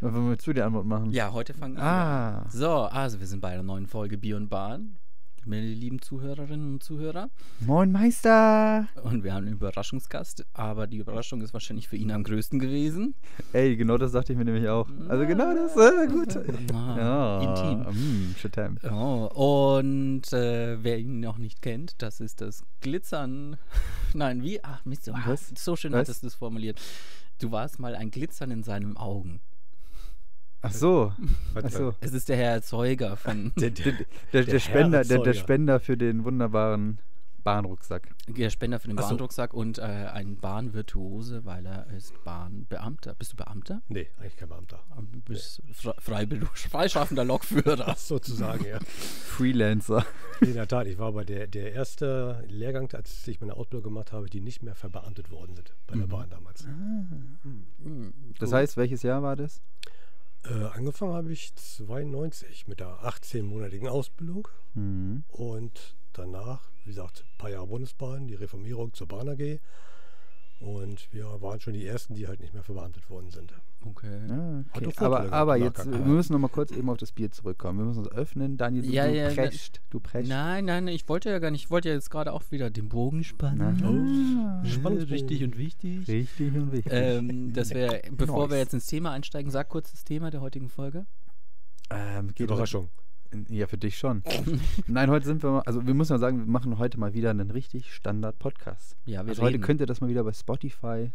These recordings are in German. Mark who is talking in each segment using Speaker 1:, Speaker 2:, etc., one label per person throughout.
Speaker 1: Wollen wir zu der Antwort machen?
Speaker 2: Ja, heute fangen wir
Speaker 1: Ah.
Speaker 2: an. So, also wir sind bei der neuen Folge Bier und Bahn. Meine lieben Zuhörerinnen und Zuhörer.
Speaker 1: Moin Meister!
Speaker 2: Und wir haben einen Überraschungsgast, aber die Überraschung ist wahrscheinlich für ihn am größten gewesen.
Speaker 1: Ey, genau das dachte ich mir nämlich auch. Also genau das, äh, gut.
Speaker 2: Ah,
Speaker 1: Ja,
Speaker 2: Intim.
Speaker 1: mm, shit time.
Speaker 2: Oh, und äh, wer ihn noch nicht kennt, das ist das Glitzern. Nein, wie? Ach, Mist, ah,
Speaker 1: Was?
Speaker 2: so schön
Speaker 1: Was?
Speaker 2: hattest du es formuliert. Du warst mal ein Glitzern in seinen Augen.
Speaker 1: Ach so. Ach so.
Speaker 2: Es ist der Herr Erzeuger von
Speaker 1: Der, der, der,
Speaker 3: Herr
Speaker 1: Spender, der, der
Speaker 3: Erzeuger.
Speaker 1: Spender für den wunderbaren Bahnrucksack.
Speaker 2: Der Spender für den
Speaker 3: Ach so.
Speaker 2: Bahnrucksack und äh, ein Bahnvirtuose, weil er ist Bahnbeamter. Bist du Beamter?
Speaker 3: Nee, eigentlich kein Beamter.
Speaker 1: Ähm,
Speaker 2: Du bist
Speaker 1: äh.
Speaker 2: fre Freiberuf, freischaffender Lokführer.
Speaker 3: Sozusagen, ja.
Speaker 1: Freelancer.
Speaker 3: In der Tat, ich war aber der, der erste Lehrgang, als ich meine Ausbildung gemacht habe, die nicht mehr verbeamtet worden sind bei der Bahn damals.
Speaker 1: Das heißt, welches Jahr war das?
Speaker 3: Äh, angefangen habe ich 92 mit der 18-monatigen Ausbildung
Speaker 1: Mhm.
Speaker 3: und danach, wie gesagt, ein paar Jahre Bundesbahn, die Reformierung zur Bahn AG. Und wir waren schon die Ersten, die halt nicht mehr verbeamtet worden sind.
Speaker 2: Okay.
Speaker 1: Ah,
Speaker 3: Hat
Speaker 1: okay.
Speaker 3: doch Vorteile
Speaker 1: Aber, aber
Speaker 3: gehabt, im
Speaker 1: jetzt, äh, wir
Speaker 3: Nachgang.
Speaker 1: müssen noch mal kurz eben auf das Bier zurückkommen. Wir müssen uns öffnen. Daniel, du,
Speaker 2: Ja,
Speaker 1: du
Speaker 2: ja,
Speaker 1: prescht. Du prescht.
Speaker 2: Nein, nein, ich wollte ja gar nicht. Ich wollte ja jetzt gerade auch wieder den Bogen spannen.
Speaker 1: Ah,
Speaker 3: Spannend.
Speaker 2: Richtig und wichtig.
Speaker 1: Richtig und wichtig.
Speaker 2: Ähm, das wär, bevor wir
Speaker 1: Nice.
Speaker 2: jetzt ins Thema einsteigen, sag kurz das Thema der heutigen Folge.
Speaker 1: Ähm, geht
Speaker 3: Überraschung.
Speaker 1: Ja, für dich schon. Nein, heute sind wir mal, also wir müssen mal sagen, wir machen heute mal wieder einen richtig Standard-Podcast.
Speaker 2: Ja, wir
Speaker 1: Also heute
Speaker 2: reden.
Speaker 1: könnt ihr das mal wieder bei Spotify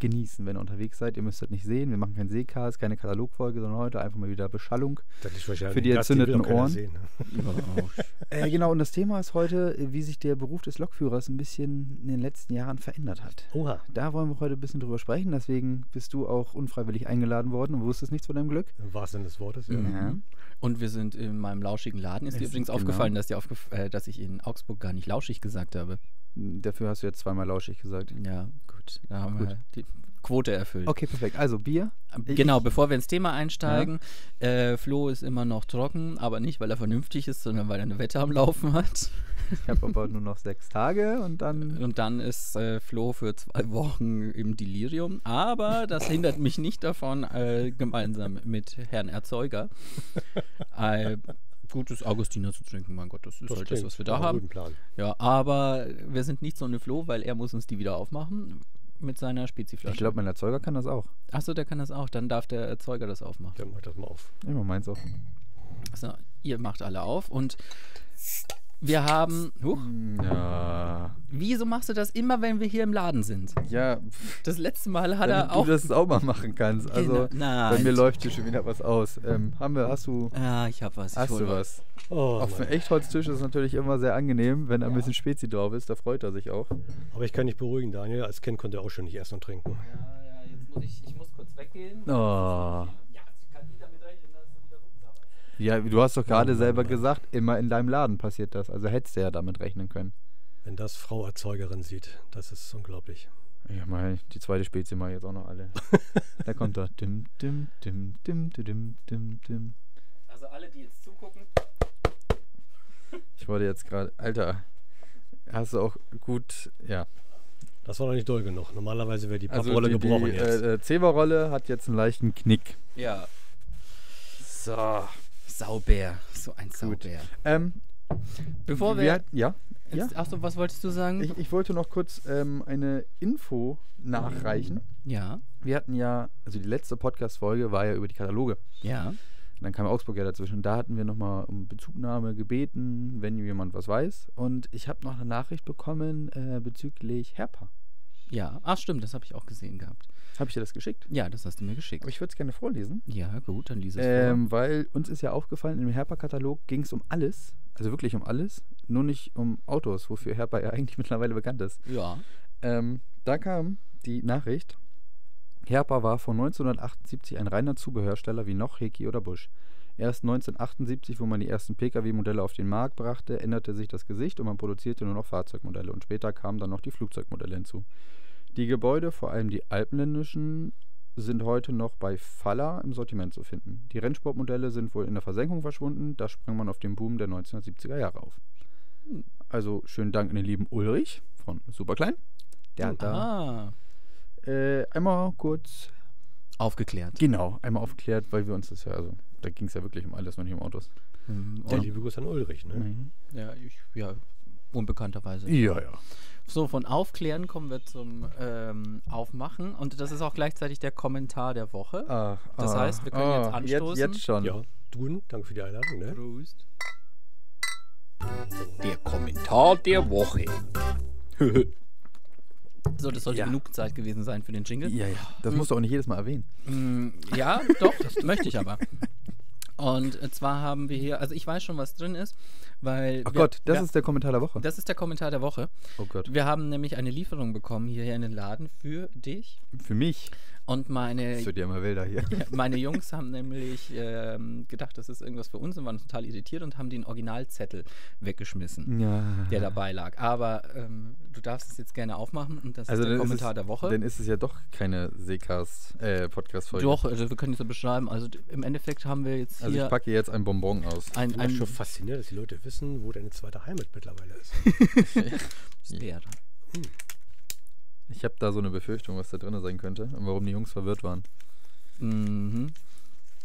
Speaker 1: genießen, wenn ihr unterwegs seid. Ihr müsst das nicht sehen. Wir machen keinen Seecast, keine Katalogfolge, sondern heute einfach mal wieder Beschallung.
Speaker 3: Das liegt wahrscheinlich
Speaker 1: Für
Speaker 3: an
Speaker 1: die
Speaker 3: dem Gast, den will
Speaker 1: entzündeten
Speaker 3: doch keiner
Speaker 1: Ohren.
Speaker 2: Oh,
Speaker 3: Sehen.
Speaker 1: Äh, genau, und das Thema ist heute, äh, wie sich der Beruf des Lokführers ein bisschen in den letzten Jahren verändert hat.
Speaker 3: Oha.
Speaker 1: Da wollen wir heute ein bisschen drüber sprechen, deswegen bist du auch unfreiwillig eingeladen worden und wusstest nichts von deinem Glück.
Speaker 3: Im wahrsten Sinne des Wortes,
Speaker 2: Mhm.
Speaker 3: ja.
Speaker 1: Ja.
Speaker 2: Und wir sind in meinem lauschigen Laden. Ist dir
Speaker 1: Es-
Speaker 2: übrigens
Speaker 1: genau.
Speaker 2: aufgefallen, dass, dir aufgef äh, dass ich in Augsburg gar nicht lauschig gesagt habe.
Speaker 1: Dafür hast du jetzt zweimal lauschig gesagt.
Speaker 2: Ja, gut. Da haben
Speaker 1: Gut.
Speaker 2: wir die Quote erfüllt.
Speaker 1: Okay, perfekt. Also Bier. Ich-
Speaker 2: Genau, bevor wir ins Thema einsteigen, äh, Flo ist immer noch trocken, aber nicht, weil er vernünftig ist, sondern weil er eine Wette am Laufen hat.
Speaker 1: Ich habe aber nur noch sechs Tage und dann
Speaker 2: Und dann ist äh, Flo für zwei Wochen im Delirium. Aber das hindert mich nicht davon, äh, gemeinsam mit Herrn Erzeuger äh, gutes Augustiner zu trinken. Mein Gott, das ist halt das,
Speaker 3: klingt
Speaker 2: was wir
Speaker 3: nach
Speaker 2: da
Speaker 3: einem
Speaker 2: haben.
Speaker 3: Guten Plan.
Speaker 2: Ja, aber wir sind nicht so eine Flo, weil er muss uns die wieder aufmachen mit seiner Speziflasche.
Speaker 1: Ich glaube, mein Erzeuger kann das auch.
Speaker 2: Achso, der kann das auch. Dann darf der Erzeuger das aufmachen.
Speaker 3: Dann mach das mal auf.
Speaker 1: Immer meins auch.
Speaker 2: So, ihr macht alle auf und wir haben. Huch,
Speaker 1: Ja.
Speaker 2: wieso machst du das immer, wenn wir hier im Laden sind?
Speaker 1: Ja,
Speaker 2: Das letzte Mal hat
Speaker 1: damit
Speaker 2: er auch.
Speaker 1: du das auch mal machen kannst. Also
Speaker 2: Genau. Nein.
Speaker 1: bei mir läuft hier schon wieder was aus. Ähm, haben wir, hast du,
Speaker 2: Ah, ich hab was. ich
Speaker 1: hast
Speaker 2: hol
Speaker 1: du was?
Speaker 3: Oh,
Speaker 1: Auf
Speaker 3: Mann.
Speaker 1: einem Echtholztisch ist es natürlich immer sehr angenehm, wenn ein bisschen Spezi drauf ist, da freut er sich auch.
Speaker 3: Aber ich kann dich beruhigen, Daniel. Als Kind konnte er auch schon nicht essen und trinken.
Speaker 2: Ja, Ah, ja, jetzt muss ich, ich muss kurz weggehen.
Speaker 1: Oh.
Speaker 2: Ja, ich kann nie damit rechnen, dass du wieder rumsabberst.
Speaker 1: Ja, du hast doch gerade selber gesagt, immer in deinem Laden passiert das. Also hättest du ja damit rechnen können.
Speaker 3: Wenn das Frau Erzeugerin sieht, das ist unglaublich.
Speaker 1: Ja, mal, die zweite Spezi mache ich jetzt auch noch alle. da kommt da. Dim, dim, dim, dim, dim, dim, dim.
Speaker 2: Also alle, die jetzt zugucken.
Speaker 1: Ich wollte jetzt gerade. Alter, hast du auch gut. Ja.
Speaker 3: Das war noch nicht doll genug. Normalerweise wäre die Papprolle
Speaker 1: Rolle Also die,
Speaker 3: gebrochen
Speaker 1: die,
Speaker 3: jetzt.
Speaker 1: Äh, äh, Zeberrolle hat jetzt einen leichten Knick.
Speaker 2: Ja,
Speaker 1: So.
Speaker 2: Saubär. So ein Saubär.
Speaker 1: Ähm,
Speaker 2: Bevor wir.
Speaker 1: wir, ja. ja.
Speaker 2: jetzt, achso, was wolltest du sagen?
Speaker 1: Ich, ich wollte noch kurz ähm, eine Info nachreichen.
Speaker 2: ja,
Speaker 1: Wir hatten ja, also die letzte Podcast-Folge war ja über die Kataloge.
Speaker 2: ja.
Speaker 1: Und dann kam Augsburg ja dazwischen. Und da hatten wir nochmal um Bezugnahme gebeten, wenn jemand was weiß. Und ich habe noch eine Nachricht bekommen äh, bezüglich Herpa.
Speaker 2: Ja, ach stimmt, das habe ich auch gesehen gehabt.
Speaker 1: Habe ich dir das geschickt?
Speaker 2: Ja, das hast du mir geschickt.
Speaker 1: Ich würde es gerne vorlesen.
Speaker 2: Ja, gut, dann lies es
Speaker 1: Ähm, weil uns ist ja aufgefallen, im Herpa-Katalog ging es um alles, also wirklich um alles, nur nicht um Autos, wofür Herpa ja eigentlich mittlerweile bekannt ist.
Speaker 2: vor. Ja.
Speaker 1: Ähm, da kam die Nachricht, Herpa war von 1978 ein reiner Zubehörsteller wie noch Heki oder Busch. Erst 1978, wo man die ersten Pkw-Modelle auf den Markt brachte, änderte sich das Gesicht und man produzierte nur noch Fahrzeugmodelle und später kamen dann noch die Flugzeugmodelle hinzu. Die Gebäude, vor allem die alpenländischen, sind heute noch bei Faller im Sortiment zu finden. Die Rennsportmodelle sind wohl in der Versenkung verschwunden, da sprang man auf den Boom der 1970er Jahre auf. Also schönen Dank an den lieben Ulrich von Superklein. Der hat da
Speaker 2: Ah,
Speaker 1: äh, einmal kurz
Speaker 2: Aufgeklärt.
Speaker 1: Genau, einmal aufgeklärt, weil wir uns das ja, also da ging es ja wirklich um alles, noch nicht um Autos.
Speaker 2: Mhm.
Speaker 3: Der liebe Grüße an Ulrich, ne?
Speaker 1: Mhm.
Speaker 2: Ja, ich, ja, unbekannterweise.
Speaker 1: Ja, ja.
Speaker 2: So, von Aufklären kommen wir zum ähm, Aufmachen. Und das ist auch gleichzeitig der Kommentar der Woche.
Speaker 1: Ah,
Speaker 2: Das
Speaker 1: ah,
Speaker 2: heißt, wir können jetzt
Speaker 1: ah,
Speaker 2: anstoßen.
Speaker 1: Jetzt, jetzt schon.
Speaker 3: Ja, Dun, danke für die Einladung,
Speaker 1: Mhm.
Speaker 3: ne?
Speaker 2: Prost.
Speaker 4: Der Kommentar der Woche.
Speaker 2: So, das sollte
Speaker 1: Ja.
Speaker 2: genug Zeit gewesen sein für den Jingle.
Speaker 1: Ja, ja. Das musst du auch nicht jedes Mal erwähnen.
Speaker 2: Mm, Ja, doch, das möchte ich aber. Und äh, zwar haben wir hier, also ich weiß schon, was drin ist, weil.
Speaker 1: Ach
Speaker 2: wir,
Speaker 1: Gott, das
Speaker 2: wir,
Speaker 1: ist der Kommentar der Woche.
Speaker 2: Das ist der Kommentar der Woche.
Speaker 1: Oh Gott.
Speaker 2: Wir haben nämlich eine Lieferung bekommen hierher in den Laden für dich.
Speaker 1: Für mich.
Speaker 2: Und meine,
Speaker 1: Das wird ja immer wilder hier.
Speaker 2: meine Jungs haben nämlich ähm, gedacht, das ist irgendwas für uns und waren total irritiert und haben den Originalzettel weggeschmissen,
Speaker 1: Mhm. Ja.
Speaker 2: der dabei lag. Aber ähm, du darfst es jetzt gerne aufmachen und das ist der
Speaker 1: Also dann
Speaker 2: Kommentar
Speaker 1: es,
Speaker 2: der Woche.
Speaker 1: Dann ist es ja doch keine Seekast, äh, Podcast-Folge.
Speaker 2: Doch, also wir können es so beschreiben. Also d- im Endeffekt haben wir jetzt
Speaker 1: Also
Speaker 2: hier
Speaker 1: ich packe jetzt ein Bonbon aus.
Speaker 2: ein,
Speaker 3: Ich bin schon
Speaker 2: ein
Speaker 3: fasziniert, dass die Leute wissen, wo deine zweite Heimat mittlerweile ist.
Speaker 2: Speer.
Speaker 1: Ich habe da so eine Befürchtung, was da drin sein könnte und warum die Jungs verwirrt waren.
Speaker 2: Mhm.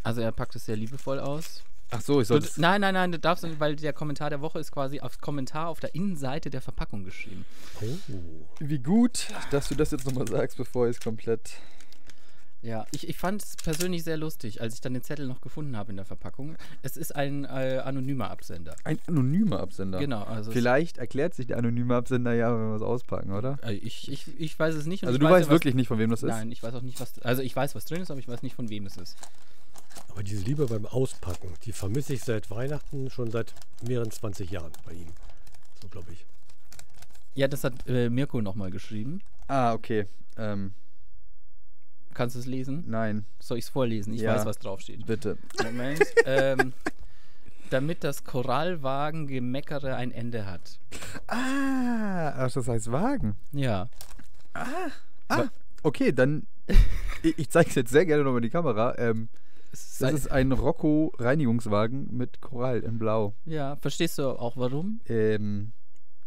Speaker 2: Also er packt es sehr liebevoll aus.
Speaker 1: Ach so, ich
Speaker 2: Du,
Speaker 1: sollte es-
Speaker 2: nein, nein, nein, du darfst nicht, weil der Kommentar der Woche ist quasi aufs Kommentar auf der Innenseite der Verpackung geschrieben.
Speaker 3: Oh.
Speaker 1: Wie gut, dass du das jetzt nochmal sagst, bevor ich es komplett...
Speaker 2: Ja, ich, ich fand es persönlich sehr lustig, als ich dann den Zettel noch gefunden habe in der Verpackung. Es ist ein äh, anonymer Absender.
Speaker 1: Ein anonymer Absender.
Speaker 2: Genau, also es-
Speaker 1: Vielleicht erklärt sich der anonyme Absender ja, wenn wir es auspacken, oder?
Speaker 2: Äh, ich, ich, ich weiß es nicht. und
Speaker 1: Also
Speaker 2: ich
Speaker 1: du
Speaker 2: weiß ja,
Speaker 1: weißt
Speaker 2: was-
Speaker 1: wirklich nicht, von wem das ist?
Speaker 2: Nein, ich weiß auch nicht, was. Also ich weiß, was drin ist, aber ich weiß nicht, von wem es ist.
Speaker 3: Aber diese Liebe beim Auspacken, die vermisse ich seit Weihnachten schon seit mehreren 20 Jahren bei ihm. So glaube ich.
Speaker 2: Ja, das hat äh, Mirko nochmal geschrieben.
Speaker 1: Ah, okay. Ähm,
Speaker 2: Kannst du es lesen?
Speaker 1: nein,
Speaker 2: Soll ich es vorlesen? Ich
Speaker 1: Ja.
Speaker 2: weiß, was draufsteht.
Speaker 1: bitte.
Speaker 2: Moment. ähm, damit das Korallwagengemeckere ein Ende hat.
Speaker 1: Ah, ach, das heißt Wagen.
Speaker 2: Ja.
Speaker 1: Okay, dann. ich ich zeige es jetzt sehr gerne nochmal in die Kamera. Ähm,
Speaker 2: Es
Speaker 1: das
Speaker 2: sei-
Speaker 1: ist ein Rocco-Reinigungswagen mit Korall in Blau.
Speaker 2: ja, verstehst du auch warum?
Speaker 1: Ähm,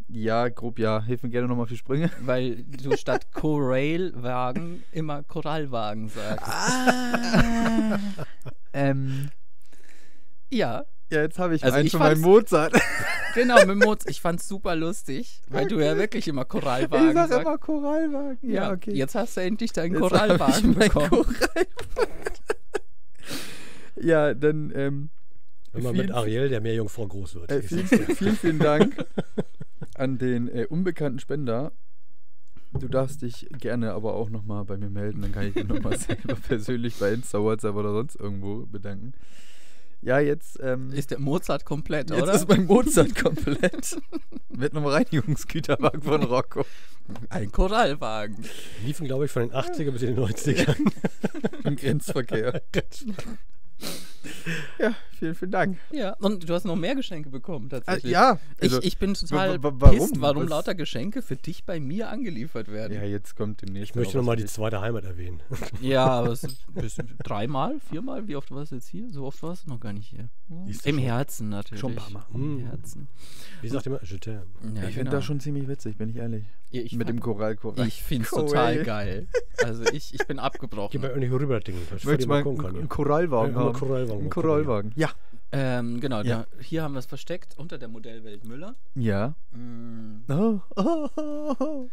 Speaker 1: ja, grob ja. Hilf mir gerne nochmal für Sprünge.
Speaker 2: Weil du statt Korailwagen immer Korallwagen sagst.
Speaker 1: Ah. ähm,
Speaker 2: Ja,
Speaker 1: ja, jetzt habe ich
Speaker 2: Also
Speaker 1: einen
Speaker 2: ich
Speaker 1: von meinem Mozart.
Speaker 2: genau, mit Moz. Ich fand's super lustig, weil du ja wirklich immer Korallwagen
Speaker 1: ich
Speaker 2: sagst.
Speaker 1: sage immer Korallwagen. Ja, okay.
Speaker 2: Jetzt hast du endlich deinen
Speaker 1: Jetzt hab ich
Speaker 2: Korallwagen
Speaker 1: meinen
Speaker 2: bekommen.
Speaker 1: Ja, dann ähm,
Speaker 3: Wenn man
Speaker 1: Vielen-
Speaker 3: mit Ariel, der Meerjungfrau, groß wird.
Speaker 1: äh,
Speaker 3: Ich
Speaker 1: vielen,
Speaker 3: sag's dir.
Speaker 1: vielen, vielen Dank an den äh, unbekannten Spender. Du darfst dich gerne aber auch nochmal bei mir melden, dann kann ich dir nochmal selber persönlich bei Insta, WhatsApp oder sonst irgendwo bedanken. Ja, jetzt, ähm,
Speaker 2: Ist der Mozart komplett,
Speaker 1: jetzt
Speaker 2: oder?
Speaker 1: ist mein Mozart komplett mit einem Reinigungsgüterwagen von Rocco.
Speaker 2: ein Korallwagen.
Speaker 3: Liefen, glaube ich, von den 80er bis in den 90ern.
Speaker 1: Im Grenzverkehr. ja, vielen, vielen Dank.
Speaker 2: Ja, und du hast noch mehr Geschenke bekommen
Speaker 1: Äh,
Speaker 2: tatsächlich.
Speaker 1: ja,
Speaker 2: Ich,
Speaker 1: also-
Speaker 2: ich bin total
Speaker 1: wa- wa- warum?
Speaker 2: pisst, warum
Speaker 1: Was-
Speaker 2: lauter Geschenke für dich bei mir angeliefert
Speaker 1: ja,
Speaker 2: werden.
Speaker 1: jetzt kommt demnächst.
Speaker 3: Ich möchte
Speaker 1: noch
Speaker 3: nochmal
Speaker 1: Oh, was
Speaker 3: die zweite Heimat erwähnen.
Speaker 2: Ja, aber es ist bis dreimal, viermal, wie oft warst du jetzt hier? So oft warst du noch gar nicht hier.
Speaker 3: Siehst du
Speaker 2: Im
Speaker 3: schon.
Speaker 2: Herzen natürlich.
Speaker 1: Schon ein paar Mal.
Speaker 2: Im
Speaker 3: Hm.
Speaker 2: Herzen.
Speaker 3: Wie sagt
Speaker 1: Hm.
Speaker 3: immer, je t'aime.
Speaker 2: Ja, genau.
Speaker 1: ich finde das schon ziemlich witzig, bin ich ehrlich.
Speaker 2: Ja, ich
Speaker 1: Mit dem Korall, Korall.
Speaker 2: Ich finde es
Speaker 1: Cool.
Speaker 2: total geil. Also ich, ich bin abgebrochen.
Speaker 3: Geh mal irgendwie rüber, Ding. Ich
Speaker 1: Möchtest Hm. du mal einen, einen Korallwagen
Speaker 3: Ja, mal
Speaker 1: haben?
Speaker 3: Korallwagen
Speaker 1: Einen
Speaker 3: mal gucken,
Speaker 1: Korallwagen. Ja.
Speaker 2: Ähm, genau,
Speaker 1: Ja.
Speaker 2: da, hier haben wir es versteckt unter der Modellwelt Müller.
Speaker 1: Ja.
Speaker 2: Mm,
Speaker 1: Oh, oh, oh, oh.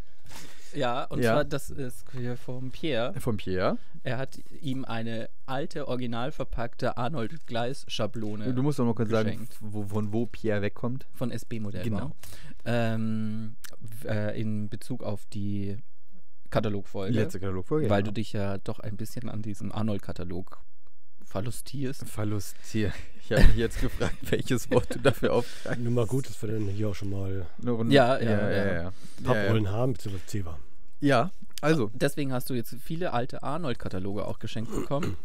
Speaker 2: Ja, und
Speaker 1: Ja.
Speaker 2: zwar das ist hier vom Pierre.
Speaker 1: Von Pierre.
Speaker 2: Er hat ihm eine alte, original verpackte Arnold Gleis-Schablone
Speaker 1: Du musst doch noch kurz
Speaker 2: Geschenkt.
Speaker 1: sagen, wo, von wo Pierre wegkommt.
Speaker 2: von SB-Modell
Speaker 1: Genau.
Speaker 2: war. Ähm, w- äh, in Bezug auf die Katalogfolge.
Speaker 1: Katalogfolge. genau.
Speaker 2: Weil du dich ja doch ein bisschen an diesem Arnold-Katalog verlustierst.
Speaker 1: Verlust hier. Ich habe mich jetzt gefragt, welches Wort du dafür auf.
Speaker 3: Nur mal gut, dass wir dann hier auch schon mal
Speaker 1: Eine Runde-
Speaker 2: Ja, ja,
Speaker 1: ja,
Speaker 2: ja.
Speaker 1: ja, ja. ja, ja.
Speaker 3: Papprollen haben, beziehungsweise Zewa.
Speaker 1: ja, also.
Speaker 2: Deswegen hast du jetzt viele alte Arnold-Kataloge auch geschenkt bekommen.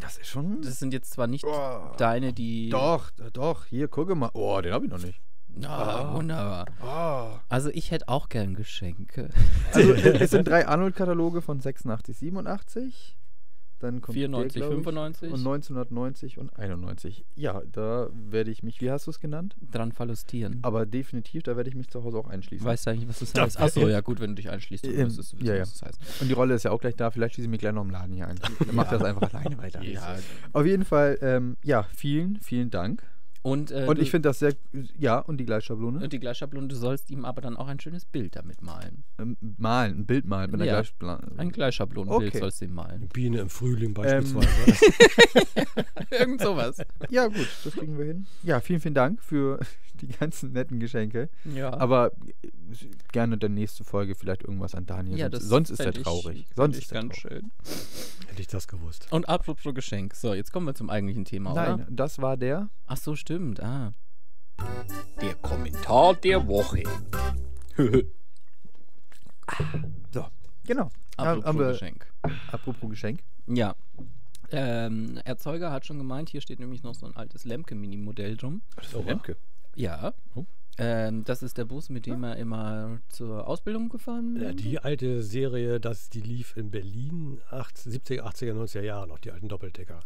Speaker 1: Das ist schon.
Speaker 2: Das sind jetzt zwar nicht
Speaker 1: Oh.
Speaker 2: deine, die.
Speaker 1: Doch, doch. Hier, gucke mal. Oh, den habe ich noch nicht.
Speaker 2: Ah, wunderbar.
Speaker 1: Oh.
Speaker 2: Also ich hätte auch gern Geschenke.
Speaker 1: äh, Also es es sind drei Arnold-Kataloge von 86, 87 Dann kommt
Speaker 2: 94,
Speaker 1: der, glaub ich,
Speaker 2: 95.
Speaker 1: Und 1990 und 91. Ja, da werde ich mich, wie hast du es genannt?
Speaker 2: Dran verlustieren.
Speaker 1: Aber definitiv, da werde ich mich zu Hause auch einschließen.
Speaker 2: Weißt du eigentlich, was das heißt? Achso, ja gut, wenn du dich einschließt, dann
Speaker 1: Ähm,
Speaker 2: müsstest du wissen,
Speaker 1: ja, ja.
Speaker 2: was das heißt.
Speaker 1: Und die Rolle ist ja auch gleich da. Vielleicht schließe ich mich gleich noch im Laden hier ein. Dann macht das einfach alleine weiter.
Speaker 2: Ja.
Speaker 1: Auf jeden Fall, ähm, ja, vielen, vielen Dank.
Speaker 2: Und, äh,
Speaker 1: Und
Speaker 2: du,
Speaker 1: ich finde das sehr, ja, und die Gleisschablone.
Speaker 2: und ne, die Gleisschablone, du sollst ihm aber dann auch ein schönes Bild damit malen.
Speaker 1: Ähm, malen, ein Bild malen mit einer
Speaker 2: Ja,
Speaker 1: Gleisschablone.
Speaker 2: Ein Gleisschablonenbild
Speaker 1: Mhm. Okay.
Speaker 2: sollst du ihm malen.
Speaker 3: Biene im
Speaker 1: Ähm.
Speaker 3: Frühling beispielsweise.
Speaker 2: Irgend sowas.
Speaker 1: Ja, gut, das kriegen wir hin. Ja, vielen, vielen Dank für die ganzen netten Geschenke.
Speaker 2: Ja.
Speaker 1: Aber äh, gerne der nächste Folge vielleicht irgendwas an Daniel.
Speaker 2: ja,
Speaker 1: sonst, sonst ist er
Speaker 2: fänd ich-
Speaker 1: traurig.
Speaker 2: fänd
Speaker 1: sonst
Speaker 2: ich
Speaker 1: ist er
Speaker 2: ganz
Speaker 1: traurig.
Speaker 2: schön.
Speaker 3: Hätte ich das gewusst.
Speaker 2: Und apropos Geschenk. So, jetzt kommen wir zum eigentlichen Thema,
Speaker 1: Nein,
Speaker 2: oder?
Speaker 1: das war der.
Speaker 2: Ach so, stimmt. Ah.
Speaker 4: Der Kommentar der Woche.
Speaker 1: So, genau.
Speaker 2: Apropos
Speaker 1: haben wir-
Speaker 2: Geschenk.
Speaker 1: Apropos Geschenk.
Speaker 2: Ja. Ähm, Erzeuger hat schon gemeint, hier steht nämlich noch so ein altes Lemke-Mini-Modell drum.
Speaker 3: Oha.
Speaker 2: Ja.
Speaker 1: Oh. Ah.
Speaker 2: Ähm, das ist der Bus, mit dem er immer zur Ausbildung gefahren
Speaker 3: Ja, Äh, die alte Serie, das, die lief in Berlin 80, 70er, 80er, 90er Jahre noch, die alten Doppeldecker.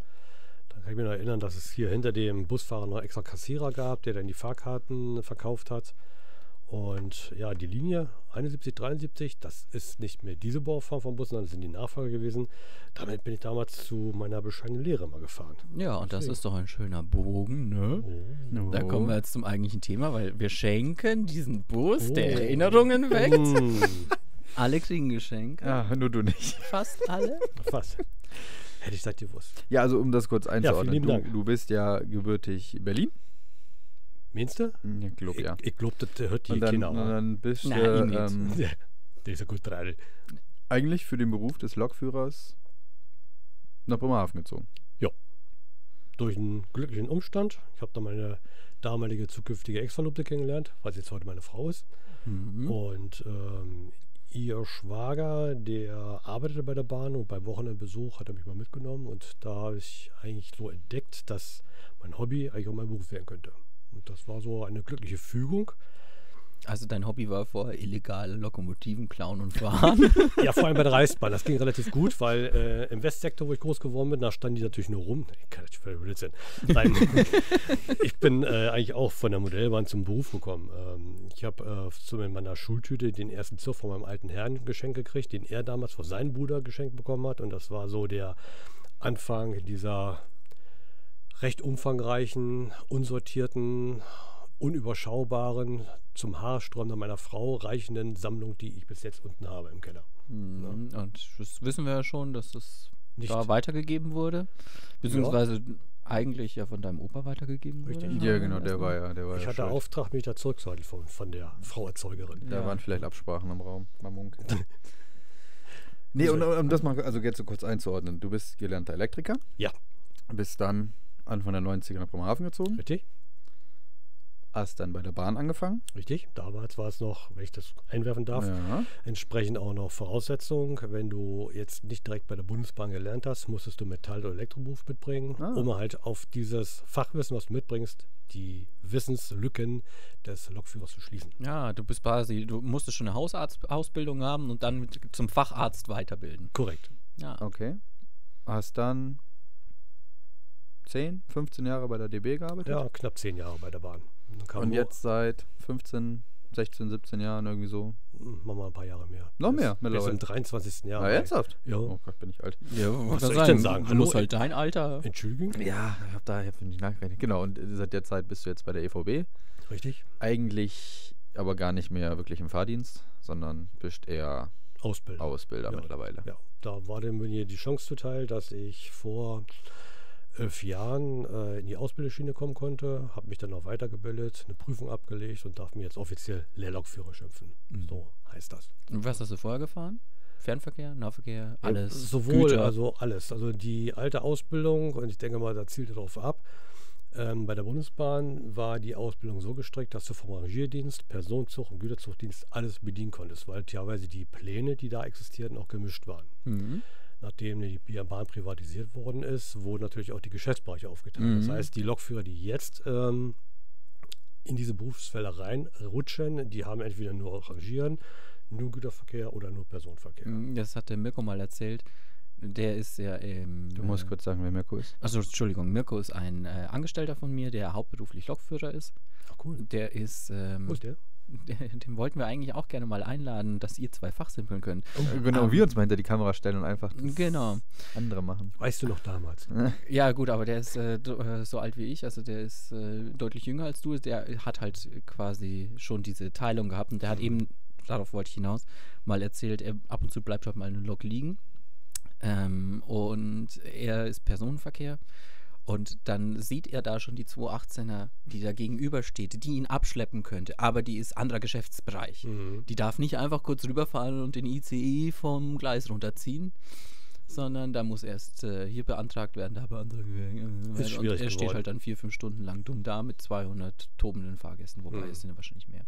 Speaker 3: Da kann ich mich noch erinnern, dass es hier hinter dem Busfahrer noch extra Kassierer gab, der dann die Fahrkarten verkauft hat. Und ja, die Linie 71, 73, das ist nicht mehr diese Bauform von Bus, sondern das sind die Nachfolger gewesen. Damit bin ich damals zu meiner bescheidenen Lehre mal gefahren.
Speaker 2: Ja, und das
Speaker 3: Deswegen.
Speaker 2: ist doch ein schöner Bogen,
Speaker 1: Oh.
Speaker 2: ne? Da kommen wir jetzt zum eigentlichen Thema, weil wir schenken diesen Bus der
Speaker 3: Oh.
Speaker 2: Erinnerungen weg.
Speaker 3: Mm,
Speaker 2: Alle kriegen Geschenk.
Speaker 1: Ah, nur du nicht.
Speaker 2: Fast alle.
Speaker 3: fast. Hätte ich das gewusst.
Speaker 1: Ja, also um das kurz einzuordnen.
Speaker 3: lieben
Speaker 1: du,
Speaker 3: Dank.
Speaker 1: du bist ja gebürtig Berlin.
Speaker 3: Meinst du?
Speaker 1: Ja, glaub, ja.
Speaker 3: Ich, ich glaube, das hört die
Speaker 1: Und dann, äh,
Speaker 3: Kinder
Speaker 1: und
Speaker 3: auch.
Speaker 1: dann bist du
Speaker 2: Na, ihn nicht.
Speaker 1: ähm,
Speaker 3: Ja, der ist ja gut dran.
Speaker 1: eigentlich für den Beruf des Lokführers nach Bremerhaven gezogen.
Speaker 3: Durch einen glücklichen Umstand. Ich habe da meine damalige zukünftige Ex-Verlobte kennengelernt, weil sie jetzt heute meine Frau ist.
Speaker 2: Mhm.
Speaker 3: Und ähm, ihr Schwager, der arbeitete bei der Bahn und bei Wochenendbesuch hat er mich mal mitgenommen. Und da habe ich eigentlich so entdeckt, dass mein Hobby eigentlich auch mein Beruf werden könnte. Und das war so eine glückliche Fügung.
Speaker 2: Also dein Hobby war vorher illegale Lokomotiven klauen und fahren.
Speaker 3: Ja, vor allem bei der Reichsbahn. Das ging relativ gut, weil äh, im Westsektor, wo ich groß geworden bin, da standen die natürlich nur rum. Ich kann das völlig Blödsinn. Nein, ich bin äh, eigentlich auch von der Modellbahn zum Beruf gekommen. Ähm, ich habe äh, zu meiner Schultüte den ersten Zug von meinem alten Herrn geschenkt gekriegt, den er damals von seinem Bruder geschenkt bekommen hat. Und das war so der Anfang dieser recht umfangreichen, unsortierten, unüberschaubaren, zum Haarsträumen meiner Frau reichenden Sammlung, die ich bis jetzt unten habe im Keller.
Speaker 2: Mhm. und das wissen wir ja schon, dass das
Speaker 3: Nicht.
Speaker 2: da weitergegeben wurde. Beziehungsweise eigentlich ja von deinem Opa weitergegeben wurde.
Speaker 3: Richtig.
Speaker 1: Ja, genau, der war ja. Der war
Speaker 3: Ich
Speaker 1: ja
Speaker 3: hatte
Speaker 1: schuld.
Speaker 3: Auftrag, mich da zurückzuhalten von, von der Frau Erzeugerin.
Speaker 1: Da
Speaker 2: Ja.
Speaker 1: waren vielleicht Absprachen im Raum, beim Munk. nee, und um das mal also jetzt so kurz einzuordnen. Du bist gelernter Elektriker.
Speaker 3: Ja.
Speaker 1: Bist dann Anfang der 90er nach Bremerhaven gezogen.
Speaker 3: Richtig?
Speaker 1: Hast dann bei der Bahn angefangen.
Speaker 3: Richtig. Damals war es noch, wenn ich das einwerfen darf,
Speaker 1: Ja.
Speaker 3: entsprechend auch noch Voraussetzung. Wenn du jetzt nicht direkt bei der Bundesbahn gelernt hast, musstest du Metall- oder Elektroberuf mitbringen,
Speaker 1: Ah.
Speaker 3: um halt auf dieses Fachwissen, was du mitbringst, die Wissenslücken des Lokführers zu schließen.
Speaker 2: Ja, du bist quasi, du musstest schon eine Hausarzt Ausbildung haben und dann mit, zum Facharzt weiterbilden.
Speaker 3: Korrekt.
Speaker 2: Ja.
Speaker 1: Okay. Hast dann 10, 15 Jahre bei der DB gearbeitet.
Speaker 3: Ja, knapp zehn Jahre bei der Bahn. Dann kam
Speaker 1: Und
Speaker 3: Mo-
Speaker 1: jetzt seit 15, 16, 17 Jahren irgendwie so.
Speaker 3: Machen wir ein paar Jahre mehr.
Speaker 1: Noch mehr
Speaker 3: Bis
Speaker 1: mittlerweile.
Speaker 3: im 23. Jahr.
Speaker 1: Ah, ernsthaft?
Speaker 3: Ja.
Speaker 1: Oh Gott, bin ich alt.
Speaker 2: Ja, was
Speaker 3: soll ich denn sagen?
Speaker 2: Du
Speaker 3: Hallo?
Speaker 2: musst halt dein Alter.
Speaker 3: Entschuldigung?
Speaker 1: Ja, ich habe da ich hab nicht nachgerechnet. Genau, und äh, seit der Zeit bist du jetzt bei der E EVB.
Speaker 3: Richtig.
Speaker 1: Eigentlich aber gar nicht mehr wirklich im Fahrdienst, sondern bist eher
Speaker 3: Ausbildung.
Speaker 1: Ausbilder
Speaker 3: Ja.
Speaker 1: mittlerweile.
Speaker 3: Ja, da war dem mir die Chance zuteil, dass ich vor elf Jahren äh, in die Ausbildungsschiene kommen konnte, habe mich dann auch weitergebildet, eine Prüfung abgelegt und darf mir jetzt offiziell Lehrlokführer schimpfen. So heißt das.
Speaker 2: Und Was hast du vorher gefahren? Fernverkehr, Nahverkehr,
Speaker 1: Äh,
Speaker 2: alles.
Speaker 3: Sowohl,
Speaker 2: Güter.
Speaker 3: also alles. Also die alte Ausbildung, und ich denke mal, da zielt er darauf ab. Ähm, bei der Bundesbahn war die Ausbildung so gestrickt, dass du vom Rangierdienst, Personenzug und Güterzugdienst alles bedienen konntest, weil teilweise die Pläne, die da existierten, auch gemischt waren.
Speaker 2: Mhm.
Speaker 3: Nachdem die Bahn privatisiert worden ist, wurden natürlich auch die Geschäftsbereiche aufgeteilt. Das
Speaker 1: Mhm.
Speaker 3: heißt, die Lokführer, die jetzt ähm, in diese Berufsfelder reinrutschen, die haben entweder nur Rangieren, nur Güterverkehr oder nur Personenverkehr.
Speaker 2: Mhm, Das hat der Mirko mal erzählt. Der ist ja im.
Speaker 1: Du musst kurz sagen, wer Mirko ist.
Speaker 2: Also, Entschuldigung, Mirko ist ein äh, Angestellter von mir, der hauptberuflich Lokführer ist.
Speaker 3: Ach, cool.
Speaker 2: Der ist. Ähm,
Speaker 3: Wo ist der?
Speaker 2: den, den wollten wir eigentlich auch gerne mal einladen, dass ihr zwei fachsimpeln könnt.
Speaker 1: Genau,
Speaker 2: Ähm,
Speaker 1: wir uns mal hinter die Kamera stellen und einfach das
Speaker 2: Genau.
Speaker 1: andere machen.
Speaker 3: Weißt du noch damals?
Speaker 2: Ja, gut, aber der ist äh, do- äh, so alt wie ich, also der ist äh, deutlich jünger als du. Der hat halt quasi schon diese Teilung gehabt und der hat eben, darauf wollte ich hinaus, mal erzählt, er, ab und zu bleibt halt mal eine Lok liegen. Ähm, und er ist Personenverkehr. Und dann sieht er da schon die 218er, die da gegenübersteht, die ihn abschleppen könnte, aber die ist anderer Geschäftsbereich.
Speaker 3: Mhm.
Speaker 2: Die darf nicht einfach kurz rüberfahren und den ICE vom Gleis runterziehen, sondern da muss erst äh, hier beantragt werden, da beantragt werden.
Speaker 3: Ist
Speaker 2: und er
Speaker 3: schwierig
Speaker 2: steht
Speaker 3: geworden.
Speaker 2: halt dann vier, fünf Stunden lang dumm da mit 200 tobenden Fahrgästen, wobei
Speaker 3: Mhm.
Speaker 2: es sind ja wahrscheinlich mehr.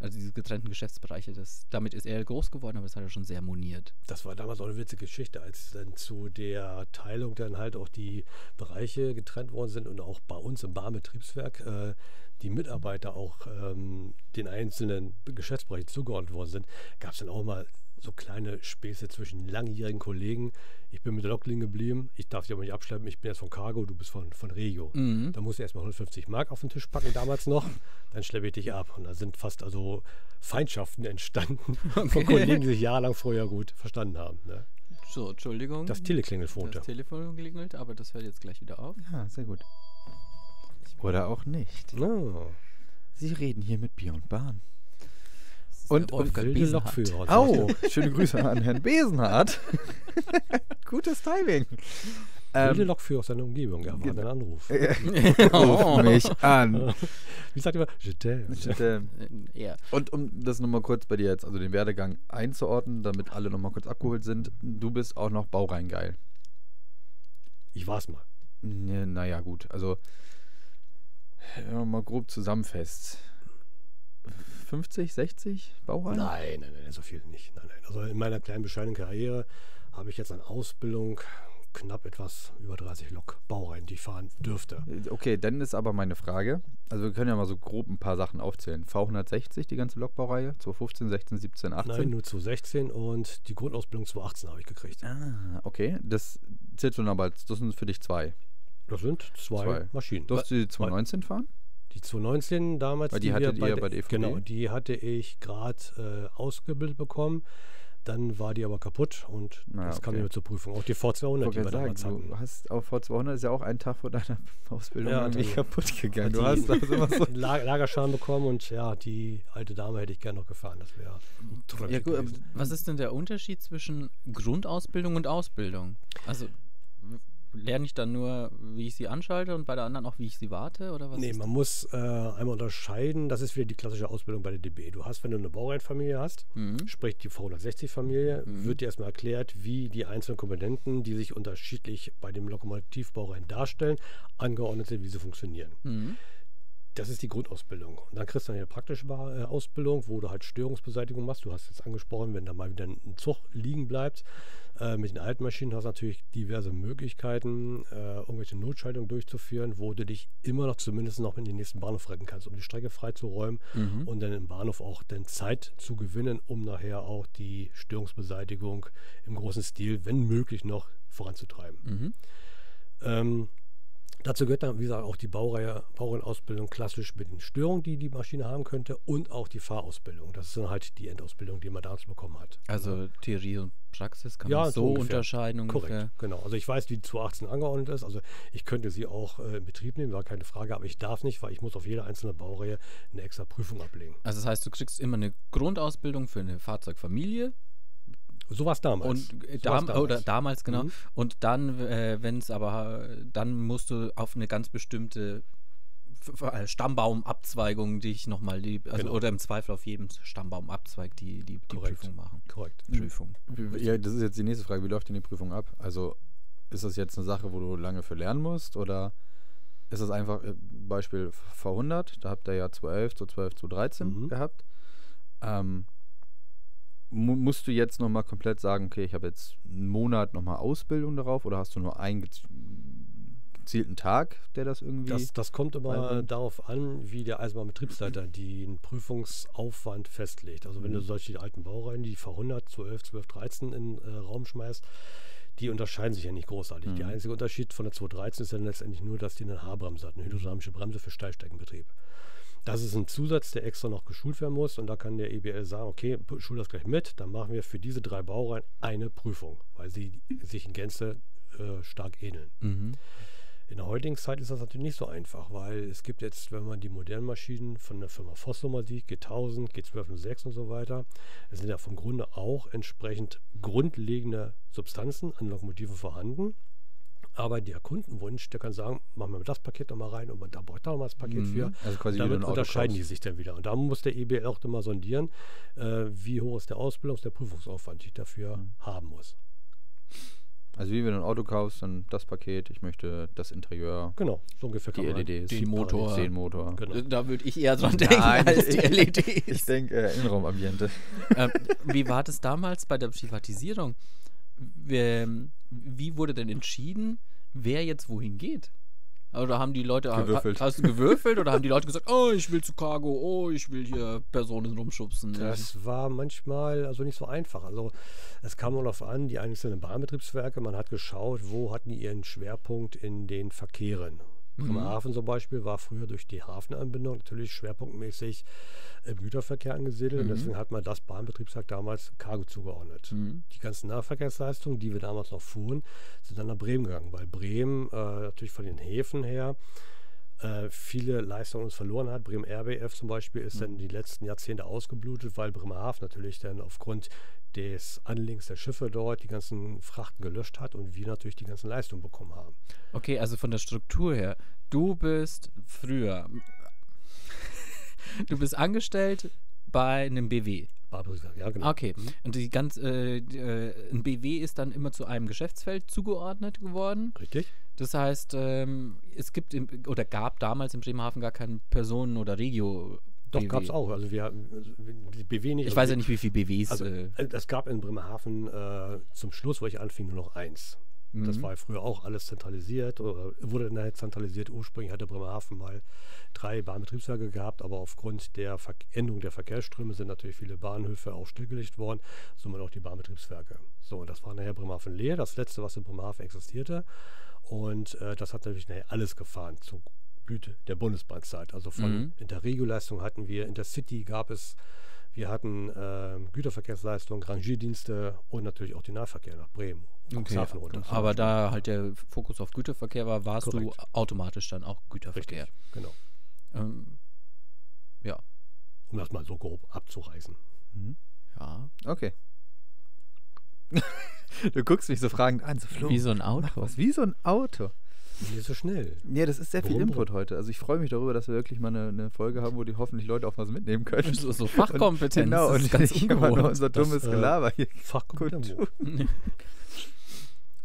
Speaker 2: Also diese getrennten Geschäftsbereiche, das, damit ist er groß geworden, aber das hat er schon sehr moniert.
Speaker 3: Das war damals auch eine witzige Geschichte, als dann zu der Teilung dann halt auch die Bereiche getrennt worden sind und auch bei uns im Bahnbetriebswerk äh, die Mitarbeiter auch ähm, den einzelnen Geschäftsbereichen zugeordnet worden sind, gab es dann auch mal so kleine Späße zwischen langjährigen Kollegen. Ich bin mit der Lok liegen geblieben, ich darf dich aber nicht abschleppen, ich bin jetzt von Cargo, du bist von, von Regio. Da musst du erstmal 150 Mark auf den Tisch packen, damals noch, dann schleppe ich dich ab. Und da sind fast also Feindschaften entstanden von Kollegen, die sich jahrelang vorher gut verstanden haben. Ne?
Speaker 2: So, Entschuldigung.
Speaker 3: Das Teleklingelfon.
Speaker 2: Mhm. das Telefon klingelt, aber das hört jetzt gleich wieder auf.
Speaker 1: Ja, sehr gut. Oder auch nicht.
Speaker 3: Oh,
Speaker 1: Sie reden hier mit Bier und Bahn.
Speaker 2: Das ist
Speaker 1: Und-
Speaker 2: der
Speaker 1: und
Speaker 2: Wolfgang
Speaker 3: wilde
Speaker 2: Biesenhardt.
Speaker 3: Lokführer. sag
Speaker 1: Au,
Speaker 3: ich
Speaker 1: schöne Grüße an Herrn Besenhardt. Gutes Timing.
Speaker 3: dir. Wilde
Speaker 1: Ähm,
Speaker 3: Lokführer aus seiner Umgebung, ja, war ein Anruf.
Speaker 1: ruf mich an.
Speaker 3: Wie sagt ihr immer? Je t'aime.
Speaker 1: Bitte.
Speaker 2: Äh, Ja.
Speaker 1: Und um das nochmal kurz bei dir jetzt, also den Werdegang einzuordnen, damit alle nochmal kurz abgeholt sind, du bist auch noch Baureingeil.
Speaker 3: Ich war's mal.
Speaker 1: Ne, naja, gut. Also, wenn man mal grob zusammenfasst. 50, 60 Baureihen?
Speaker 3: Nein, nein, nein, so viel nicht. Nein, nein. Also in meiner kleinen bescheidenen Karriere habe ich jetzt an Ausbildung knapp etwas über 30 Lok Baureihen, die ich fahren dürfte.
Speaker 1: Äh, Okay, dann ist aber meine Frage. Also, wir können ja mal so grob ein paar Sachen aufzählen. V160, die ganze Lokbaureihe. 215, 16, 17, 18.
Speaker 3: Nein, nur zu 16 und die Grundausbildung zu 18 habe ich gekriegt.
Speaker 1: Ah, okay. Das zählt schon aber, als- das sind für dich zwei.
Speaker 3: Das sind zwei,
Speaker 1: Zwei.
Speaker 3: Maschinen.
Speaker 1: Durfst du die 219 fahren?
Speaker 3: Die 219 damals,
Speaker 1: Weil die hattet ihr bei der EVB?
Speaker 3: Genau, die hatte ich gerade äh, ausgebildet bekommen. Dann war die aber kaputt und
Speaker 1: Na,
Speaker 3: das kam
Speaker 1: okay.
Speaker 3: nicht mehr zur Prüfung. Auch die
Speaker 1: Ich
Speaker 3: V200, die
Speaker 1: wollte
Speaker 3: wir
Speaker 1: gerade
Speaker 3: damals
Speaker 1: sagen,
Speaker 3: hatten.
Speaker 1: du hast auf V200 ist ja auch ein Tag vor deiner Ausbildung
Speaker 3: Ja,
Speaker 1: an mich
Speaker 3: du-
Speaker 1: kaputt gegangen.
Speaker 3: die-
Speaker 1: Du hast also was so.
Speaker 3: Den La- Lagerschaden bekommen und ja, die alte Dame hätte ich gerne noch gefahren. Das wäre
Speaker 1: Ja, gut, aber
Speaker 2: Was ist denn der Unterschied zwischen Grundausbildung und Ausbildung? Also w- lerne ich dann nur, wie ich sie anschalte und bei der anderen auch, wie ich sie warte oder was?
Speaker 3: Nee,
Speaker 2: ist
Speaker 3: man muss äh, einmal unterscheiden. Das ist wieder die klassische Ausbildung bei der DB. Du hast, wenn du eine Baureihenfamilie hast,
Speaker 2: Mhm.
Speaker 3: sprich die V160-Familie, wird dir erstmal erklärt, wie die einzelnen Komponenten, die sich unterschiedlich bei dem Lokomotivbaureihen darstellen, angeordnet sind, wie sie funktionieren.
Speaker 2: Mhm.
Speaker 3: Das ist die Grundausbildung. Und dann kriegst du eine praktische Ba- äh, Ausbildung, wo du halt Störungsbeseitigung machst. Du hast jetzt angesprochen, wenn da mal wieder ein Zug liegen bleibt. Äh, mit den alten Maschinen hast du natürlich diverse Möglichkeiten, äh, irgendwelche Notschaltungen durchzuführen, wo du dich immer noch zumindest noch in den nächsten Bahnhof retten kannst, um die Strecke freizuräumen
Speaker 2: Mhm.
Speaker 3: und dann im Bahnhof auch dann Zeit zu gewinnen, um nachher auch die Störungsbeseitigung im großen Stil, wenn möglich, noch voranzutreiben.
Speaker 2: Mhm.
Speaker 3: Ähm, dazu gehört dann, wie gesagt, auch die Baureihe, Baureihenausbildung klassisch mit den Störungen, die die Maschine haben könnte und auch die Fahrausbildung. Das ist dann halt die Endausbildung, die man damals bekommen hat.
Speaker 2: Also Theorie und Praxis kann
Speaker 3: Ja,
Speaker 2: man
Speaker 3: so
Speaker 2: so
Speaker 3: ungefähr.
Speaker 2: unterscheiden ungefähr.
Speaker 3: Korrekt, genau. Also ich weiß, wie die 218 angeordnet ist. Also ich könnte sie auch äh, in Betrieb nehmen, war keine Frage, aber ich darf nicht, weil ich muss auf jede einzelne Baureihe eine extra Prüfung ablegen.
Speaker 2: Also das heißt, du kriegst immer eine Grundausbildung für eine Fahrzeugfamilie
Speaker 3: So war es damals.
Speaker 2: und
Speaker 3: So
Speaker 2: äh,
Speaker 3: war's
Speaker 2: dam oder damals genau.
Speaker 3: Mhm.
Speaker 2: Und dann, äh, wenn es aber, dann musst du auf eine ganz bestimmte F- F- äh, Stammbaumabzweigung dich nochmal, die, also,
Speaker 3: Genau.
Speaker 2: oder im Zweifel auf jedem Stammbaumabzweig die, die, die
Speaker 3: Korrekt.
Speaker 2: Prüfung machen.
Speaker 3: Korrekt.
Speaker 2: Prüfung.
Speaker 1: Wie- wie- Ja, das ist jetzt die nächste Frage. Wie läuft denn die Prüfung ab? Also ist das jetzt eine Sache, wo du lange für lernen musst? Oder ist das einfach, äh, Beispiel V100, da habt ihr ja 211, 212, 213
Speaker 3: Mhm.
Speaker 1: gehabt. Ähm, mu musst du jetzt nochmal komplett sagen, okay, ich habe jetzt einen Monat nochmal Ausbildung darauf oder hast du nur einen gez gezielten Tag, der das irgendwie...
Speaker 3: Das, das kommt immer
Speaker 1: beibringen?
Speaker 3: darauf an, wie der Eisenbahnbetriebsleiter den Prüfungsaufwand festlegt. Also wenn du solche alten Baureihen, die V100, 12, 12, 13 in den äh, Raum schmeißt, die unterscheiden sich ja nicht großartig. Der einzige Unterschied von der 213 ist dann letztendlich nur, dass die eine H-Bremse hat, eine hydrodynamische Bremse für Steilstreckenbetrieb. Das ist ein Zusatz, der extra noch geschult werden muss. Und da kann der EBL sagen, okay, p- schul das gleich mit, dann machen wir für diese drei Baureihen eine Prüfung, weil sie sich in Gänze äh, stark ähneln.
Speaker 2: Mhm.
Speaker 3: In der heutigen Zeit ist das natürlich nicht so einfach, weil es gibt jetzt, wenn man die modernen Maschinen von der Firma Vossnummer sieht, G1000, G1206 und so weiter, es sind ja vom Grunde auch entsprechend grundlegende Substanzen an Lokomotiven vorhanden. Aber der Kundenwunsch, der kann sagen, machen wir das Paket nochmal rein und man- da braucht da nochmal das Paket
Speaker 2: Mhm.
Speaker 3: für.
Speaker 1: Also quasi wie du
Speaker 3: Damit
Speaker 1: ein Auto
Speaker 3: unterscheiden die
Speaker 1: kaufst.
Speaker 3: sich dann wieder. Und da muss der EBL auch immer sondieren, äh, wie hoch ist der Ausbildungs- der Prüfungsaufwand, die ich dafür
Speaker 1: Mhm.
Speaker 3: haben muss.
Speaker 1: Also wie wenn du ein Auto kaufst, dann das Paket, ich möchte das Interieur,
Speaker 3: Genau, so ungefähr
Speaker 1: die E
Speaker 3: man-
Speaker 1: LEDs,
Speaker 2: den Motor.
Speaker 1: den Motor.
Speaker 3: Genau.
Speaker 2: Da würde ich eher dran denken
Speaker 1: Nein,
Speaker 2: als die E
Speaker 1: ich-
Speaker 2: LEDs.
Speaker 1: denke äh, Innenraumambiente.
Speaker 2: ähm, wie war das damals bei der Privatisierung? Wie, ähm, wie wurde denn entschieden, wer jetzt wohin geht? Oder haben die Leute äh,
Speaker 1: Gewürfelt.
Speaker 2: Ha, hast du gewürfelt oder haben die Leute gesagt, oh, ich will zu Cargo, oh, ich will hier Personen rumschubsen?
Speaker 3: Das war manchmal also nicht so einfach. Also es kam auch darauf an, die einzelnen Bahnbetriebswerke, man hat geschaut, wo hatten die ihren Schwerpunkt in den Verkehren. Bremerhaven zum Beispiel war früher durch die Hafenanbindung natürlich schwerpunktmäßig im Güterverkehr angesiedelt und deswegen hat man das Bahnbetriebswerk damals Cargo zugeordnet.
Speaker 2: hm.
Speaker 3: Die ganzen Nahverkehrsleistungen, die wir damals noch fuhren, sind dann nach Bremen gegangen, weil Bremen äh, natürlich von den Häfen her äh, viele Leistungen uns verloren hat. Bremen RBF zum Beispiel
Speaker 2: Mhm.
Speaker 3: ist dann die letzten Jahrzehnte ausgeblutet, weil Bremerhaven natürlich dann aufgrund des Anlegens der Schiffe dort die ganzen Frachten gelöscht hat und wir natürlich die ganzen Leistungen bekommen haben.
Speaker 2: Okay, also von der Struktur her, du bist früher, du bist angestellt bei einem BW.
Speaker 3: Barbara sagt, ja, genau.
Speaker 2: Okay, und die ganz, äh, die, äh, ein BW ist dann immer zu einem Geschäftsfeld zugeordnet geworden.
Speaker 3: Richtig?
Speaker 2: Das heißt, ähm, es gibt im, oder gab damals in Bremerhaven gar keinen Personen- oder Regio.
Speaker 3: Doch,
Speaker 2: BW.
Speaker 3: gab es auch. Also wir haben- die BW nicht.
Speaker 2: Ich
Speaker 3: also
Speaker 2: weiß ja
Speaker 3: die-
Speaker 2: nicht, wie viele BWs.
Speaker 3: Also,
Speaker 2: äh,
Speaker 3: äh, es gab in Bremerhaven äh, zum Schluss, wo ich anfing, nur noch eins.
Speaker 2: Mhm. hm.
Speaker 3: Das war ja früher auch alles zentralisiert oder wurde dann halt zentralisiert. Ursprünglich hatte Bremerhaven mal drei Bahnbetriebswerke gehabt, aber aufgrund der Ver Änderung der Verkehrsströme sind natürlich viele Bahnhöfe auch stillgelegt worden, somit auch die Bahnbetriebswerke. So, und das war nachher Bremerhaven leer, das letzte, was in Bremerhaven existierte. Und äh, das hat natürlich nachher alles gefahren zur Blüte der Bundesbahnzeit. Also von
Speaker 2: Mhm.
Speaker 3: Interregio-Leistung hatten wir, Intercity gab es wir hatten ähm, Güterverkehrsleistung, Rangierdienste und natürlich auch den Nahverkehr nach Bremen.
Speaker 2: okay.
Speaker 3: Cuxhaven runter.
Speaker 2: Aber da halt der Fokus auf Güterverkehr war, warst du
Speaker 3: Korrekt.
Speaker 2: automatisch dann auch
Speaker 3: Richtig,
Speaker 2: Güterverkehr.
Speaker 3: genau.
Speaker 2: Ähm, ja,
Speaker 3: Um das mal so grob abzureißen.
Speaker 2: ja.
Speaker 1: Okay. du guckst mich so fragend an, so Flo.
Speaker 2: Wie so ein Auto.
Speaker 1: was, wie so ein Auto.
Speaker 3: Nicht so schnell.
Speaker 1: Ja, das ist sehr viel
Speaker 3: Warum?
Speaker 1: Input heute. Also ich freue mich darüber, dass wir wirklich mal eine, eine Folge haben, wo die hoffentlich Leute auch was mitnehmen können.
Speaker 2: So, so Fachkompetenz.
Speaker 1: genau,
Speaker 2: das
Speaker 1: und
Speaker 2: ist ganz
Speaker 1: nicht immer nur
Speaker 2: ungewohnt.
Speaker 1: unser dummes
Speaker 3: äh,
Speaker 1: Gelaber hier.
Speaker 3: Fachkompetenz.
Speaker 1: Gut.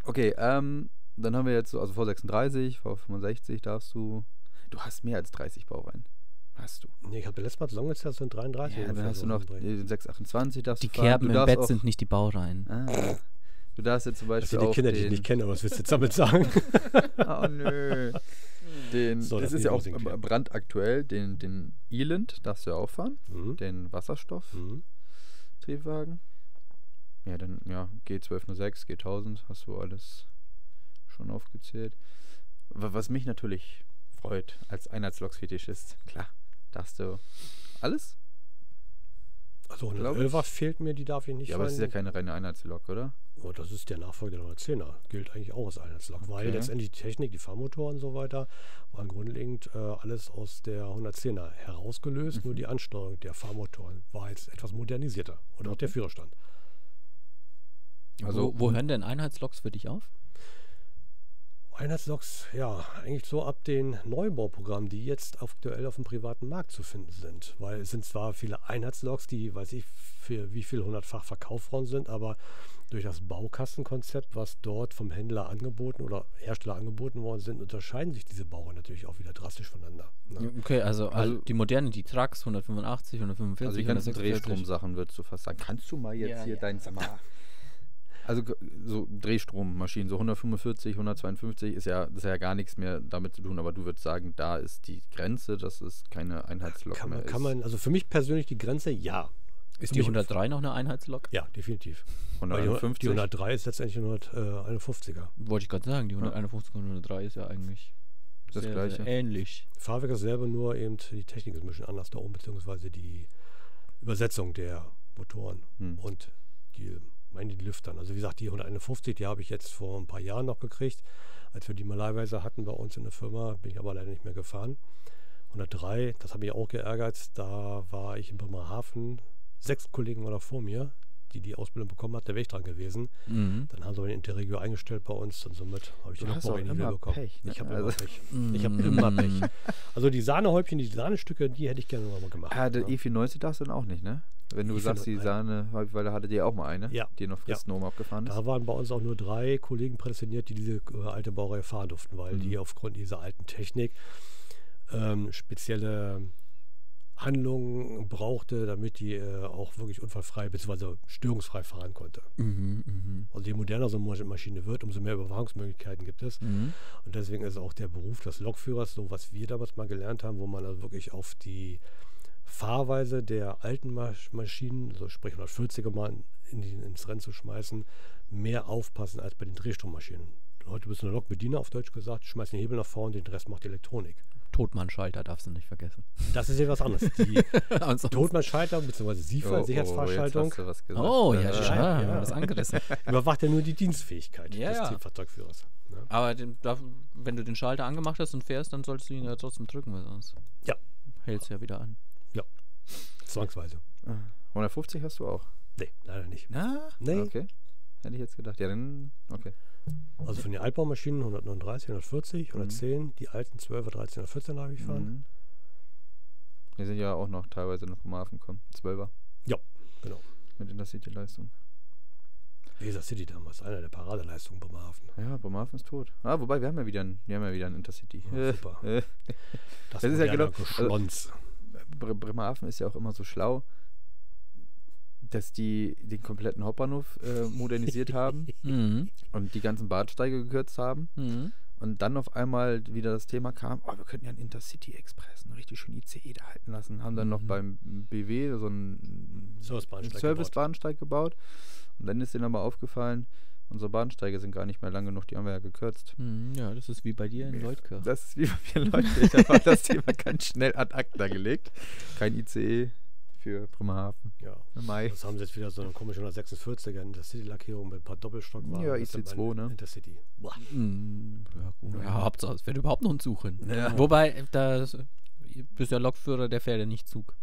Speaker 1: Okay, ähm, dann haben wir jetzt so, also V36, V65 darfst du. Du hast mehr als 30 Baureihen. Hast du.
Speaker 3: Nee, ich habe letztes Mal zusammengezählt, es sind 33.
Speaker 1: Ja, dann
Speaker 3: ungefähr
Speaker 1: hast du
Speaker 3: so
Speaker 1: noch
Speaker 3: drin.
Speaker 1: äh, 628 darfst
Speaker 2: Die
Speaker 1: du fahren.
Speaker 2: Kerben
Speaker 1: du
Speaker 2: im
Speaker 1: darfst
Speaker 2: Bett
Speaker 1: auch,
Speaker 2: sind nicht die Baureihen.
Speaker 1: Ah, du darfst jetzt zum
Speaker 3: Das
Speaker 1: Beispiel
Speaker 3: sind die
Speaker 1: auch
Speaker 3: Kinder, die ich
Speaker 1: den,
Speaker 3: nicht kenne, aber was willst du jetzt damit sagen?
Speaker 1: Oh nö. Den,
Speaker 3: So,
Speaker 1: das
Speaker 3: das
Speaker 1: ist ja
Speaker 3: Niveau
Speaker 1: auch
Speaker 3: sinkt wieder.
Speaker 1: brandaktuell. Den, den Eland darfst du ja auch fahren.
Speaker 3: Hm?
Speaker 1: Den
Speaker 3: Hm?
Speaker 1: Wasserstofftriebwagen. Ja, dann, ja, G1206, G1000, hast du alles schon aufgezählt. Wa- Was mich natürlich freut, als Einheitsloks-Fetischist, klar, darfst du alles?
Speaker 3: Also
Speaker 1: Glaub ich.
Speaker 3: 111 fehlt mir, die darf ich nicht
Speaker 1: ja, aber es ist ja
Speaker 3: fahren.
Speaker 1: keine reine Einheitslok, oder?
Speaker 3: Oh, das ist der Nachfolger der 910er. Gilt eigentlich auch als Einheitslok, weil
Speaker 1: Okay.
Speaker 3: letztendlich die Technik, die Fahrmotoren und so weiter, waren grundlegend äh, alles aus der 110er
Speaker 1: Mhm.
Speaker 3: herausgelöst. Nur die Ansteuerung der Fahrmotoren war jetzt etwas modernisierter und auch
Speaker 1: Mhm.
Speaker 3: der Führerstand.
Speaker 1: Also-
Speaker 2: wo, wo hören denn Einheitsloks für dich auf?
Speaker 3: Einheitsloks, ja, eigentlich so ab den Neubauprogrammen, die jetzt aktuell auf dem privaten Markt zu finden sind. Weil es sind zwar viele Einheitsloks, die weiß ich für wie viel hundertfach verkauft worden sind, aber durch das Baukastenkonzept, was dort vom Händler angeboten oder Hersteller angeboten worden sind, unterscheiden sich diese Bauern natürlich auch wieder drastisch voneinander. Ne?
Speaker 2: Okay, also, also
Speaker 1: Also-
Speaker 2: die modernen, die Trucks 185, 145,
Speaker 1: Also die ganzen
Speaker 2: 146.
Speaker 1: Drehstrom-Sachen würdest du fast sagen. Kannst du mal jetzt
Speaker 2: Ja,
Speaker 1: hier
Speaker 2: ja.
Speaker 1: deinen sag mal. Also g- so Drehstrommaschinen, so 145, 152 ist ja, das ist ja gar nichts mehr damit zu tun, aber du würdest sagen, da ist die Grenze, dass es keine Einheitslok
Speaker 3: Kann,
Speaker 1: mehr
Speaker 3: man,
Speaker 1: ist.
Speaker 3: kann man, also für mich persönlich die Grenze, ja.
Speaker 2: Ist
Speaker 3: Für
Speaker 2: die
Speaker 3: mich-
Speaker 2: 103 noch eine Einheitslok?
Speaker 3: Ja, definitiv. Weil oh, die 100 die
Speaker 1: 150.
Speaker 3: 103 ist letztendlich äh, eine 151er.
Speaker 2: Wollte ich gerade sagen, die 151 und 103 ist ja eigentlich
Speaker 1: Das Gleiche.
Speaker 2: ähnlich.
Speaker 3: Fahrwerk ist selber nur eben die Technik ist ein bisschen anders da oben, beziehungsweise die Übersetzung der Motoren
Speaker 1: Hm.
Speaker 3: und die, meine die Lüftern. Also wie gesagt, die 151, die habe ich jetzt vor ein paar Jahren noch gekriegt, als wir die mal leihweise hatten bei uns in der Firma, bin ich aber leider nicht mehr gefahren. 103, das habe ich auch geärgert, da war ich in Bremerhaven, sechs Kollegen waren noch vor mir, die die Ausbildung bekommen hat, der Weg dran gewesen.
Speaker 2: Mhm.
Speaker 3: Dann haben sie aber den Interregio eingestellt bei uns und somit habe ich
Speaker 1: Du
Speaker 3: die
Speaker 1: hast auch
Speaker 3: Vorräte
Speaker 1: immer
Speaker 3: wiederbekommen.
Speaker 1: Pech, ne?
Speaker 3: Ich habe immer
Speaker 1: Also-
Speaker 3: Pech. Ich habe immer
Speaker 2: Mm.
Speaker 3: Pech. Also die Sahnehäubchen, die Sahnestücke, die hätte ich gerne nochmal gemacht. ne?
Speaker 1: Ah, der
Speaker 3: ja. E
Speaker 1: E94 darfst du dann auch nicht, ne? Wenn du
Speaker 3: E94,
Speaker 1: sagst, die
Speaker 3: nein.
Speaker 1: Sahne, weil da hattet ihr auch mal eine,
Speaker 3: Ja.
Speaker 1: die noch Fristen oben abgefahren ist.
Speaker 3: Da waren bei uns auch nur drei Kollegen prädestiniert, die diese äh, alte Baureihe fahren durften, weil die aufgrund dieser alten Technik ähm, spezielle Handlungen brauchte, damit die äh, auch wirklich unfallfrei bzw. störungsfrei fahren konnte.
Speaker 2: Mhm, mhm.
Speaker 3: Also je moderner so eine Maschine wird, umso mehr Überwachungsmöglichkeiten gibt es.
Speaker 1: Oh,
Speaker 2: Mhm.
Speaker 3: Und deswegen ist auch der Beruf des Lokführers, so was wir damals mal gelernt haben, wo man also wirklich auf die Fahrweise der alten Masch Maschinen, so sprich 140er mal in die, ins Rennen zu schmeißen, mehr aufpassen als bei den Drehstrommaschinen. Heute bist du ein Lokbediener, auf Deutsch gesagt, schmeißt den Hebel nach vorne, den Rest macht die Elektronik.
Speaker 2: Totmann-Schalter darfst du nicht vergessen. Also,
Speaker 3: Das ist ja was anderes. Die
Speaker 2: Ansonsten-
Speaker 3: Totmannschalter bzw.
Speaker 1: Oh,
Speaker 3: SIFA,
Speaker 1: oh,
Speaker 3: Sicherheitsfahrschaltung,
Speaker 1: jetzt hast du was gesagt.
Speaker 2: oh, ja,
Speaker 1: Äh,
Speaker 2: ja,
Speaker 3: ja.
Speaker 2: ja. was angerissen.
Speaker 3: überwacht ja nur die Dienstfähigkeit
Speaker 2: Ja,
Speaker 3: des
Speaker 2: ja.
Speaker 3: Fahrzeugführers. Ne?
Speaker 2: Aber den, da, wenn du den Schalter angemacht hast und fährst, dann solltest du ihn ja trotzdem drücken, weil sonst
Speaker 3: Ja.
Speaker 2: hältst du ja wieder an.
Speaker 3: Zwangsweise.
Speaker 1: 150 Ah, hast du auch.
Speaker 3: Nee, leider nicht.
Speaker 1: Ah.
Speaker 2: Na?
Speaker 3: Nee,
Speaker 1: Okay. Hätte ich jetzt gedacht. Ja, dann. Okay.
Speaker 3: Also von den Altbaumaschinen 139, 140, 110, die alten 12er, 13er, 14er habe ich gefahren.
Speaker 1: Mhm. Wir sind ja auch noch teilweise nach Bremerhaven gekommen. 12er
Speaker 3: Genau.
Speaker 1: mit Intercity-Leistung.
Speaker 3: Weser City damals, einer der Paradeleistungen Bremerhaven.
Speaker 1: Ja, Bremerhaven ist tot. Ah, wobei, wir haben ja wieder, ein, wir haben ja wieder ein Intercity.
Speaker 3: Ja, super.
Speaker 1: Äh, Das ist ja
Speaker 3: moderne
Speaker 1: genau- also-
Speaker 3: Geschlons.
Speaker 1: Br Bremerhaven ist ja auch immer so schlau, dass die den kompletten Hauptbahnhof äh, modernisiert haben
Speaker 2: Mhm.
Speaker 1: und die ganzen Bahnsteige gekürzt haben.
Speaker 2: Mhm.
Speaker 1: Und dann auf einmal wieder das Thema kam, oh, wir könnten ja einen Intercity Express, einen richtig schönen ICE E da halten lassen. Haben dann noch
Speaker 2: Mhm.
Speaker 1: beim BW so einen
Speaker 3: Servicebahnsteig gebaut.
Speaker 1: Servicebahnsteig gebaut. Und dann ist denen aber aufgefallen, unsere Bahnsteige sind gar nicht mehr lang genug, die haben wir ja gekürzt.
Speaker 2: Mhm. Ja, das ist wie bei dir in Leutkirch.
Speaker 1: Das ist wie bei mir, Leute. Ich habe das Thema ganz schnell ad acta gelegt. Kein ICE für Bremerhaven
Speaker 3: Ja.
Speaker 1: im Mai.
Speaker 3: Das haben sie jetzt wieder so eine komische 146er Intercity-Lackierung mit ein paar Doppelstockwagen.
Speaker 1: Ja,
Speaker 3: Das ist
Speaker 1: IC2,
Speaker 3: aber ein
Speaker 1: ne?
Speaker 3: Intercity. Boah.
Speaker 2: Mhm. Ja, gut. Ja, Hauptsache, es wird überhaupt noch ein Zug hin.
Speaker 1: Hm, Ja.
Speaker 2: Wobei, das, du bist ja Lokführer, der fährt ja nicht Zug.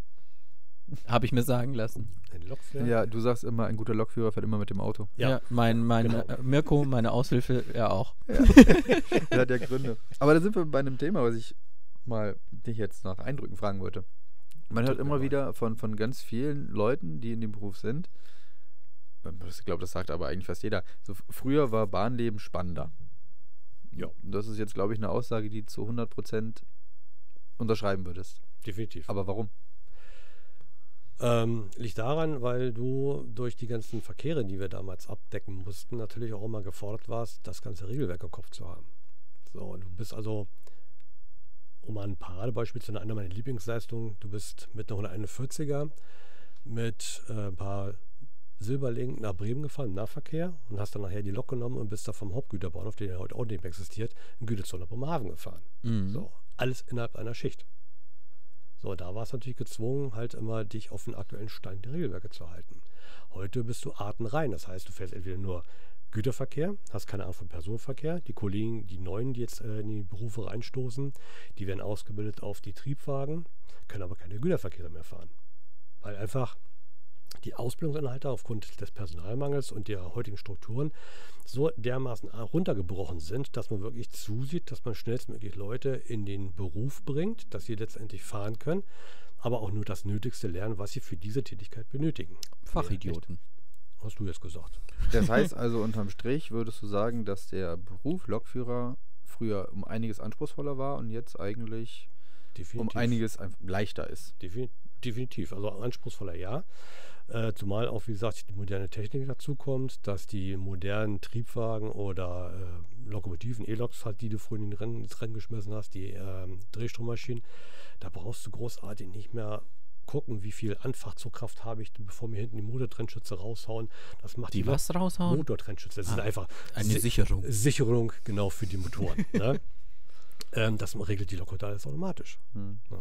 Speaker 2: Habe ich mir sagen lassen.
Speaker 3: Ein Lokführer.
Speaker 1: Ja, du sagst immer, ein guter Lokführer fährt immer mit dem Auto.
Speaker 3: Ja.
Speaker 2: mein, mein
Speaker 3: Genau.
Speaker 2: äh, Mirko, meine Aushilfe, ja auch.
Speaker 1: Der hat ja Gründe. Aber da sind wir bei einem Thema, was ich mal dich jetzt nach Eindrücken fragen wollte. Man hört
Speaker 3: Tut mir
Speaker 1: immer
Speaker 3: leid.
Speaker 1: wieder von, von ganz vielen Leuten, die in dem Beruf sind. Ich glaube, das sagt aber eigentlich fast jeder. So, f- früher war Bahnleben spannender. Ja. Das ist jetzt, glaube ich, eine Aussage, die du zu 100% unterschreiben würdest.
Speaker 3: Definitiv.
Speaker 1: Aber warum?
Speaker 3: Ähm, liegt daran, weil du durch die ganzen Verkehre, die wir damals abdecken mussten, natürlich auch immer gefordert warst, das ganze Regelwerk im Kopf zu haben. So, und du bist also, um mal ein Paradebeispiel zu nennen, einer meiner Lieblingsleistungen, du bist mit einer 141er mit äh, ein paar Silberlink nach Bremen gefahren, im Nahverkehr, und hast dann nachher die Lok genommen und bist da vom Hauptgüterbahnhof, der ja heute auch nicht mehr existiert, in Gütersloh nach Bremerhaven gefahren.
Speaker 2: Mhm.
Speaker 3: So, alles innerhalb einer Schicht. So, da war es natürlich gezwungen, halt immer dich auf den aktuellen Stand der Regelwerke zu halten. Heute bist du artenrein, das heißt, du fährst entweder nur Güterverkehr, hast keine Ahnung von Personenverkehr. Die Kollegen, die Neuen, die jetzt äh, in die Berufe reinstoßen, die werden ausgebildet auf die Triebwagen, können aber keine Güterverkehre mehr fahren. Weil einfach die Ausbildungsinhalte aufgrund des Personalmangels und der heutigen Strukturen so dermaßen äh, runtergebrochen sind, dass man wirklich zusieht, dass man schnellstmöglich Leute in den Beruf bringt, dass sie letztendlich fahren können, aber auch nur das Nötigste lernen, was sie für diese Tätigkeit benötigen.
Speaker 2: Fachidioten.
Speaker 3: Hast du jetzt gesagt.
Speaker 1: Das heißt also, unterm Strich würdest du sagen, dass der Beruf Lokführer früher um einiges anspruchsvoller war und jetzt eigentlich um
Speaker 3: Definitiv.
Speaker 1: einiges einf- leichter ist.
Speaker 3: Defin- Definitiv, also anspruchsvoller ja. Äh, zumal auch, wie gesagt, die moderne Technik dazu kommt, dass die modernen Triebwagen oder äh, Lokomotiven, E-Loks halt, die du früher in den Rennen, ins Rennen geschmissen hast, die ähm, Drehstrommaschinen, da brauchst du großartig nicht mehr gucken, wie viel Anfahrtzugkraft habe ich, bevor mir hinten die Motortrennschütze raushauen. Das macht
Speaker 2: Die
Speaker 3: Mo-
Speaker 2: was raushauen?
Speaker 3: Motortrennschütze. Das ist einfach
Speaker 2: eine
Speaker 3: Si-
Speaker 2: Sicherung.
Speaker 3: Sicherung, genau für die Motoren. ne? ähm, das regelt die Lokomotive alles automatisch.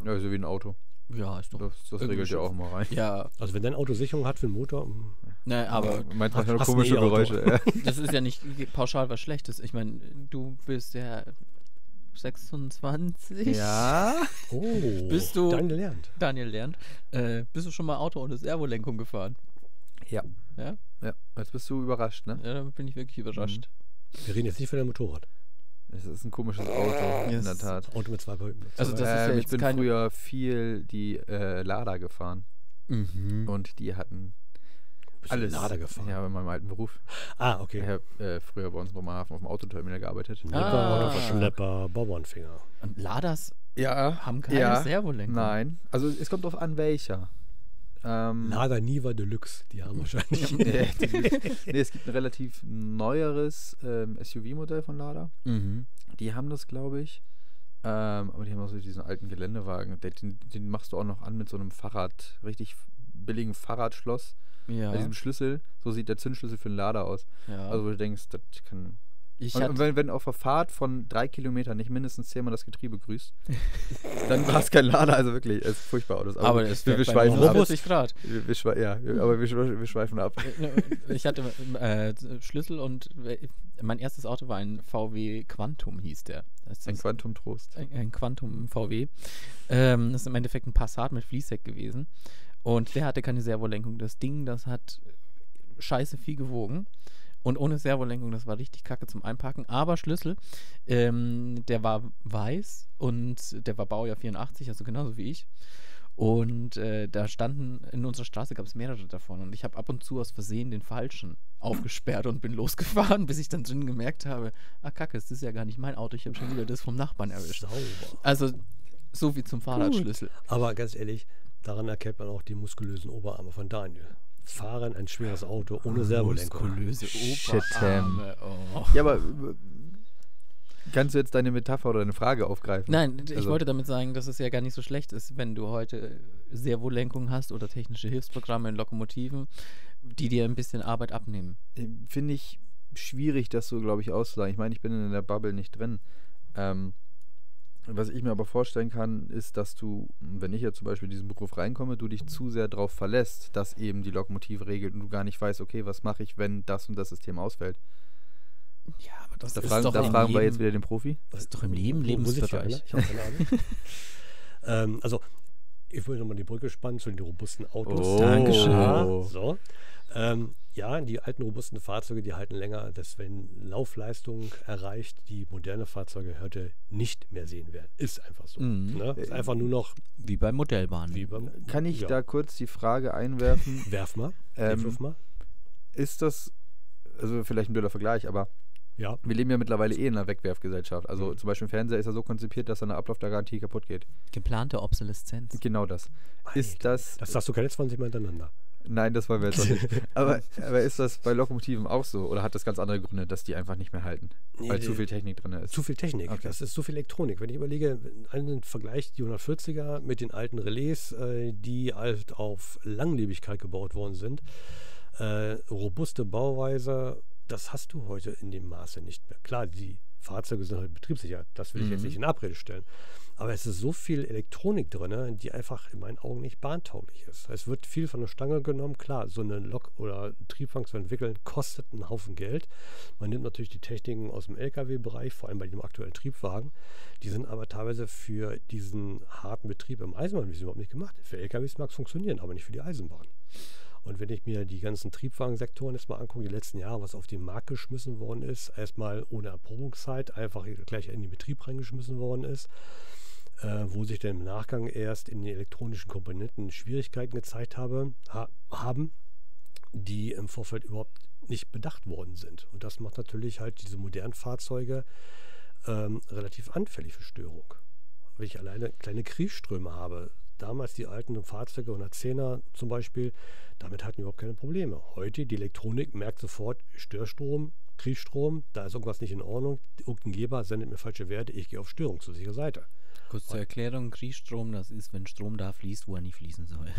Speaker 1: Ja, so wie ein Auto.
Speaker 2: Ja, ist doch.
Speaker 1: Das, das regelt ja auch mal rein.
Speaker 2: Ja,
Speaker 3: Also wenn dein Auto Sicherung hat für den Motor, mm, mh,
Speaker 2: ne, aber
Speaker 1: Meint halt
Speaker 3: Hast-
Speaker 1: nur
Speaker 3: hast ein
Speaker 1: komische
Speaker 3: E-Auto.
Speaker 1: Geräusche. Ja.
Speaker 2: das ist ja nicht pauschal was Schlechtes. Ich meine, du bist ja 26.
Speaker 1: ja.
Speaker 3: oh,
Speaker 2: Bist du-
Speaker 3: dann gelernt.
Speaker 2: Daniel lernt. Äh, bist du schon mal Auto ohne Servolenkung gefahren?
Speaker 1: Ja.
Speaker 2: Ja?
Speaker 1: Ja. Jetzt bist du überrascht, ne?
Speaker 2: Ja, da bin ich wirklich überrascht.
Speaker 1: Mhm.
Speaker 3: Wir reden jetzt nicht von einem Motorrad.
Speaker 1: Es ist ein komisches Auto, in
Speaker 2: Yes.
Speaker 1: der Tat.
Speaker 3: Auto mit zwei Bäumen.
Speaker 2: Also das ist ja
Speaker 1: Ähm, ich
Speaker 2: jetzt
Speaker 1: bin
Speaker 2: keine-
Speaker 1: früher viel die äh, Lada gefahren
Speaker 2: Mhm.
Speaker 1: und die hatten
Speaker 3: Bist du
Speaker 1: alles.
Speaker 3: Lader gefahren.
Speaker 1: Ja, in meinem alten Beruf.
Speaker 3: Ah, okay.
Speaker 1: Ich habe äh, früher bei uns in Bremerhaven auf dem Autoterminal gearbeitet.
Speaker 3: Nepper,
Speaker 2: Ah.
Speaker 3: Schlepper, Bauernfinger.
Speaker 2: Und Ladas
Speaker 1: Ja.
Speaker 2: haben keine
Speaker 1: Ja.
Speaker 2: Servolenkung.
Speaker 1: Nein. Also es kommt drauf an, welcher. Ähm,
Speaker 3: Lader Niva Deluxe, die haben wahrscheinlich.
Speaker 1: nee, nee, es gibt ein relativ neueres ähm, SUV-Modell von Lada.
Speaker 2: Mhm.
Speaker 1: Die haben das, glaube ich. Ähm, aber die haben auch so diesen alten Geländewagen. Den- Den, den machst du auch noch an mit so einem Fahrrad, richtig billigen Fahrradschloss.
Speaker 2: Ja.
Speaker 1: Bei diesem Schlüssel, so sieht der Zündschlüssel für einen Lader aus.
Speaker 2: ja.
Speaker 1: Also wo du denkst, das kann.
Speaker 2: ich
Speaker 1: Und, und
Speaker 2: hatte,
Speaker 1: wenn, wenn auf der Fahrt von drei Kilometern nicht mindestens zehnmal das Getriebe grüßt, dann war es kein Lader. Also wirklich, es ist furchtbar Autos.
Speaker 2: aber es
Speaker 1: also wir, wir
Speaker 2: fährt bei
Speaker 1: schweifen
Speaker 2: 140
Speaker 1: ab.
Speaker 2: Grad.
Speaker 1: Wir, wir schwe ja, wir, aber wir, schwe- wir schweifen ab.
Speaker 2: Ich hatte äh, Schlüssel und äh, mein erstes Auto war ein VW Quantum, hieß der. Das ist
Speaker 1: Ein Quantum Trost.
Speaker 2: ein, ein Quantum VW. Ähm, das ist im Endeffekt ein Passat mit Fließheck gewesen. Und der hatte keine Servolenkung. Das Ding, das hat scheiße viel gewogen. Und ohne Servolenkung, das war richtig kacke zum Einparken. Aber Schlüssel, ähm, der war weiß und der war Baujahr 84, also genauso wie ich. Und äh, da standen, in unserer Straße gab es mehrere davon. Und ich habe ab und zu aus Versehen den falschen aufgesperrt und bin losgefahren, bis ich dann drin gemerkt habe, ah kacke, es ist ja gar nicht mein Auto, ich habe schon wieder das vom Nachbarn erwischt.
Speaker 3: Sauber.
Speaker 2: Also so wie zum Fahrradschlüssel.
Speaker 3: Aber ganz ehrlich, daran erkennt man auch die muskulösen Oberarme von Daniel. Fahren ein schweres Auto
Speaker 2: Ah,
Speaker 3: ohne Servolenkung.
Speaker 2: Muskulöse
Speaker 1: Shit,
Speaker 2: Oberarme. Oh.
Speaker 1: Ja, aber äh, kannst du jetzt deine Metapher oder deine Frage aufgreifen?
Speaker 2: Nein, ich
Speaker 1: Also-
Speaker 2: wollte damit sagen, dass es ja gar nicht so schlecht ist, wenn du heute Servolenkung hast oder technische Hilfsprogramme in Lokomotiven, die dir ein bisschen Arbeit abnehmen.
Speaker 1: Ähm, finde ich schwierig, das so, glaube ich, auszusagen. Ich meine, ich bin in der Bubble nicht drin. Ähm, was ich mir aber vorstellen kann, ist, dass du, wenn ich jetzt zum Beispiel in diesen Beruf reinkomme, du dich zu sehr darauf verlässt, dass eben die Lokomotive regelt und du gar nicht weißt, okay, was mache ich, wenn das und das System ausfällt.
Speaker 2: Ja, aber das
Speaker 1: Da fragen, da fragen wir jetzt wieder den Profi.
Speaker 2: Das ist doch im Leben
Speaker 3: Wo- wo sitzt der,
Speaker 2: Lebensbereich.
Speaker 3: ne? Ich habe keine Ahnung. ähm, also, ich will nochmal die Brücke spannen zu den robusten Autos.
Speaker 1: Oh.
Speaker 2: Dankeschön.
Speaker 3: Ja, so. Ähm, ja, die alten robusten Fahrzeuge, die halten länger, dass wenn Laufleistung erreicht, die moderne Fahrzeuge heute nicht mehr sehen werden. Ist einfach so.
Speaker 2: Mhm.
Speaker 3: Ne? Ist einfach nur noch
Speaker 2: Wie bei Modellbahnen.
Speaker 3: wie beim.
Speaker 1: Kann ich
Speaker 3: ja.
Speaker 1: da kurz die Frage einwerfen?
Speaker 3: Werf mal.
Speaker 1: Ähm,
Speaker 3: Werf mal.
Speaker 1: ist das, also vielleicht ein blöder Vergleich, aber
Speaker 3: Ja.
Speaker 1: wir leben ja mittlerweile eh in einer Wegwerfgesellschaft. Also zum Beispiel ein Fernseher ist ja so konzipiert, dass er nach Ablauf der Garantie kaputt geht.
Speaker 2: Geplante Obsoleszenz.
Speaker 1: Genau das. Ist
Speaker 3: Alter,
Speaker 1: das äh,
Speaker 3: Das sagst du keine 20 Mal hintereinander.
Speaker 1: Nein, das wollen wir jetzt auch nicht. Aber, aber ist das bei Lokomotiven auch so? Oder hat das ganz andere Gründe, dass die einfach nicht mehr halten?
Speaker 3: Nee,
Speaker 1: weil
Speaker 3: die-
Speaker 1: zu viel Technik drin ist.
Speaker 3: Zu viel Technik.
Speaker 1: Okay.
Speaker 3: Das ist so viel Elektronik. Wenn ich überlege, einen Vergleich die 140er mit den alten Relais, äh, die halt auf Langlebigkeit gebaut worden sind, äh, robuste Bauweise, das hast du heute in dem Maße nicht mehr. Klar, die Fahrzeuge sind halt betriebssicher. Das will ich jetzt
Speaker 1: Mhm.
Speaker 3: nicht in Abrede stellen. Aber es ist so viel Elektronik drin, ne, die einfach in meinen Augen nicht bahntauglich ist. Es wird viel von der Stange genommen. Klar, so eine Lok oder Triebwagen zu entwickeln, kostet einen Haufen Geld. Man nimmt natürlich die Techniken aus dem Lkw-Bereich, vor allem bei dem aktuellen Triebwagen. Die sind aber teilweise für diesen harten Betrieb im Eisenbahnwesen überhaupt nicht gemacht. Für Lkws mag es funktionieren, aber nicht für die Eisenbahn. Und wenn ich mir die ganzen Triebwagensektoren jetzt mal angucke, die letzten Jahre, was auf den Markt geschmissen worden ist, erstmal ohne Erprobungszeit, einfach gleich in den Betrieb reingeschmissen worden ist, äh, wo sich dann im Nachgang erst in den elektronischen Komponenten Schwierigkeiten gezeigt habe, ha haben, die im Vorfeld überhaupt nicht bedacht worden sind. Und das macht natürlich halt diese modernen Fahrzeuge ähm, relativ anfällig für Störung. Wenn ich alleine kleine Kriegsströme habe, damals die alten Fahrzeuge 110er zum Beispiel, damit hatten wir überhaupt keine Probleme. Heute die Elektronik merkt sofort Störstrom, Kriegstrom, da ist irgendwas nicht in Ordnung, irgendein Geber sendet mir falsche Werte, ich gehe auf Störung zur sicheren Seite.
Speaker 2: Kurz zur Erklärung, Kriegstrom, das ist, wenn Strom da fließt, wo er nicht fließen soll.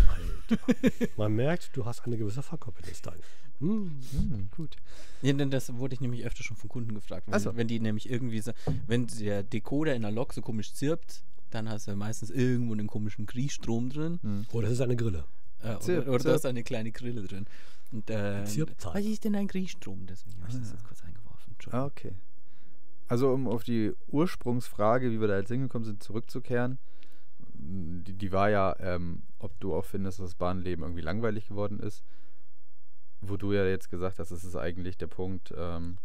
Speaker 3: Man merkt, du hast eine gewisse Verkoppelnis da. Hm.
Speaker 1: Hm, gut.
Speaker 2: Ja, denn das wurde ich nämlich öfter schon von Kunden gefragt. Wenn,
Speaker 1: Ach so.
Speaker 2: wenn die nämlich irgendwie so, wenn der Decoder in der Lok so komisch zirpt, dann hast du ja meistens irgendwo einen komischen Kriechstrom drin.
Speaker 1: Hm.
Speaker 3: Oh, das ist eine Grille.
Speaker 2: Äh,
Speaker 1: Zirp,
Speaker 2: oder oder da
Speaker 1: zirp.
Speaker 2: ist eine kleine Grille drin. Und, ähm,
Speaker 3: Zirpzahl.
Speaker 2: was ist denn ein Kriechstrom? Deswegen habe ich das jetzt kurz eingeworfen. Entschuldigung.
Speaker 1: Ah, Okay. Also um auf die Ursprungsfrage, wie wir da jetzt hingekommen sind, zurückzukehren, m, die, die war ja, ähm, ob du auch findest, dass das Bahnleben irgendwie langweilig geworden ist, wo du ja jetzt gesagt hast, das ist eigentlich der Punkt, ähm,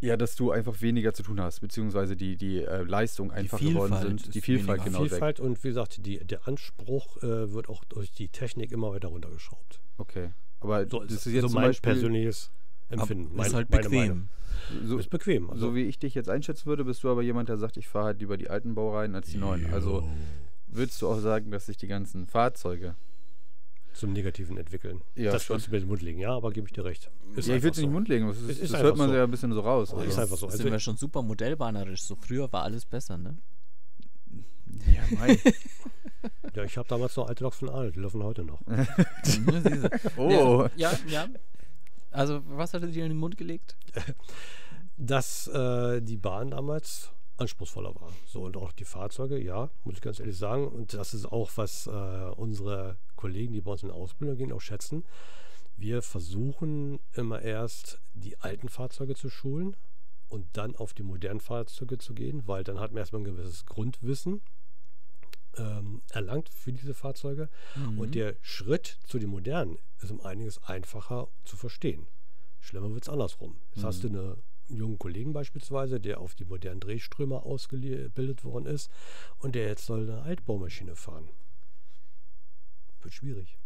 Speaker 1: ja, dass du einfach weniger zu tun hast, beziehungsweise die, die äh, Leistung einfach geworden
Speaker 2: Vielfalt
Speaker 1: sind,
Speaker 2: ist
Speaker 1: die Vielfalt
Speaker 2: weniger.
Speaker 1: genau weg.
Speaker 3: Vielfalt und wie gesagt, die, der Anspruch äh, wird auch durch die Technik immer weiter runtergeschraubt.
Speaker 1: Okay. Aber
Speaker 3: So,
Speaker 1: das
Speaker 3: ist
Speaker 1: ist jetzt
Speaker 3: so
Speaker 1: zum
Speaker 3: mein
Speaker 1: Beispiel,
Speaker 3: persönliches Empfinden.
Speaker 2: Aber ist
Speaker 3: Mein-
Speaker 2: halt
Speaker 3: Ah. meine
Speaker 2: bequem.
Speaker 3: Meinung.
Speaker 1: so,
Speaker 3: Ist bequem. Also
Speaker 1: so wie ich dich jetzt einschätzen würde, bist du aber jemand, der sagt, ich fahre halt lieber die alten Baureihen als die neuen. Also würdest du auch sagen, dass sich die ganzen Fahrzeuge.
Speaker 3: zum Negativen entwickeln.
Speaker 1: Ja,
Speaker 3: das
Speaker 1: schon.
Speaker 3: sollst du mir in den Mund legen, ja, aber gebe ich dir recht. Ist
Speaker 1: ja, ich will
Speaker 3: einfach
Speaker 1: es nicht in den
Speaker 3: so.
Speaker 1: Mund legen, das, ist,
Speaker 3: Es ist
Speaker 1: das
Speaker 3: einfach
Speaker 1: hört man
Speaker 3: so.
Speaker 1: ja ein bisschen so raus. Also,
Speaker 3: Ist einfach so.
Speaker 2: Da
Speaker 3: Also,
Speaker 2: sind wir schon super modellbahnerisch. So früher war alles besser, ne?
Speaker 1: ja, mei.
Speaker 3: ja, ich habe damals noch alte Loks von Adel, die laufen heute noch.
Speaker 1: Oh,
Speaker 2: Ja, ja. ja. Also, was hat er dir in den Mund gelegt?
Speaker 3: dass äh, die Bahn damals anspruchsvoller war. So und auch die Fahrzeuge, ja, muss ich ganz ehrlich sagen. Und das ist auch, was äh, unsere Kollegen, die bei uns in der Ausbildung gehen, auch schätzen. Wir versuchen immer erst die alten Fahrzeuge zu schulen und dann auf die modernen Fahrzeuge zu gehen, weil dann hat man erstmal ein gewisses Grundwissen ähm, erlangt für diese Fahrzeuge.
Speaker 2: Mhm.
Speaker 1: Mhm.
Speaker 3: Und der Schritt zu den modernen ist um einiges einfacher zu verstehen. Schlimmer wird es andersrum. Jetzt
Speaker 1: Mhm.
Speaker 3: hast du eine, einen jungen Kollegen beispielsweise, der auf die modernen Drehströme ausgebildet worden ist und der jetzt soll eine Altbaumaschine fahren. Wird schwierig.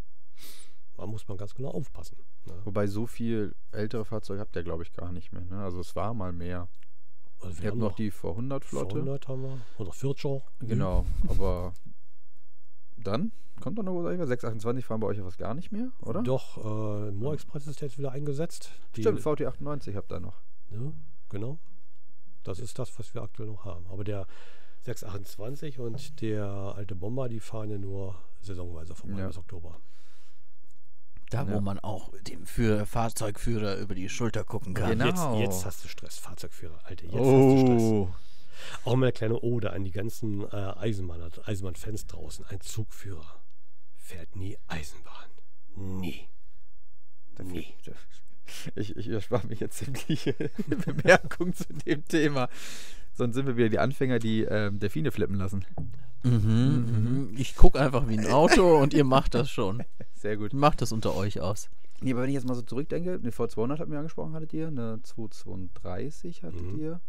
Speaker 3: Da muss man ganz genau aufpassen. Ne?
Speaker 1: Wobei so viel ältere Fahrzeuge habt ihr, glaube ich, gar nicht mehr. Ne? Also es war mal mehr.
Speaker 3: Also
Speaker 1: Ihr habt noch die vor 100 Flotte.
Speaker 3: 400 haben wir. Oder 40
Speaker 1: Genau, aber dann kommt doch noch was. 628 fahren bei euch ja fast gar nicht mehr, oder?
Speaker 3: Mhm. Doch, äh, Moor Express ist jetzt wieder eingesetzt. Die-
Speaker 1: Stimmt, VT98 habt ihr noch.
Speaker 3: Ne? Genau. Das ist das, was wir aktuell noch haben. Aber der 628 und der alte Bomber, die fahren ja nur saisonweise vorbei
Speaker 1: Ja.
Speaker 3: bis Oktober.
Speaker 2: Da,
Speaker 1: Ja.
Speaker 2: wo man auch dem für Fahrzeugführer über die Schulter gucken kann.
Speaker 1: Genau.
Speaker 3: Jetzt, jetzt hast du Stress, Fahrzeugführer, Alter. Jetzt hast du
Speaker 1: oh,
Speaker 3: Stress. Auch mal eine kleine Ode an die ganzen äh, Eisenbahn, Eisenbahnfans draußen. Ein Zugführer fährt nie Eisenbahn. Nie. Nie.
Speaker 1: ich, ich erspare mich jetzt sämtliche Bemerkungen zu dem Thema. Sonst sind wir wieder die Anfänger, die ähm, Delfine flippen lassen.
Speaker 2: Mhm, mhm. Ich gucke einfach wie ein Auto und ihr macht das schon.
Speaker 1: Sehr gut.
Speaker 2: Macht das unter euch aus.
Speaker 1: Nee, aber wenn ich jetzt mal so zurückdenke, eine V200 hatten wir angesprochen, hattet ihr, eine 232 hattet
Speaker 3: Mhm.
Speaker 1: ihr.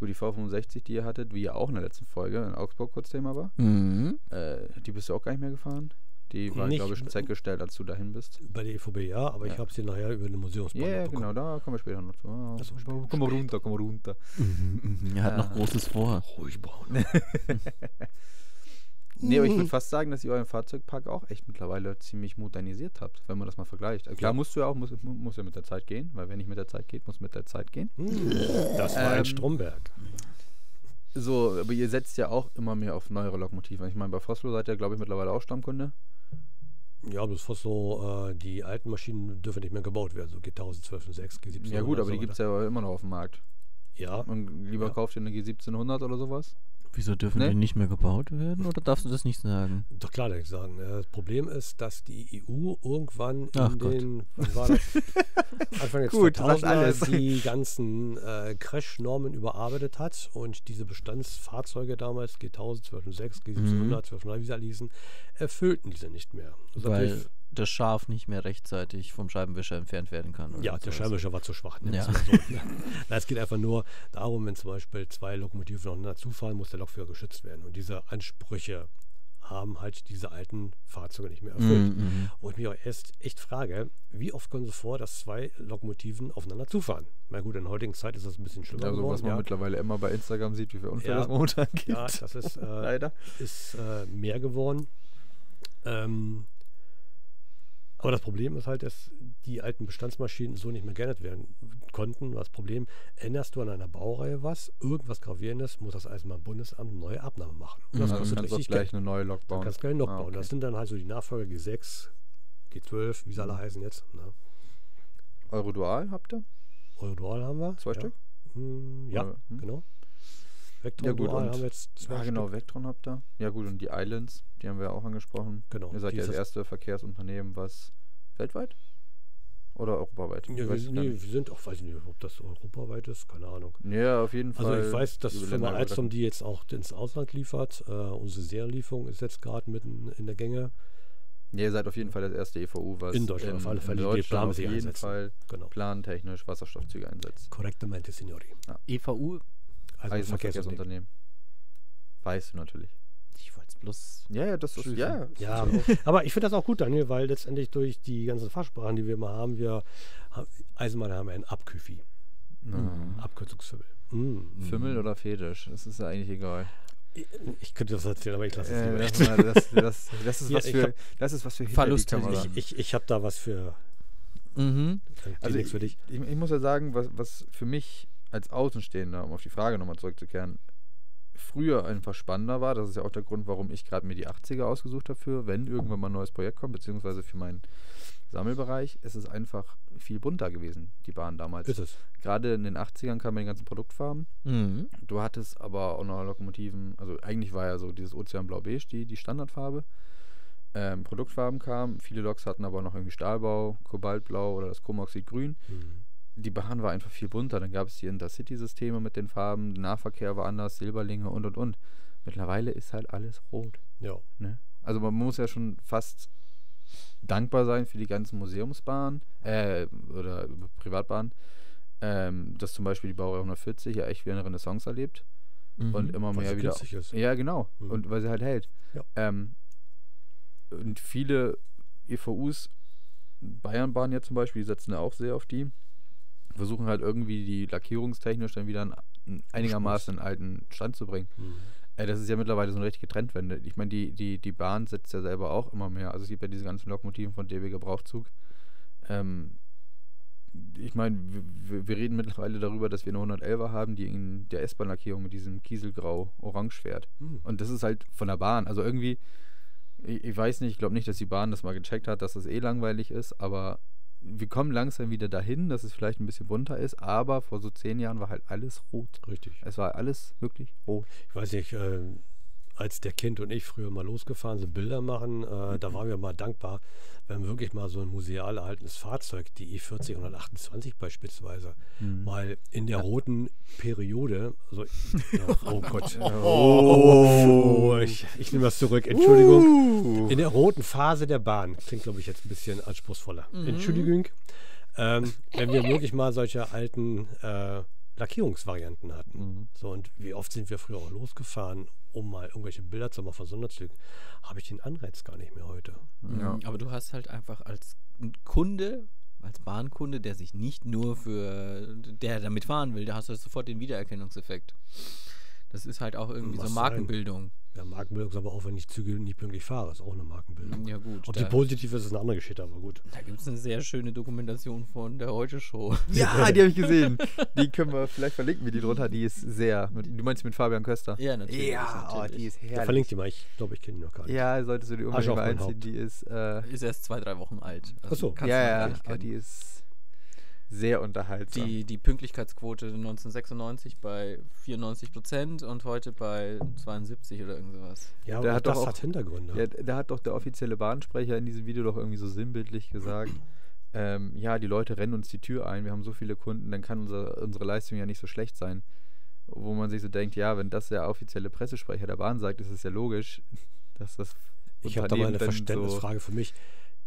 Speaker 1: Gut, die V65, die ihr hattet, wie ja auch in der letzten Folge in Augsburg kurz Thema war,
Speaker 2: Mhm.
Speaker 1: äh, die bist du auch gar nicht mehr gefahren. Die war,
Speaker 3: Nicht-
Speaker 1: glaube ich, schon zeitgestellt, als du dahin bist.
Speaker 3: Bei der EVB ja, aber ich
Speaker 1: Ja.
Speaker 3: habe sie nachher über eine
Speaker 1: Ja,
Speaker 3: Museumsbahn
Speaker 1: yeah,
Speaker 3: bekommen.
Speaker 1: genau, da kommen wir später noch zu. Ah,
Speaker 3: Ach so, spät,
Speaker 1: komm mal runter, komm mal runter.
Speaker 3: Hm.
Speaker 2: Er Mhm, hat noch
Speaker 1: Ja.
Speaker 2: Großes vor.
Speaker 3: Ah. Ruhig braun.
Speaker 1: Nee, aber ich
Speaker 3: Mhm.
Speaker 1: würde fast sagen, dass ihr euren Fahrzeugpark auch echt mittlerweile ziemlich modernisiert habt, wenn man das mal vergleicht. Äh, Klar, musst du ja auch, muss, muss ja mit der Zeit gehen, weil wer nicht mit der Zeit geht, muss mit der Zeit gehen.
Speaker 3: Das war
Speaker 1: Ähm,
Speaker 3: ein Stromberg.
Speaker 1: So, aber ihr setzt ja auch immer mehr auf neuere Lokomotiven. Ich meine, bei Foslo seid ihr, glaube ich, mittlerweile auch Stammkunde.
Speaker 3: Ja, bloß fast so, äh, die alten Maschinen dürfen nicht mehr gebaut werden. So G1012, 6, G17.
Speaker 1: Ja, gut, aber die gibt es ja aber immer noch auf dem Markt.
Speaker 3: Ja,
Speaker 1: Und lieber
Speaker 3: Ja.
Speaker 1: kauft ihr eine G1700 oder sowas.
Speaker 2: Wieso dürfen
Speaker 1: Ne?
Speaker 2: die nicht mehr gebaut werden? Oder darfst du das nicht sagen?
Speaker 3: doch klar, darf ich sagen. Äh, Das Problem ist, dass die EU irgendwann in
Speaker 2: Ach Gott.
Speaker 3: den wann war das? Anfang der
Speaker 1: Gut, sagt
Speaker 3: 2000er
Speaker 1: alles.
Speaker 3: die ganzen äh, Crash-Normen überarbeitet hat und diese Bestandsfahrzeuge damals, G1000, 1206, G1700,
Speaker 1: Mhm.
Speaker 3: 1200, wie sie alle hießen, erfüllten diese nicht mehr. Das ist
Speaker 2: Weil
Speaker 3: natürlich-
Speaker 2: das Schaf nicht mehr rechtzeitig vom Scheibenwischer entfernt werden kann. oder
Speaker 3: Ja, der
Speaker 2: sowas.
Speaker 3: Scheinwischer war zu schwach. Ne?
Speaker 2: Also Ja.
Speaker 3: Das ist So. Na, es geht einfach nur darum, wenn zum Beispiel zwei Lokomotiven aufeinander zufahren, muss der Lokführer geschützt werden. Und diese Ansprüche haben halt diese alten Fahrzeuge nicht mehr erfüllt.
Speaker 2: Mhm,
Speaker 3: Wo ich mich auch erst echt frage, wie oft kommt es vor, dass zwei Lokomotiven aufeinander zufahren? Na gut, in der heutigen Zeit ist das ein bisschen schlimmer
Speaker 1: Also, was
Speaker 3: geworden.
Speaker 1: man
Speaker 3: ja.
Speaker 1: mittlerweile immer bei Instagram sieht, wie viele Unfälle
Speaker 3: Ja.
Speaker 1: es momentan gibt.
Speaker 3: ja, das ist äh,
Speaker 1: Leider.
Speaker 3: ist äh, mehr geworden. Ähm, Aber das Problem ist halt, dass die alten Bestandsmaschinen so nicht mehr geändert werden konnten. Das Problem, änderst du an einer Baureihe was, irgendwas Gravierendes, muss das erstmal im Bundesamt eine neue Abnahme machen. Und das
Speaker 1: Also
Speaker 3: kostet
Speaker 1: kannst du
Speaker 3: richtig
Speaker 1: gleich
Speaker 3: Geld.
Speaker 1: eine neue Lok
Speaker 3: Dann
Speaker 1: bauen.
Speaker 3: kannst du gleich noch
Speaker 1: Ah,
Speaker 3: bauen. Das
Speaker 1: okay.
Speaker 3: sind dann halt so die Nachfolger G6, G12, wie sie
Speaker 1: Mhm.
Speaker 3: alle heißen jetzt. Ne?
Speaker 1: Eurodual habt ihr?
Speaker 3: Eurodual haben wir.
Speaker 1: Zwei
Speaker 3: ja.
Speaker 1: Stück?
Speaker 3: Hm, ja,
Speaker 1: Oder- hm?
Speaker 3: genau. Vector
Speaker 1: Ja, gut,
Speaker 3: Dual
Speaker 1: und-
Speaker 3: haben wir jetzt zwei
Speaker 1: Ja, genau,
Speaker 3: Stück.
Speaker 1: Vectron habt ihr. Ja gut, und die Islands, die haben wir ja auch angesprochen.
Speaker 3: Genau,
Speaker 1: Ihr seid
Speaker 3: die
Speaker 1: ja
Speaker 3: ist
Speaker 1: das
Speaker 3: das-
Speaker 1: erste Verkehrsunternehmen, was weltweit oder europaweit?
Speaker 3: Ja,
Speaker 1: Ich
Speaker 3: wir,
Speaker 1: weiß gar
Speaker 3: nee,
Speaker 1: nicht.
Speaker 3: wir sind auch, weiß ich nicht, ob das europaweit ist, keine Ahnung.
Speaker 1: ja, auf jeden Fall.
Speaker 3: Also ich weiß, dass
Speaker 1: über
Speaker 3: Firma
Speaker 1: Länder
Speaker 3: Alstom, die jetzt auch ins Ausland liefert, äh, unsere Serienlieferung ist jetzt gerade mitten in der Gänge.
Speaker 1: Nee, ihr seid auf jeden Fall das erste EVU, was
Speaker 3: In Deutschland
Speaker 1: in,
Speaker 3: auf alle Fälle,
Speaker 1: in
Speaker 3: die
Speaker 1: Deutschland
Speaker 3: Plane
Speaker 1: auf
Speaker 3: sich
Speaker 1: jeden
Speaker 3: einsetzen.
Speaker 1: Fall
Speaker 3: Genau.
Speaker 1: plantechnisch Wasserstoffzüge einsetzt.
Speaker 3: Korrektamente, Signori.
Speaker 2: EVU,
Speaker 3: Also
Speaker 1: Also ein
Speaker 3: Verkehrsunternehmen.
Speaker 1: Verkehrsunternehmen. Weißt du natürlich.
Speaker 2: ich wollte es bloß.
Speaker 1: Ja, ja, das ist
Speaker 2: Schlüssel.
Speaker 1: ja.
Speaker 3: Ja, aber ich finde das auch gut, Daniel, weil letztendlich durch die ganzen Fachsprachen, die wir immer haben, wir ha- Eisenbahn haben ein Abküfi, Mhm.
Speaker 1: Na,
Speaker 3: Abkürzungsfimmel. Mm.
Speaker 1: Ah. Fimmel oder Fetisch, das ist ja eigentlich egal.
Speaker 3: Ich- Ich könnte das erzählen, aber ich lasse es
Speaker 1: Äh,
Speaker 3: lieber.
Speaker 1: lass mal, das, das, das ist
Speaker 3: Ja,
Speaker 1: was
Speaker 3: ich
Speaker 1: für
Speaker 3: hab-
Speaker 1: das ist was für hinter die
Speaker 2: Verlust-
Speaker 1: Kamera.
Speaker 2: ich-
Speaker 3: Ich, ich habe da was für,
Speaker 2: Mhm.
Speaker 3: äh,
Speaker 1: Also
Speaker 3: also nichts
Speaker 1: ich,
Speaker 3: für dich.
Speaker 1: ich, ich muss ja sagen, was, was für mich als Außenstehender, um auf die Frage nochmal zurückzukehren, früher einfach spannender war, das ist ja auch der Grund, warum ich gerade mir die 80er ausgesucht habe für, wenn irgendwann mal ein neues Projekt kommt, beziehungsweise für meinen Sammelbereich, es ist einfach viel bunter gewesen, die Bahn damals.
Speaker 3: Ist es.
Speaker 1: Gerade in den 80ern kamen die ganzen Produktfarben.
Speaker 2: Mhm.
Speaker 1: Du hattest aber auch noch Lokomotiven, also eigentlich war ja so dieses Ozeanblau-Beige die, die Standardfarbe. Ähm, Produktfarben kamen, viele Loks hatten aber noch irgendwie Stahlbau, Kobaltblau oder das Chromoxid-Grün
Speaker 3: Mhm.
Speaker 1: die Bahn war einfach viel bunter. Dann gab es die Intercity-Systeme mit den Farben, der Nahverkehr war anders, Silberlinge und und und. Mittlerweile ist halt alles rot.
Speaker 3: Ja.
Speaker 1: Ne? Also man muss ja schon fast dankbar sein für die ganzen Museumsbahnen äh, oder Privatbahnen, ähm, dass zum Beispiel die Baureihe 140 ja echt wieder eine Renaissance erlebt
Speaker 2: mhm.
Speaker 1: und immer
Speaker 3: Weil
Speaker 1: mehr
Speaker 3: sie
Speaker 1: wieder
Speaker 3: günstig Mhm. ist.
Speaker 1: ja, genau.
Speaker 3: Mhm.
Speaker 1: Und weil sie halt hält.
Speaker 3: Ja.
Speaker 1: Ähm, und viele E EVUs, Bayernbahn ja zum Beispiel, die setzen da auch sehr auf die, versuchen halt irgendwie die lackierungstechnisch dann wieder einen, einen einigermaßen alten Stand zu bringen.
Speaker 3: Mhm.
Speaker 1: Äh, das ist ja mittlerweile so eine richtige Trendwende. Ich meine, die, die, die Bahn setzt ja selber auch immer mehr. Also es gibt ja diese ganzen Lokomotiven von DB Gebrauchzug. Ähm, ich meine, w- w- wir reden mittlerweile darüber, dass wir eine 111er haben, die in der S-Bahn-Lackierung mit diesem Kieselgrau-Orange fährt.
Speaker 3: Mhm.
Speaker 1: Und das ist halt von der Bahn. Also irgendwie, ich, ich weiß nicht, ich glaube nicht, dass die Bahn das mal gecheckt hat, dass das eh langweilig ist, aber wir kommen langsam wieder dahin, dass es vielleicht ein bisschen bunter ist, aber vor so zehn Jahren war halt alles rot.
Speaker 3: Richtig.
Speaker 1: Es war alles wirklich rot.
Speaker 3: Ich weiß nicht, äh, als der Kind und ich früher mal losgefahren sind, Bilder machen, äh, da waren wir mal dankbar, wenn wir wirklich mal so ein museal erhaltenes Fahrzeug, die E40 128 beispielsweise, mal in der roten Periode, also, ja, oh Gott, oh, ich, ich nehme das zurück, Entschuldigung. In der roten Phase der Bahn. Klingt, glaube ich, jetzt ein bisschen anspruchsvoller. Entschuldigung. Ähm, wenn wir wirklich mal solche alten äh, Lackierungsvarianten hatten. So, und wie oft sind wir früher auch losgefahren, um mal irgendwelche Bilder zu machen von Sonderzügen? Habe ich den Anreiz gar nicht mehr heute.
Speaker 1: Ja.
Speaker 2: Aber du hast halt einfach als Kunde, als Bahnkunde, der sich nicht nur für, der damit fahren will, da hast du halt sofort den Wiedererkennungseffekt. Das ist halt auch irgendwie so
Speaker 3: Muss sein.
Speaker 2: Markenbildung.
Speaker 3: Ja, Markenbildung ist aber auch, wenn ich Züge nicht pünktlich fahre, ist auch eine Markenbildung.
Speaker 2: Ja gut,
Speaker 3: Ob
Speaker 2: da,
Speaker 3: sie positiv ist, ist eine andere Geschichte, aber gut.
Speaker 2: da gibt es eine sehr schöne Dokumentation von der Heute-Show.
Speaker 1: Ja, die habe ich gesehen. Die können wir, vielleicht verlinken wir die drunter. Die ist sehr. Du meinst mit Fabian Köster?
Speaker 2: Ja, natürlich,
Speaker 1: Ja, oh,
Speaker 2: natürlich.
Speaker 1: die ist
Speaker 3: Da
Speaker 1: herrlich.
Speaker 3: verlinkt ihr mal, ich glaube, ich kenne die noch gar nicht.
Speaker 1: Ja, solltest du die unbedingt
Speaker 3: Asche auf
Speaker 1: mal
Speaker 3: mein
Speaker 1: einziehen.
Speaker 3: Haupt.
Speaker 1: Die ist. Äh,
Speaker 2: Ist erst zwei, drei Wochen alt. Also
Speaker 3: Ach so.
Speaker 2: kannst du noch
Speaker 1: ja,
Speaker 2: gar
Speaker 1: ja,
Speaker 2: nicht
Speaker 1: aber
Speaker 2: kennen.
Speaker 1: die ist sehr unterhaltsam.
Speaker 2: die, die Pünktlichkeitsquote 1996 bei 94 Prozent und heute bei 72 oder irgend sowas.
Speaker 3: ja
Speaker 1: Der
Speaker 3: aber
Speaker 1: hat
Speaker 3: das
Speaker 1: doch auch-
Speaker 3: hat Hintergründe.
Speaker 1: Ja, d- da hat doch der offizielle Bahnsprecher in diesem Video doch irgendwie so sinnbildlich gesagt, ähm, ja, die Leute rennen uns die Tür ein, wir haben so viele Kunden, dann kann unsere, unsere Leistung ja nicht so schlecht sein. Wo man sich so denkt, ja, wenn das der offizielle Pressesprecher der Bahn sagt, ist es ja logisch, dass das
Speaker 3: ich habe da
Speaker 1: Unternehmen
Speaker 3: mal eine
Speaker 1: dann
Speaker 3: Verständnisfrage für mich.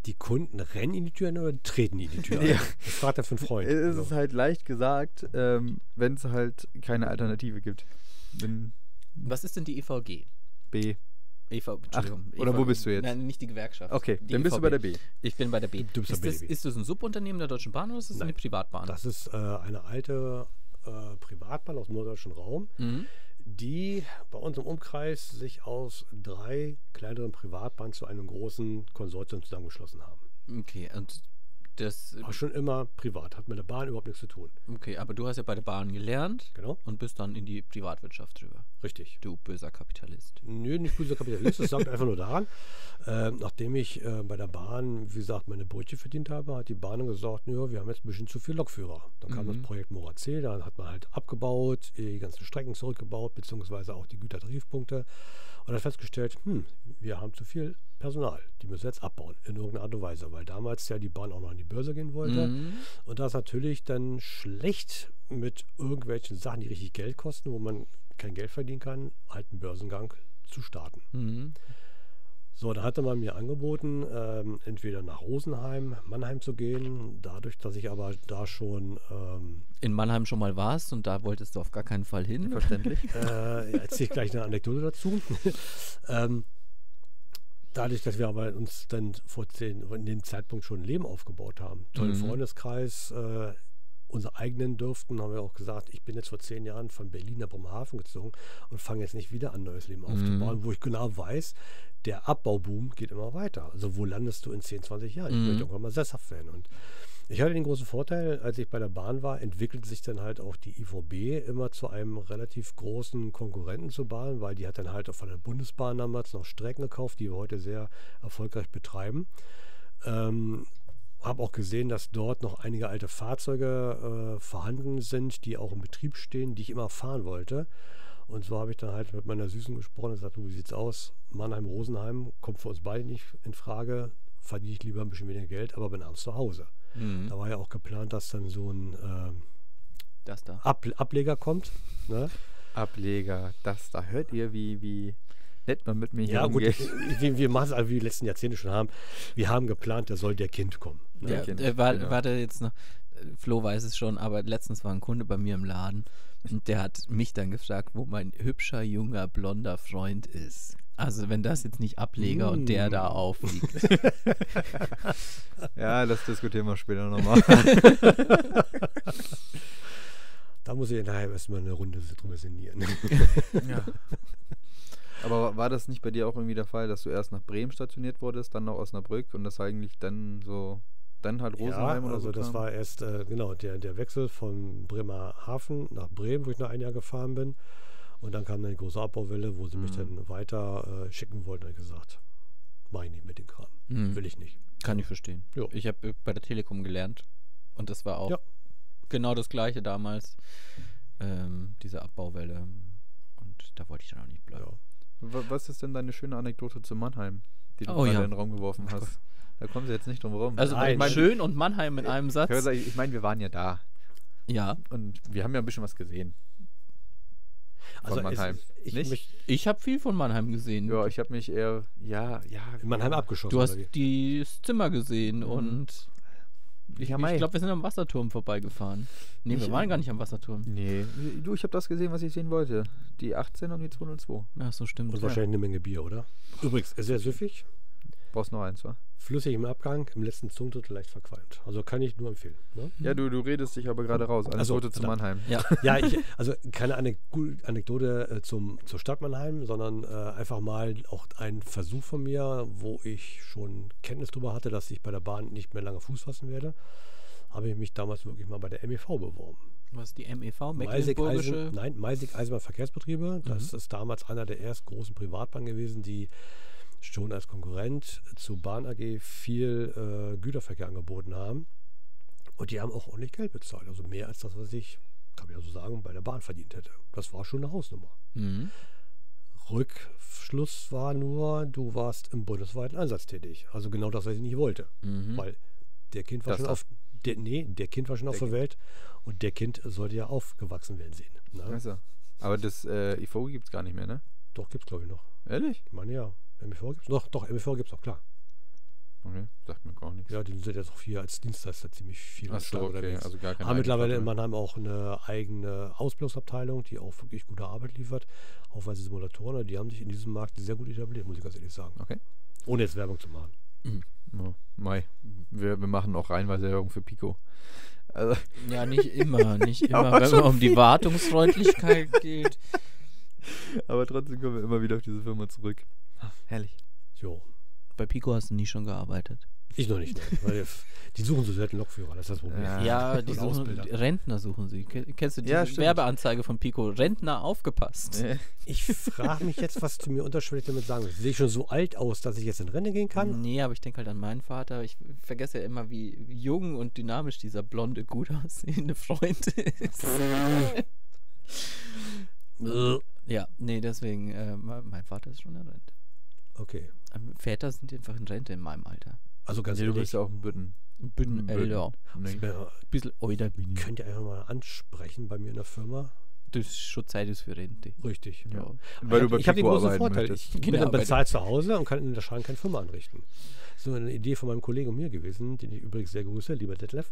Speaker 3: Die Kunden rennen in die Tür ein oder treten die in die Tür ein?
Speaker 1: Ja.
Speaker 3: Das fragt er für einen Freund.
Speaker 1: Es
Speaker 3: So.
Speaker 1: ist halt leicht gesagt, ähm, wenn es halt keine Alternative gibt. Wenn
Speaker 2: Was ist denn die E EVG?
Speaker 1: B.
Speaker 2: EV, Entschuldigung,
Speaker 1: oder
Speaker 2: EV
Speaker 1: wo bist du jetzt?
Speaker 2: Nein, nicht die Gewerkschaft.
Speaker 1: Okay,
Speaker 2: die
Speaker 1: dann bist du
Speaker 2: EVB.
Speaker 1: bei der B.
Speaker 2: Ich bin bei der B.
Speaker 3: Du bist
Speaker 2: ist,
Speaker 3: bei
Speaker 2: das,
Speaker 3: der B.
Speaker 2: ist das ein Subunternehmen der Deutschen Bahn oder ist das eine
Speaker 3: Nein.
Speaker 2: Privatbahn?
Speaker 3: Das ist äh, eine alte äh, Privatbahn aus dem norddeutschen Raum.
Speaker 2: mhm.
Speaker 3: die bei uns im Umkreis sich aus drei kleineren Privatbahnen zu einem großen Konsortium zusammengeschlossen haben.
Speaker 2: Okay, und das.
Speaker 3: War schon immer privat, hat mit der Bahn überhaupt nichts zu tun.
Speaker 2: Okay, aber du hast ja bei der Bahn gelernt
Speaker 3: Genau,
Speaker 2: und bist dann in die Privatwirtschaft drüber.
Speaker 3: richtig.
Speaker 2: Du böser Kapitalist.
Speaker 3: Nö, nicht böser Kapitalist, das lag einfach nur daran. ähm, nachdem ich äh, bei der Bahn, wie gesagt, meine Brötchen verdient habe, hat die Bahn dann gesagt, ja, wir haben jetzt ein bisschen zu viel Lokführer. Dann kam das
Speaker 2: Mhm.
Speaker 3: Projekt Morazee, dann hat man halt abgebaut, die ganzen Strecken zurückgebaut, beziehungsweise auch die Gütertarifpunkte und hat festgestellt, hm, wir haben zu viel Personal, die müssen wir jetzt abbauen, in irgendeiner Art und Weise, weil damals ja die Bahn auch noch an die Börse gehen wollte.
Speaker 2: Mhm.
Speaker 3: Und das natürlich dann schlecht mit irgendwelchen Sachen, die richtig Geld kosten, wo man kein Geld verdienen kann, halt einen Börsengang zu starten.
Speaker 2: Mhm.
Speaker 3: So, da hatte man mir angeboten, ähm, entweder nach Rosenheim, Mannheim zu gehen. Dadurch, dass ich aber da schon, ähm,
Speaker 2: In Mannheim schon mal warst und da wolltest du auf gar keinen Fall hin.
Speaker 1: Verständlich.
Speaker 3: äh, erzähle ich gleich eine Anekdote dazu. ähm, dadurch, dass wir aber uns dann vor zehn, in dem Zeitpunkt schon ein Leben aufgebaut haben, tollen
Speaker 2: Mhm.
Speaker 3: Freundeskreis, äh, unsere eigenen dürften, haben wir auch gesagt, ich bin jetzt vor zehn Jahren von Berlin nach Bremerhaven gezogen und fange jetzt nicht wieder an, neues Leben aufzubauen, wo ich genau weiß, der Abbauboom geht immer weiter. Also wo landest du in 10, 20 Jahren? Ich
Speaker 2: Mhm.
Speaker 3: möchte irgendwann mal sesshaft werden. Und ich hatte den großen Vorteil, als ich bei der Bahn war, entwickelte sich dann halt auch die IVB immer zu einem relativ großen Konkurrenten zur Bahn, weil die hat dann halt auch von der Bundesbahn damals noch Strecken gekauft, die wir heute sehr erfolgreich betreiben. Ähm, habe auch gesehen, dass dort noch einige alte Fahrzeuge äh, vorhanden sind, die auch im Betrieb stehen, die ich immer fahren wollte. Und so habe ich dann halt mit meiner Süßen gesprochen und gesagt, du, wie sieht's aus? Mannheim, Rosenheim kommt für uns beide nicht in Frage. Verdiene ich lieber ein bisschen weniger Geld, aber bin abends zu Hause.
Speaker 2: Mhm.
Speaker 3: Da war ja auch geplant, dass dann so ein ähm,
Speaker 2: Das da.
Speaker 3: Ab Ableger kommt. Ne?
Speaker 1: Ableger, das, da hört ihr, wie, wie nett man mit mir hier
Speaker 3: Ja, gut,
Speaker 1: umgeht.
Speaker 3: wir, wir machen es also, wie die letzten Jahrzehnte schon haben. Wir haben geplant, da soll der Kind kommen. Ne?
Speaker 2: Ja,
Speaker 1: Kind,
Speaker 2: äh, war,
Speaker 1: genau.
Speaker 2: Warte jetzt noch. äh, Flo weiß es schon, aber letztens war ein Kunde bei mir im Laden und der hat mich dann gefragt, wo mein hübscher, junger, blonder Freund ist. Also wenn das jetzt nicht Ableger und der da
Speaker 3: Mm.
Speaker 2: aufliegt.
Speaker 1: Ja, das diskutieren wir später nochmal.
Speaker 3: Da muss ich nachher erstmal eine Runde drüber sinnieren.
Speaker 1: Aber wa- war das nicht bei dir auch irgendwie der Fall, dass du erst nach Bremen stationiert wurdest, dann nach Osnabrück und das eigentlich dann so, dann halt Rosenheim
Speaker 3: ja,
Speaker 1: oder
Speaker 3: also
Speaker 1: so?
Speaker 3: das
Speaker 1: kam?
Speaker 3: war erst, äh, genau, der, der Wechsel von Bremerhaven nach Bremen, wo ich nach ein Jahr gefahren bin. Und dann kam dann die große Abbauwelle, wo sie mich
Speaker 1: Mhm.
Speaker 3: dann weiter äh, schicken wollten. Da hab ich gesagt, mach ich nicht mit dem Kram.
Speaker 1: Mhm.
Speaker 2: Hm,
Speaker 3: Will ich nicht.
Speaker 2: Kann ich verstehen.
Speaker 3: Ja.
Speaker 2: Ich habe äh, bei der Telekom gelernt und das war auch
Speaker 3: Ja.
Speaker 2: genau das gleiche damals. Ähm, diese Abbauwelle. Und da wollte ich dann auch nicht bleiben.
Speaker 3: Ja.
Speaker 1: Wa- Was ist denn deine schöne Anekdote zu Mannheim, die du
Speaker 2: Oh,
Speaker 1: gerade
Speaker 2: ja.
Speaker 1: in den Raum geworfen hast? Da kommen sie jetzt nicht drum rum.
Speaker 2: Also
Speaker 3: Nein.
Speaker 2: ich mein, schön und Mannheim in einem
Speaker 1: Hör,
Speaker 2: Satz.
Speaker 1: sag ich ich meine, wir waren ja da
Speaker 2: Ja,
Speaker 1: und wir haben ja ein bisschen was gesehen.
Speaker 3: Also es-
Speaker 1: Mannheim.
Speaker 3: ich
Speaker 1: Nicht?
Speaker 3: mich
Speaker 2: ich habe viel von Mannheim gesehen.
Speaker 1: Ja, ich habe mich eher, ja, ja. genau.
Speaker 3: in Mannheim abgeschossen.
Speaker 2: Du
Speaker 3: oder
Speaker 2: hast
Speaker 3: wie?
Speaker 2: die- das Zimmer gesehen
Speaker 1: Mhm.
Speaker 2: und ich,
Speaker 1: Ja,
Speaker 2: ich
Speaker 1: mei.
Speaker 2: glaube, wir sind am Wasserturm vorbeigefahren. Nee,
Speaker 1: Ich- äh,
Speaker 2: wir waren gar nicht am Wasserturm.
Speaker 1: Nee, du, ich habe das gesehen, was ich sehen wollte. Die 18 und die 202.
Speaker 2: Ja, so stimmt.
Speaker 3: Und
Speaker 2: Ja.
Speaker 3: wahrscheinlich eine Menge Bier, oder? Übrigens, sehr süffig,
Speaker 1: Brauchst noch eins, wa?
Speaker 3: flüssig im Abgang, im letzten Zungendrittel leicht verqualmt. Also kann ich nur empfehlen. Ne?
Speaker 1: Ja, du, du redest dich aber gerade raus.
Speaker 3: Ach so,
Speaker 1: Anekdote zu
Speaker 3: verdammt.
Speaker 1: Mannheim.
Speaker 3: ja, ich, also keine Anek gu- Anekdote äh, zum, zur Stadt Mannheim, sondern äh, einfach mal auch ein Versuch von mir, wo ich schon Kenntnis darüber hatte, dass ich bei der Bahn nicht mehr lange Fuß fassen werde, habe ich mich damals wirklich mal bei der MEV beworben.
Speaker 2: Was die MEV,
Speaker 3: Meisig
Speaker 2: Mecklenburgische.
Speaker 3: Eisen,
Speaker 1: also,
Speaker 3: nein, Meisig Eisenbahn Verkehrsbetriebe. Das ist damals einer der ersten großen Privatbahnen gewesen, die schon als Konkurrent zur Bahn AG viel äh, Güterverkehr angeboten haben. Und die haben auch ordentlich Geld bezahlt. Also mehr als das, was ich, kann ich ja so sagen, bei der Bahn verdient hätte. Das war schon eine Hausnummer.
Speaker 2: Mhm.
Speaker 3: Rückschluss war nur, du warst im bundesweiten Einsatz tätig. Also genau das, was ich nicht wollte.
Speaker 2: Mhm.
Speaker 3: Weil der Kind war
Speaker 1: Das
Speaker 3: schon
Speaker 1: da.
Speaker 3: auf. Der, nee, der Kind war schon auf
Speaker 1: Der
Speaker 3: der Welt und der Kind sollte ja aufgewachsen werden sehen. Ne?
Speaker 1: Also. Aber das äh, IVO gibt's gar nicht mehr, ne?
Speaker 3: Doch, gibt's glaube ich noch.
Speaker 1: Ehrlich?
Speaker 3: Ich meine ja, MBV gibt's noch. Doch, MBV gibt's noch, klar.
Speaker 1: Okay, sagt mir gar nichts.
Speaker 3: Ja, die sind jetzt auch hier als Dienstleister ziemlich viel
Speaker 1: Ach so,
Speaker 3: stark
Speaker 1: okay,
Speaker 3: unterwegs.
Speaker 1: also gar keine
Speaker 3: haben mittlerweile in
Speaker 1: Eigenverantwortung.
Speaker 3: Mannheim auch eine eigene Ausbildungsabteilung, die auch wirklich gute Arbeit liefert. Auch weil sie Simulatoren, haben. die haben sich in diesem Markt sehr gut etabliert, muss ich ganz ehrlich sagen.
Speaker 1: Okay.
Speaker 3: Ohne jetzt Werbung zu machen.
Speaker 1: ne? Ja, Mai. Wir, wir machen auch reinweise Werbung für Pico. Also,
Speaker 2: Ja, nicht immer, nicht
Speaker 1: Ja,
Speaker 2: immer.
Speaker 1: aber
Speaker 2: Wenn
Speaker 1: schon
Speaker 2: es um die
Speaker 1: viel.
Speaker 2: Wartungsfreundlichkeit geht.
Speaker 1: aber trotzdem kommen wir immer wieder auf diese Firma zurück. Herrlich.
Speaker 3: Jo.
Speaker 2: Bei Pico hast du nie schon gearbeitet.
Speaker 3: Ich noch nicht. ne, Weil die suchen so selten Lokführer, das ist das Problem.
Speaker 1: Ja.
Speaker 2: Ja, die
Speaker 3: Und
Speaker 2: suchen,
Speaker 3: Ausbilder.
Speaker 2: Rentner suchen sie. Ke- Kennst du die
Speaker 1: Ja, stimmt.
Speaker 2: Werbeanzeige von Pico? Rentner aufgepasst.
Speaker 3: Ich frage mich jetzt, was du mir unterschwellig damit sagen willst. Sehe ich schon so alt aus, dass ich jetzt in Rente gehen kann?
Speaker 2: Nee, aber ich denke halt an meinen Vater. Ich vergesse ja immer, wie jung und dynamisch dieser blonde, gut aussehende Freund ist.
Speaker 1: Mhm.
Speaker 3: Äh,
Speaker 2: ja, nee, deswegen, äh, me- mein Vater ist schon in Rente.
Speaker 3: Okay.
Speaker 2: Ähm, Väter sind einfach in Rente in meinem Alter. Äh,
Speaker 3: Also ganz
Speaker 1: Nee, du
Speaker 3: ehrlich.
Speaker 1: bist ja auch ein Bütten.
Speaker 2: Bin
Speaker 1: Bin-
Speaker 2: älter.
Speaker 1: Nee.
Speaker 3: Ja,
Speaker 2: Bisschen älter bin ich.
Speaker 3: könnt ihr einfach mal ansprechen bei mir in der Firma?
Speaker 2: Das ist schon Zeit ist für Rente.
Speaker 3: Richtig.
Speaker 2: Ja.
Speaker 1: Weil du bei
Speaker 3: ich habe den
Speaker 1: Pico
Speaker 3: großen
Speaker 1: arbeiten
Speaker 3: Vorteil.
Speaker 1: möchtest.
Speaker 3: Ich bin
Speaker 2: Genau,
Speaker 3: dann
Speaker 2: weil-
Speaker 3: bezahlt zu Hause und kann in der Schaden keine Firma anrichten. So eine Idee von meinem Kollegen und mir gewesen, den ich übrigens sehr grüße, lieber Detlef.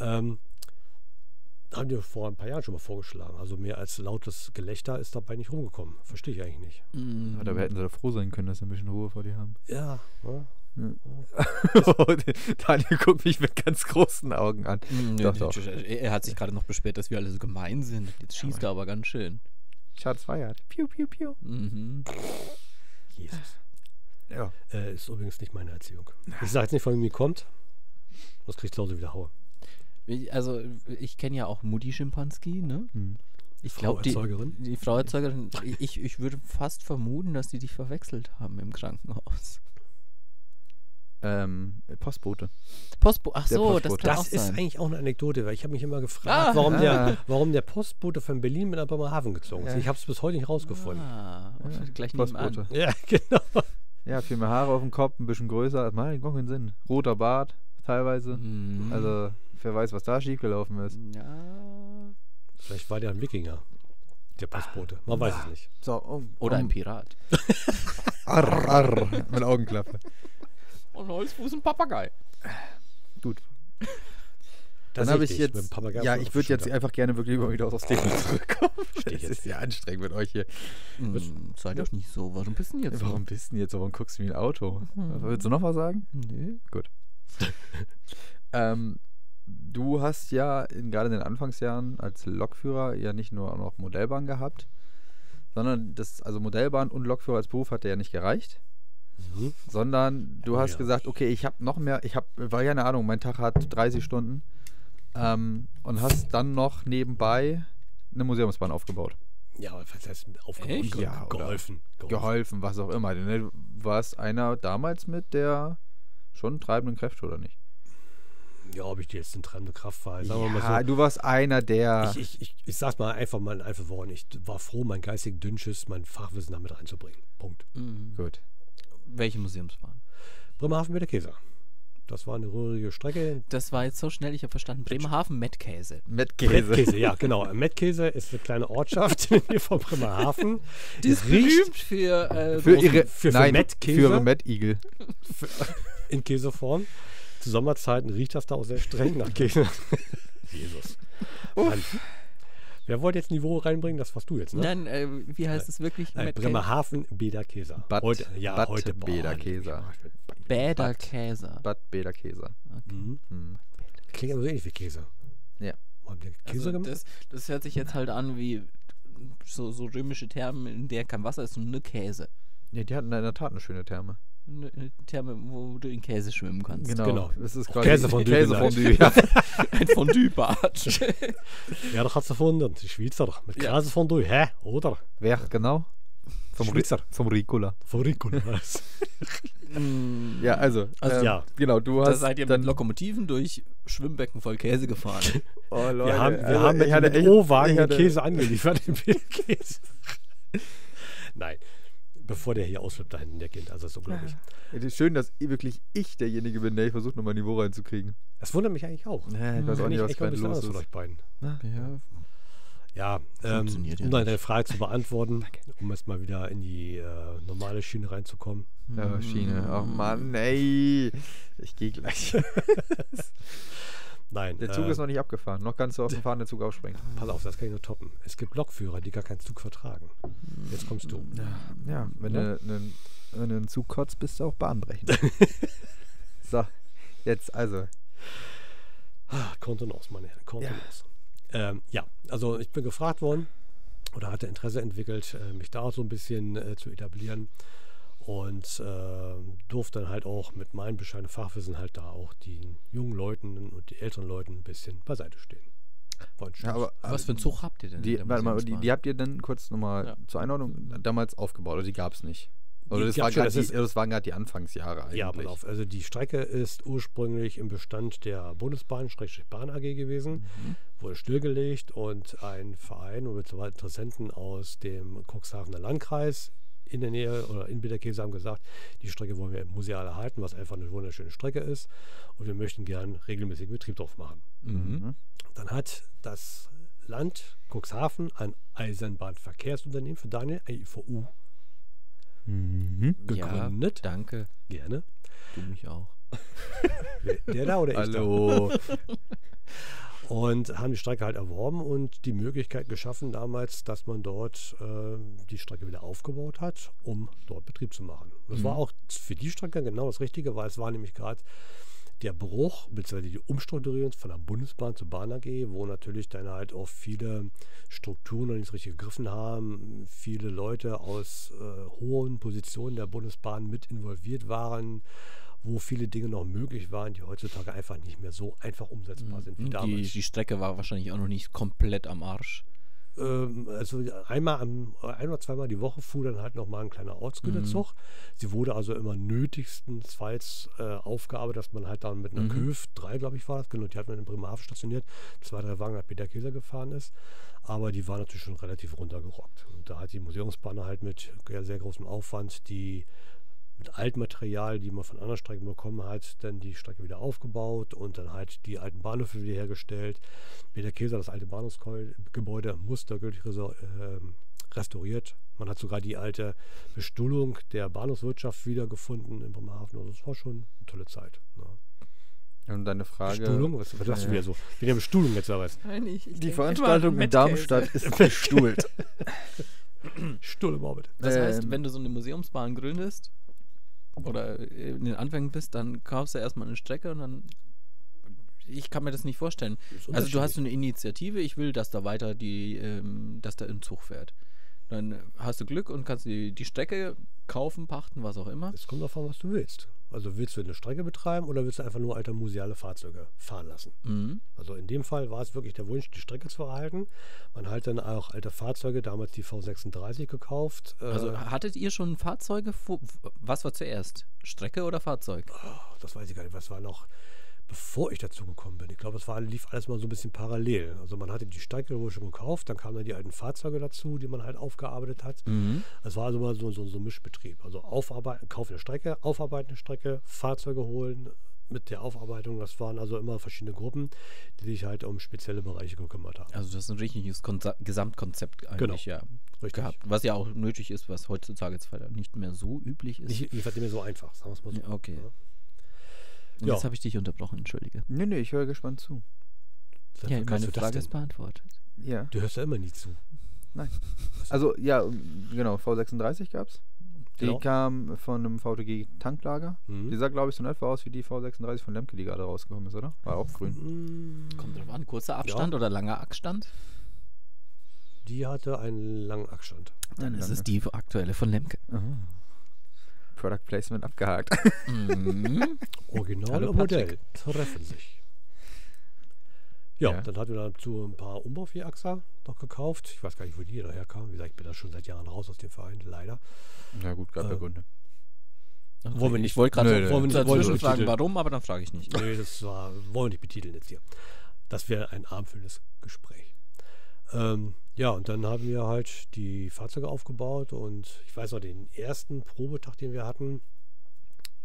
Speaker 3: Ähm, haben wir vor ein paar Jahren schon mal vorgeschlagen. Also mehr als lautes Gelächter ist dabei nicht rumgekommen. Verstehe ich eigentlich nicht.
Speaker 2: Mm.
Speaker 1: Ja, dabei hätten sie doch froh sein können, dass sie ein bisschen Ruhe vor dir haben.
Speaker 3: Ja. ne?
Speaker 1: Daniel guckt mich mit ganz großen Augen an.
Speaker 2: Mm, nee,
Speaker 1: Doch,
Speaker 2: nee,
Speaker 1: doch.
Speaker 2: tsch- tsch- Er hat sich gerade noch beschwert, dass wir alle so gemein sind. Jetzt schießt er aber ganz schön.
Speaker 1: Schatz feiert. Piu, piu, piu.
Speaker 2: Mhm.
Speaker 3: Jesus.
Speaker 1: Ja.
Speaker 3: Äh, ist übrigens nicht meine Erziehung. Ich sage jetzt nicht, von wem die kommt. Das kriegt Klause wieder Haue.
Speaker 2: Ich- Also, ich kenne ja auch Mutti Schimpanski, ne?
Speaker 1: Hm.
Speaker 2: Ich glaube, die,
Speaker 3: Erzeugerin.
Speaker 2: die Frau Erzeugerin, ich, ich würde fast vermuten, dass die dich verwechselt haben im Krankenhaus.
Speaker 1: Ähm, Postbote.
Speaker 2: Postbo Ach
Speaker 1: Der
Speaker 2: so, das
Speaker 1: Postbote.
Speaker 2: kann
Speaker 3: Das
Speaker 2: auch
Speaker 3: ist
Speaker 2: sein.
Speaker 3: eigentlich auch eine Anekdote, weil ich habe mich immer gefragt,
Speaker 2: Ah.
Speaker 3: warum,
Speaker 1: Ah.
Speaker 3: Der, warum der Postbote von Berlin mit nach Bremerhaven gezogen ist.
Speaker 1: Ja. Ah.
Speaker 3: Ich habe es bis heute nicht rausgefunden.
Speaker 2: Ah, und gleich nebenan.
Speaker 1: Postbote.
Speaker 3: Ja, genau.
Speaker 1: Ja, viel mehr Haare auf dem Kopf, ein bisschen größer. Das macht gar keinen Sinn. Roter Bart, teilweise.
Speaker 2: Mhm.
Speaker 1: Also, wer weiß, was da schiefgelaufen ist.
Speaker 2: Ja.
Speaker 3: Vielleicht war der ein Wikinger, der
Speaker 1: Ah.
Speaker 3: Postbote. Man weiß es nicht.
Speaker 1: So, um,
Speaker 2: Oder ein Pirat.
Speaker 1: Arr, arr, mit Augenklappe.
Speaker 3: Oh,
Speaker 2: Und Holzfuß ein Papagei.
Speaker 1: Gut.
Speaker 3: Das
Speaker 1: Dann
Speaker 3: sehe
Speaker 1: habe ich
Speaker 3: dich mit dem
Speaker 1: jetzt.
Speaker 3: Papagei
Speaker 1: Ja,
Speaker 3: auf
Speaker 1: ich
Speaker 3: der
Speaker 1: würde jetzt
Speaker 3: Schulter.
Speaker 1: einfach gerne wirklich mal wieder aus dem zurückkommen. Das
Speaker 3: Verstehe ich
Speaker 1: ist
Speaker 3: jetzt.
Speaker 1: ja anstrengend mit euch hier.
Speaker 2: Hm, sei doch nicht so. Warum bist du denn jetzt
Speaker 1: Warum bist du denn jetzt so? Warum guckst du wie ein Auto? Willst du noch was sagen?
Speaker 2: so? Nee.
Speaker 1: Ähm, du hast ja in, gerade in den Anfangsjahren als Lokführer ja nicht nur auch noch Modellbahn gehabt, sondern das, also Modellbahn und Lokführer als Beruf hat dir ja nicht gereicht,
Speaker 3: Mhm.
Speaker 1: sondern du
Speaker 3: Oh
Speaker 1: hast
Speaker 3: ja.
Speaker 1: gesagt, okay, ich habe noch mehr, ich habe, war ja eine Ahnung, mein Tag hat 30 Stunden ähm, und hast dann noch nebenbei eine Museumsbahn aufgebaut.
Speaker 3: Ja, aber was heißt aufgehoben?
Speaker 2: Echt?
Speaker 3: Ge
Speaker 1: Ja, oder-
Speaker 3: geholfen. geholfen.
Speaker 1: Geholfen, was auch immer. Denn du warst einer damals mit der schon treibenden Kräfte, oder nicht?
Speaker 3: Ja, ob ich die jetzt eine treibende Kraft war. Sagen wir mal so.
Speaker 1: du warst einer der.
Speaker 3: Ich, ich, ich, ich sag's mal einfach mal in einfachen Worten. Ich war froh, mein geistigen Dünnschiss, mein Fachwissen damit reinzubringen. Punkt.
Speaker 2: Mhm.
Speaker 1: Gut.
Speaker 2: Welche Museumsbahn?
Speaker 3: Bremerhaven mit der Käse. Das war eine rührige Strecke.
Speaker 2: Das war jetzt so schnell, ich habe verstanden. Bremerhaven Mettkäse.
Speaker 1: Mit
Speaker 3: Käse. ja, genau. Mettkäse ist eine kleine Ortschaft hier von Bremerhaven.
Speaker 2: Die ist
Speaker 3: Es riecht-
Speaker 2: berühmt für. Äh,
Speaker 1: Für
Speaker 2: großen-
Speaker 1: ihre
Speaker 3: für- für
Speaker 1: nein,
Speaker 3: Mettkäse?
Speaker 1: Für ihre Mettigel.
Speaker 3: in Käseform. Zu Sommerzeiten riecht das da auch sehr streng nach Käse. Jesus. Mann. Wer wollte jetzt Niveau reinbringen? Das warst du jetzt, ne?
Speaker 2: Nein, äh, wie heißt es wirklich?
Speaker 3: Nein,
Speaker 2: Mettkä-
Speaker 3: Bremerhaven, Bäderkäse.
Speaker 1: Bad-
Speaker 3: heute, ja,
Speaker 1: Bad
Speaker 3: heute. boah,
Speaker 1: Bäderkäse.
Speaker 2: Bäderkäse.
Speaker 1: Bad Bäderkäse.
Speaker 3: Mhm.
Speaker 1: Hm.
Speaker 3: Klingt aber so ähnlich wie Käse.
Speaker 1: Ja.
Speaker 3: Haben wir Käse
Speaker 2: Also,
Speaker 3: gemacht?
Speaker 2: das, das hört sich jetzt halt an wie so, so römische Thermen, in der kein Wasser ist, sondern nur Käse.
Speaker 1: Ja, die hatten in der Tat eine schöne Therme.
Speaker 2: Eine- eine Therme, wo du in Käse schwimmen kannst.
Speaker 3: Genau.
Speaker 1: Das ist
Speaker 3: Auch
Speaker 1: quasi
Speaker 3: Käsefondue
Speaker 1: Käsefondue, ja.
Speaker 2: Ein Fondue-Bad.
Speaker 3: Ja, doch hat's erfunden. Die Schweizer. Mit
Speaker 2: Ja.
Speaker 3: Käse von durch. Hä? Oder?
Speaker 1: Wer genau? Vom, Ri
Speaker 3: Schweizer.
Speaker 1: vom Ricola.
Speaker 3: Von Rico. was?
Speaker 2: Mm,
Speaker 1: Ja, also.
Speaker 2: Also,
Speaker 1: ähm,
Speaker 3: ja.
Speaker 1: Genau, du hast.
Speaker 2: da seid ihr
Speaker 1: dann,
Speaker 2: mit Lokomotiven durch Schwimmbecken voll Käse gefahren.
Speaker 1: Oh, Leute,
Speaker 3: Wir haben, wir
Speaker 1: also,
Speaker 3: haben mit,
Speaker 1: ich hatte
Speaker 3: mit
Speaker 1: echt-
Speaker 3: O-Wagen
Speaker 1: ich
Speaker 3: den
Speaker 1: hatte-
Speaker 3: Käse angeliefert, den Bäderkäse. Nein. Bevor der hier ausflippt, da hinten der Kind. Also, das ist unglaublich.
Speaker 1: Es ist schön, dass i- wirklich ich derjenige bin, der ich versucht, nochmal Niveau reinzukriegen.
Speaker 3: Das wundert mich eigentlich auch.
Speaker 1: Nee, ich weiß auch
Speaker 3: Kann
Speaker 1: nicht,
Speaker 3: Hm, ich
Speaker 1: was
Speaker 3: echt mal
Speaker 1: gerade
Speaker 3: ein bisschen
Speaker 1: los
Speaker 3: anders von
Speaker 1: ist.
Speaker 3: euch beiden.
Speaker 2: Ja,
Speaker 3: Ja, ähm, um
Speaker 2: Funktioniert ja
Speaker 3: deine Frage zu beantworten, um jetzt mal wieder in die äh, normale Schiene reinzukommen.
Speaker 1: Ja, Schiene. Oh Mann, ey. Ich gehe gleich.
Speaker 3: Nein,
Speaker 1: Der Zug
Speaker 3: äh,
Speaker 1: ist noch nicht abgefahren. Noch kannst du auf den fahrenden Zug aufspringen.
Speaker 3: pass auf, das kann ich nur toppen. Es gibt Lokführer, die gar keinen Zug vertragen. Jetzt kommst du.
Speaker 1: Ja, wenn,
Speaker 3: Ja.
Speaker 1: Du, einen, wenn du einen Zug kotzt, bist du auch bahnbrechend. so, jetzt also.
Speaker 3: Ah, Kontenance, meine Herren, Kontenance. Ja. Ähm, ja, also ich bin gefragt worden oder hatte Interesse entwickelt, äh, mich da so ein bisschen äh, zu etablieren. und äh, durfte dann halt auch mit meinem bescheidenen Fachwissen halt da auch den jungen Leuten und die älteren Leuten ein bisschen beiseite stehen. War ein
Speaker 1: Ja,
Speaker 3: schönes-
Speaker 1: aber,
Speaker 2: Was für einen Zug habt ihr denn? in
Speaker 1: die,
Speaker 2: der
Speaker 1: warte mal, die,
Speaker 2: Museumsbahn?
Speaker 1: die habt ihr dann kurz nochmal
Speaker 2: Ja.
Speaker 1: zur Einordnung damals aufgebaut oder die gab es nicht? Oder
Speaker 3: Mhm. Die
Speaker 1: das,
Speaker 3: gab's
Speaker 1: war
Speaker 3: schon,
Speaker 1: grad
Speaker 3: das
Speaker 1: die,
Speaker 3: ist-
Speaker 1: das waren gerade die Anfangsjahre eigentlich.
Speaker 3: Ja, pass auf. Also die Strecke ist ursprünglich im Bestand der Bundesbahn, Schrägstrich Bahn AG gewesen,
Speaker 1: Mhm.
Speaker 3: wurde stillgelegt und ein Verein oder zwei Interessenten aus dem Cuxhavener Landkreis in der Nähe oder in Bitterkäse haben gesagt, die Strecke wollen wir museal erhalten, was einfach eine wunderschöne Strecke ist und wir möchten gern regelmäßigen Betrieb drauf machen.
Speaker 2: Mhm.
Speaker 3: Dann hat das Land Cuxhaven ein Eisenbahnverkehrsunternehmen für Daniel, EIVU,
Speaker 1: Mhm.
Speaker 2: Ja,
Speaker 3: gegründet.
Speaker 2: danke.
Speaker 3: gerne.
Speaker 2: Du mich auch.
Speaker 3: Wer- er Der da oder ich da?
Speaker 1: Hallo.
Speaker 3: und haben die Strecke halt erworben und die Möglichkeit geschaffen damals, dass man dort äh, die Strecke wieder aufgebaut hat, um dort Betrieb zu machen. Das war auch für die Strecke genau das Richtige, weil es war nämlich gerade der Bruch bzw. die Umstrukturierung von der Bundesbahn zur Bahn AG, wo natürlich dann halt auch viele Strukturen noch nicht richtig gegriffen haben, viele Leute aus äh, hohen Positionen der Bundesbahn mit involviert waren, wo viele Dinge noch möglich waren, die heutzutage einfach nicht mehr so einfach umsetzbar sind wie damals.
Speaker 2: Mhm. Die, die Strecke war wahrscheinlich auch noch nicht komplett am Arsch.
Speaker 3: Ähm, also einmal am, ein oder zweimal die Woche fuhr dann halt nochmal ein kleiner Ortsgüterzug. Sie wurde also immer nötigstenfalls äh, Aufgabe, dass man halt dann mit einer
Speaker 2: Mhm.
Speaker 3: Köf 3, glaube ich, war das, genau, die hat man in Bremerhaven stationiert, zwei, drei Wagen hat Peter Käser gefahren ist. Aber die war natürlich schon relativ runtergerockt. Und da hat die Museumsbahn halt mit ja, sehr großem Aufwand die mit Altmaterial, die man von anderen Strecken bekommen hat, dann die Strecke wieder aufgebaut und dann halt die alten Bahnhöfe wieder hergestellt. Peter Käser, das alte Bahnhofsgebäude, mustergültig resor- ähm, restauriert. Man hat sogar die alte Bestuhlung der Bahnhofswirtschaft wiedergefunden in Bremerhaven. Also es war schon eine tolle Zeit. Ne?
Speaker 1: Und deine Frage.
Speaker 3: Bestuhlung? Was, was sagst du wieder so? Wegen der Bestuhlung jetzt aber was?
Speaker 5: Nein, ich, ich
Speaker 1: Die
Speaker 5: denk immer an
Speaker 1: Veranstaltung in
Speaker 5: Matt
Speaker 1: Darmstadt
Speaker 5: Case.
Speaker 1: ist bestuhlt.
Speaker 2: Hm.
Speaker 3: Stuhl im Orbit.
Speaker 2: Das heißt,
Speaker 1: Ähm,
Speaker 2: wenn du so eine Museumsbahn gründest oder in den Anfängen bist, dann kaufst du erstmal eine Strecke und dann. Ich kann mir das nicht vorstellen. Also du hast so eine Initiative, ich will, dass da weiter die, ähm, dass da ein Zug fährt. Dann hast du Glück und kannst die, die Strecke kaufen, pachten, was auch immer.
Speaker 3: Es kommt davon, was du willst. Also willst du eine Strecke betreiben oder willst du einfach nur alte museale Fahrzeuge fahren lassen?
Speaker 2: Mhm.
Speaker 3: Also in dem Fall war es wirklich der Wunsch, die Strecke zu erhalten. Man hat dann auch alte Fahrzeuge, damals die V36 gekauft. Äh,
Speaker 2: Also hattet ihr schon Fahrzeuge? vor- Was war zuerst? Strecke oder Fahrzeug?
Speaker 3: das weiß ich gar nicht, was war noch, bevor ich dazu gekommen bin. Ich glaube, es war, lief alles mal so ein bisschen parallel. Also man hatte die Strecke wohl schon gekauft, dann kamen dann die alten Fahrzeuge dazu, die man halt aufgearbeitet hat.
Speaker 2: Mhm.
Speaker 3: Es war also mal so, so, so ein Mischbetrieb. Also aufarbeiten, Kauf der Strecke, aufarbeiten der Strecke, Fahrzeuge holen mit der Aufarbeitung. Das waren also immer verschiedene Gruppen, die sich halt um spezielle Bereiche gekümmert haben.
Speaker 2: Also das ist ein richtiges Konza Gesamtkonzept eigentlich, ja.
Speaker 3: Genau. Richtig.
Speaker 2: Gehabt. Was ja auch nötig ist, was heutzutage jetzt leider nicht mehr so üblich ist.
Speaker 3: Nicht, jedenfalls nicht mehr so einfach, sagen wir es mal so.
Speaker 2: Ja, okay.
Speaker 3: Ja.
Speaker 2: Und
Speaker 3: ja.
Speaker 2: Jetzt habe ich dich unterbrochen, entschuldige.
Speaker 1: nee, nee, ich höre gespannt zu.
Speaker 3: Seit
Speaker 2: Ja,
Speaker 3: wann kannst
Speaker 2: meine
Speaker 3: du das
Speaker 2: Frage
Speaker 3: denn?
Speaker 2: ist beantwortet.
Speaker 1: Ja.
Speaker 3: Du hörst ja immer nie zu.
Speaker 1: Also, ja, genau, V36 gab's. Die
Speaker 3: Genau.
Speaker 1: kam von einem VTG-Tanklager.
Speaker 3: Mhm.
Speaker 1: Die sah, glaube ich, so in etwa aus wie die V36 von Lemke, die gerade rausgekommen ist, oder? War auch grün.
Speaker 2: Kommt drauf an, kurzer Abstand oder langer Abstand?
Speaker 3: Die hatte einen langen Abstand.
Speaker 2: Dann ist es
Speaker 1: Lange.
Speaker 2: die aktuelle von Lemke.
Speaker 1: Aha. Mhm. Product Placement abgehakt.
Speaker 2: Mhm.
Speaker 3: Original
Speaker 2: Hallo,
Speaker 3: und Modell treffen sich. Ja,
Speaker 1: Ja.
Speaker 3: dann hatten wir dazu ein paar Umbauviehachser noch gekauft. Ich weiß gar nicht, wo die daher kamen. Wie gesagt, ich bin da schon seit Jahren raus aus dem Verein, leider.
Speaker 1: Na gut, gab
Speaker 3: Äh,
Speaker 1: ja Gründe.
Speaker 2: Okay.
Speaker 3: Wollen wir nicht-
Speaker 2: Ich wollte gerade
Speaker 1: Nö,
Speaker 2: so-
Speaker 1: nö, nö.
Speaker 2: wollen wir nicht
Speaker 3: Wollen wir
Speaker 2: dazwischen
Speaker 3: nicht
Speaker 2: fragen,
Speaker 3: betiteln.
Speaker 2: warum, aber dann frage ich nicht.
Speaker 3: Nee, das war, wollen wir nicht betiteln jetzt hier. Das wäre ein abendfüllendes Gespräch. Ähm, ja, und dann haben wir halt die Fahrzeuge aufgebaut und ich weiß noch, den ersten Probetag, den wir hatten,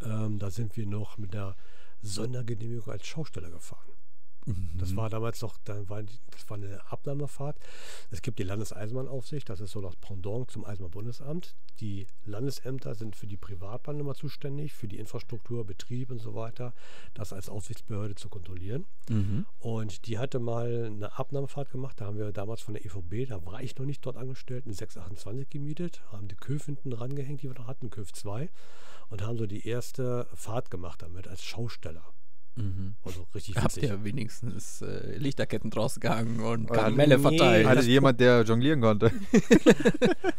Speaker 3: ähm, da sind wir noch mit einer Sondergenehmigung als Schausteller gefahren. Mhm.
Speaker 2: Mhm.
Speaker 3: Das war damals noch, dann war, die- das war eine Abnahmefahrt. Es gibt die Landeseisenbahnaufsicht, das ist so das Pendant zum Eisenbahnbundesamt. Die Landesämter sind für die Privatbahn immer zuständig, für die Infrastruktur, Betrieb und so weiter, das als Aufsichtsbehörde zu kontrollieren.
Speaker 2: Mhm.
Speaker 3: Und die hatte mal eine Abnahmefahrt gemacht, da haben wir damals von der EVB, da war ich noch nicht dort angestellt, eine 628 gemietet, haben die Köf hinten rangehängt, die wir noch hatten, Köf 2, und haben so die erste Fahrt gemacht damit als Schausteller.
Speaker 2: Mhm.
Speaker 3: Also richtig
Speaker 2: Habt
Speaker 3: witzig.
Speaker 2: ihr wenigstens äh, Lichterketten draus gehangen und
Speaker 1: Äh,
Speaker 2: Karamelle
Speaker 3: nee.
Speaker 2: verteilt?
Speaker 1: Hatte jemand, der jonglieren konnte.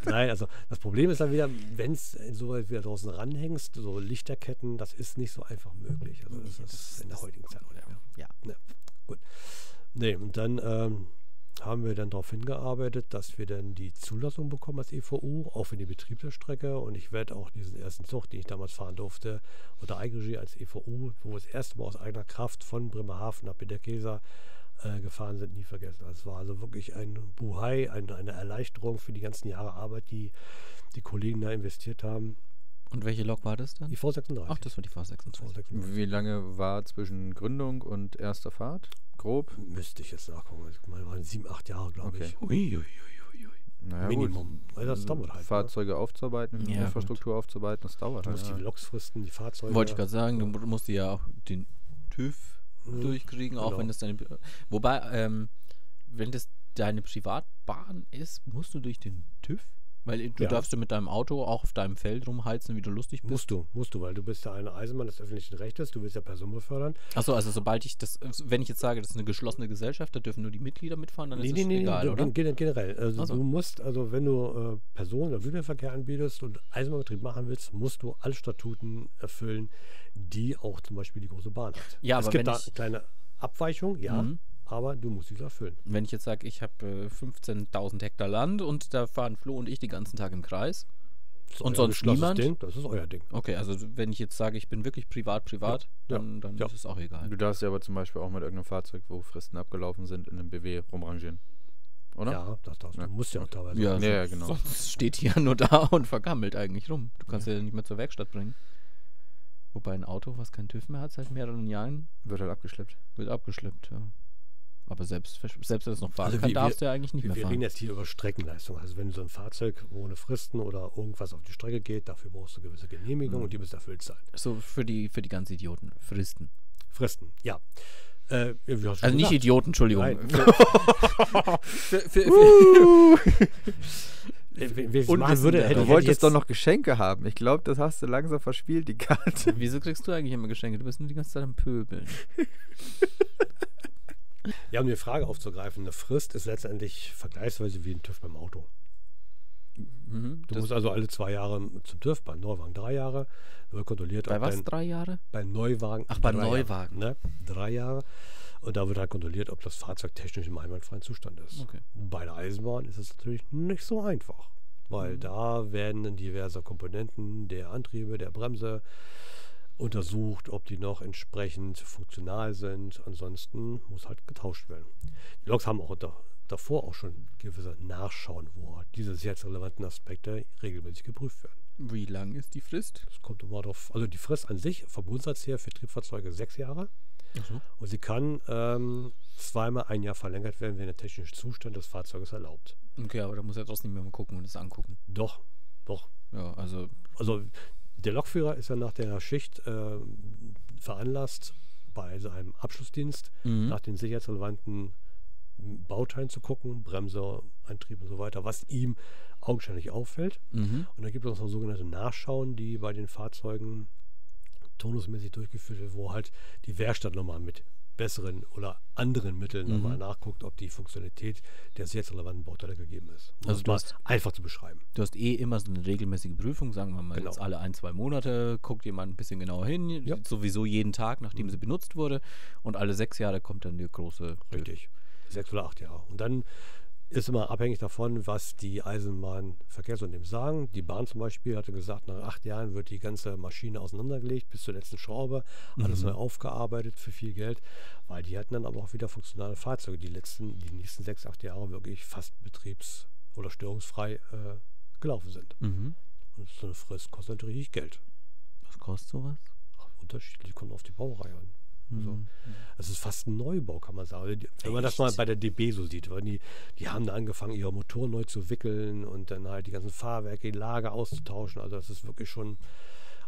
Speaker 3: Nein, also das Problem ist dann wieder, wenn es soweit wieder draußen ranhängst, so Lichterketten, das ist nicht so einfach möglich. Also das ist in der heutigen Zeit.
Speaker 2: ja.
Speaker 3: Ne, gut. Nee, und dann ähm, haben wir dann darauf hingearbeitet, dass wir dann die Zulassung bekommen als EVU, auch für den Betrieb der Strecke. Und ich werde auch diesen ersten Zug, den ich damals fahren durfte, unter Eigenregie als EVU, wo wir das erste Mal aus eigener Kraft von Bremerhaven nach Bederkesa äh, gefahren sind, nie vergessen. Das war also wirklich ein Buhai, ein, eine Erleichterung für die ganzen Jahre Arbeit, die die Kollegen da investiert haben. E
Speaker 2: Und welche Lok war das
Speaker 3: Die
Speaker 2: dann?
Speaker 3: V36.
Speaker 2: Ach, das war die V26.
Speaker 3: V36.
Speaker 1: Wie lange war zwischen Gründung und erster Fahrt? Grob?
Speaker 3: Müsste ich jetzt nachgucken. Also, Ich meine, waren sieben, acht Jahre, glaube
Speaker 1: Okay.
Speaker 3: ich.
Speaker 1: Naja,
Speaker 3: Minimum. Weil das
Speaker 1: Also
Speaker 3: dauert halt.
Speaker 1: Fahrzeuge aufzuarbeiten,
Speaker 2: Ja,
Speaker 1: Infrastruktur aufzuarbeiten, das dauert
Speaker 3: Du musst
Speaker 1: halt.
Speaker 3: die Loksfristen, die Fahrzeuge.
Speaker 2: Wollte ich gerade sagen, du musst ja auch den TÜV
Speaker 3: Mhm.
Speaker 2: durchkriegen, auch
Speaker 3: Genau.
Speaker 2: wenn das deine. Wobei, ähm, wenn das deine Privatbahn ist, musst du durch den TÜV? Weil du
Speaker 3: Ja.
Speaker 2: darfst du mit deinem Auto auch auf deinem Feld rumheizen, wie du lustig bist.
Speaker 3: Musst du, musst du, weil du bist ja eine Eisenbahn des öffentlichen Rechtes, du willst ja Personen befördern.
Speaker 2: Achso, also sobald ich das, wenn ich jetzt sage, das ist eine geschlossene Gesellschaft, da dürfen nur die Mitglieder mitfahren, dann ist das egal,
Speaker 3: du-
Speaker 2: oder?
Speaker 3: gen- generell. Also
Speaker 2: Ach so.
Speaker 3: du musst, also wenn du äh, Personen- oder Güterverkehr anbietest und Eisenbahnbetrieb machen willst, musst du alle Statuten erfüllen, die auch zum Beispiel die große Bahn hat.
Speaker 2: Ja,
Speaker 3: es
Speaker 2: aber
Speaker 3: gibt
Speaker 2: wenn
Speaker 3: da
Speaker 2: ich-
Speaker 3: kleine Abweichungen, ja,
Speaker 2: Mhm.
Speaker 3: aber du musst diese erfüllen.
Speaker 2: Wenn ich jetzt sage, ich habe äh, 15.000 Hektar Land und da fahren Flo und ich den ganzen Tag im Kreis.
Speaker 3: Das ist
Speaker 2: Und
Speaker 3: euer
Speaker 2: sonst
Speaker 3: beschlossenes
Speaker 2: niemand?
Speaker 3: Ding, das ist euer Ding.
Speaker 2: Okay, also wenn ich jetzt sage, ich bin wirklich privat, privat,
Speaker 3: Ja.
Speaker 2: dann, dann
Speaker 3: Ja.
Speaker 2: ist es auch
Speaker 3: halt.
Speaker 2: egal.
Speaker 1: Du darfst ja aber zum Beispiel auch mit irgendeinem Fahrzeug, wo Fristen abgelaufen sind, in einem BW rumrangieren. Oder?
Speaker 3: Ja, das darfst du.
Speaker 1: Ja.
Speaker 3: Du musst ja auch teilweise.
Speaker 1: Ja,
Speaker 2: so-
Speaker 1: ja, genau.
Speaker 2: Sonst also steht die ja nur da und vergammelt eigentlich rum. Du kannst ja, ja nicht mehr zur Werkstatt bringen. Wobei ein Auto, was keinen TÜV mehr hat, seit mehreren Jahren,
Speaker 1: Wird halt abgeschleppt.
Speaker 2: wird abgeschleppt. Ja. Aber selbst, selbst wenn es noch fahren
Speaker 3: Also
Speaker 2: kann,
Speaker 3: wie wir-
Speaker 2: darfst du ja eigentlich nicht
Speaker 3: Wir
Speaker 2: mehr
Speaker 3: reden
Speaker 2: fahren.
Speaker 3: jetzt hier über Streckenleistung. Also wenn so ein Fahrzeug ohne Fristen oder irgendwas auf die Strecke geht, dafür brauchst du gewisse Genehmigung
Speaker 2: Mhm.
Speaker 3: und die müssen erfüllt sein.
Speaker 2: So für die, für die ganzen Idioten. Fristen.
Speaker 3: Fristen, ja. Äh, wie hast du
Speaker 2: Also nicht
Speaker 3: gesagt?
Speaker 2: Idioten, Entschuldigung.
Speaker 3: Nein.
Speaker 2: Für, für, für,
Speaker 3: Äh, wenn- wenn ich es
Speaker 2: Und
Speaker 3: machen
Speaker 2: Wissen
Speaker 3: würde,
Speaker 2: der
Speaker 3: hätte
Speaker 1: Du
Speaker 3: ich
Speaker 1: wolltest
Speaker 3: jetzt,
Speaker 1: doch noch Geschenke haben. Ich glaube, das hast du langsam verspielt, die Karte.
Speaker 2: Wieso kriegst du eigentlich immer Geschenke? Du bist nur die ganze Zeit am Pöbeln.
Speaker 3: Ja, um die Frage aufzugreifen, eine Frist ist letztendlich vergleichsweise wie ein TÜV beim Auto.
Speaker 2: Mhm,
Speaker 3: Du
Speaker 2: das-
Speaker 3: musst also alle zwei Jahre zum TÜV, beim Neuwagen drei Jahre, Da wird kontrolliert.
Speaker 2: bei
Speaker 3: ob
Speaker 2: was?
Speaker 3: dein-
Speaker 2: Drei Jahre?
Speaker 3: Beim Neuwagen.
Speaker 2: Ach, beim
Speaker 3: drei
Speaker 2: Neuwagen.
Speaker 3: Jahre, ne? Drei Jahre. Und da wird halt kontrolliert, ob das Fahrzeug technisch im einwandfreien Zustand ist.
Speaker 2: Okay.
Speaker 3: Bei der Eisenbahn ist es natürlich nicht so einfach,
Speaker 2: Mhm.
Speaker 3: weil da werden dann diverse Komponenten der Antriebe, der Bremse untersucht, ob die noch entsprechend funktional sind. Ansonsten muss halt getauscht werden. Die Loks haben auch da, davor auch schon gewisse Nachschauen, wo halt diese sehr relevanten Aspekte regelmäßig geprüft werden.
Speaker 2: Wie lang ist die Frist?
Speaker 3: Es kommt immer darauf, also die Frist an sich vom Grundsatz her für Triebfahrzeuge sechs Jahre.
Speaker 2: so.
Speaker 3: Und sie kann ähm, zweimal ein Jahr verlängert werden, wenn der technische Zustand des Fahrzeuges erlaubt.
Speaker 2: Okay, aber da muss ja trotzdem jemand gucken und es angucken.
Speaker 3: Doch, doch.
Speaker 2: Ja, also
Speaker 3: Also der Lokführer ist ja nach der Schicht äh, veranlasst, bei seinem Abschlussdienst
Speaker 2: Mhm.
Speaker 3: nach den sicherheitsrelevanten Bauteilen zu gucken, Bremse, Antrieb und so weiter, was ihm augenscheinlich auffällt.
Speaker 2: Mhm.
Speaker 3: Und da gibt es noch sogenannte Nachschauen, die bei den Fahrzeugen turnusmäßig durchgeführt werden, wo halt die Werkstatt nochmal mit besseren oder anderen Mitteln
Speaker 2: Mhm.
Speaker 3: nochmal nachguckt, ob die Funktionalität der jetzt relevanten Bauteile gegeben ist. Um
Speaker 2: Also
Speaker 3: also
Speaker 2: du
Speaker 3: mal
Speaker 2: hast-
Speaker 3: einfach zu beschreiben.
Speaker 2: Du hast eh immer so eine regelmäßige Prüfung, sagen wir mal
Speaker 3: Genau.
Speaker 2: jetzt alle ein, zwei Monate, guckt jemand ein bisschen genauer hin,
Speaker 3: Ja.
Speaker 2: sowieso jeden Tag, nachdem sie benutzt wurde. Und alle sechs Jahre kommt dann der große. TÜV.
Speaker 3: Richtig. Sechs oder acht Jahre. Und dann ist immer abhängig davon, was die Eisenbahnverkehrsunternehmen sagen. Die Bahn zum Beispiel hatte gesagt, nach acht Jahren wird die ganze Maschine auseinandergelegt, bis zur letzten Schraube, alles neu aufgearbeitet für viel Geld, weil die hatten dann aber auch wieder funktionale Fahrzeuge, die letzten, die nächsten sechs, acht Jahre wirklich fast betriebs- oder störungsfrei äh, gelaufen sind.
Speaker 2: Mhm.
Speaker 3: Und so eine Frist kostet natürlich Geld.
Speaker 2: Was kostet sowas?
Speaker 3: Unterschiedlich kommt auf die Baureihe an. Also,
Speaker 2: Mhm.
Speaker 3: es ist fast ein Neubau, kann man sagen. Also die- Wenn man das mal
Speaker 2: Echt?
Speaker 3: bei der DB so sieht, weil die, die haben da angefangen, ihre Motoren neu zu wickeln und dann halt die ganzen Fahrwerke, die Lager auszutauschen. Also das ist wirklich schon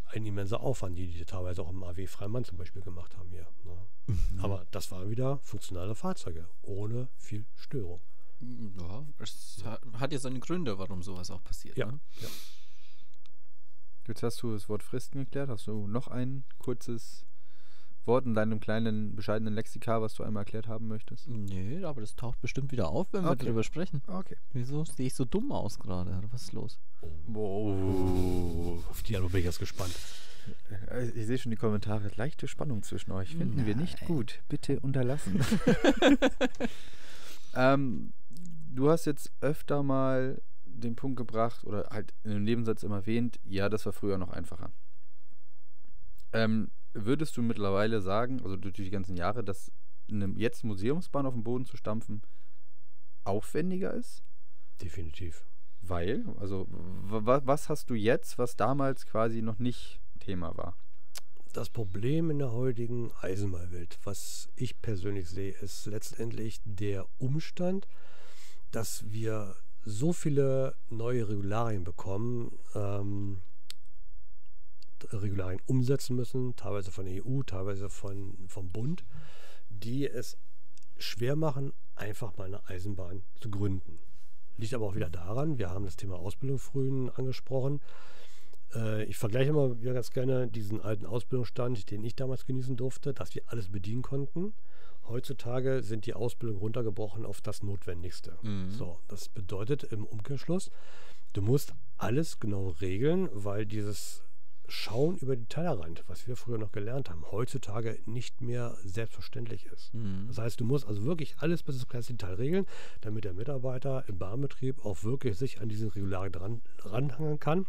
Speaker 3: ein immenser Aufwand, die die teilweise auch im AW Freimann zum Beispiel gemacht haben hier. Ne? Aber das waren wieder funktionale Fahrzeuge, ohne viel Störung.
Speaker 2: Ja, es ha- hat ja seine Gründe, warum sowas auch passiert.
Speaker 3: Ja,
Speaker 2: Ne?
Speaker 3: ja.
Speaker 1: Jetzt hast du das Wort Fristen geklärt. Hast du noch ein kurzes Wort in deinem kleinen, bescheidenen Lexikar, was du einmal erklärt haben möchtest?
Speaker 2: Nö, aber das taucht bestimmt wieder auf, wenn
Speaker 1: Okay.
Speaker 2: wir drüber sprechen.
Speaker 1: Okay.
Speaker 2: Wieso sehe ich so dumm aus gerade? Was ist los?
Speaker 1: Wow.
Speaker 3: Oh, Auf die Antwort bin ich jetzt gespannt.
Speaker 1: Äh, Ich sehe schon die Kommentare. Leichte Spannung zwischen euch. Finden wir nicht gut. Bitte unterlassen. ähm, du hast jetzt öfter mal den Punkt gebracht oder halt in einem Nebensatz immer erwähnt, ja, das war früher noch einfacher. Ähm, würdest du mittlerweile sagen, also durch die ganzen Jahre, dass eine jetzt Museumsbahn auf dem Boden zu stampfen aufwendiger ist?
Speaker 3: Definitiv.
Speaker 1: Weil, also w- wa- was hast du jetzt, was damals quasi noch nicht Thema war?
Speaker 3: Das Problem in der heutigen Eisenbahnwelt, was ich persönlich sehe, ist letztendlich der Umstand, dass wir so viele neue Regularien bekommen, ähm, Regularien umsetzen müssen, teilweise von der EU, teilweise von, vom Bund, die es schwer machen, einfach mal eine Eisenbahn zu gründen. Liegt aber auch wieder daran, wir haben das Thema Ausbildung früh angesprochen. Äh, ich vergleiche immer wieder ganz gerne diesen alten Ausbildungsstand, den ich damals genießen durfte, dass wir alles bedienen konnten. Heutzutage sind die Ausbildungen runtergebrochen auf das Notwendigste. So, das bedeutet im Umkehrschluss, du musst alles genau regeln, weil dieses Schauen über den Tellerrand, was wir früher noch gelernt haben, heutzutage nicht mehr selbstverständlich ist.
Speaker 2: Mhm.
Speaker 3: Das heißt, du musst also wirklich alles bis ins kleinste Detail regeln, damit der Mitarbeiter im Bahnbetrieb auch wirklich sich an diesen Regularien dran, ranhangeln kann,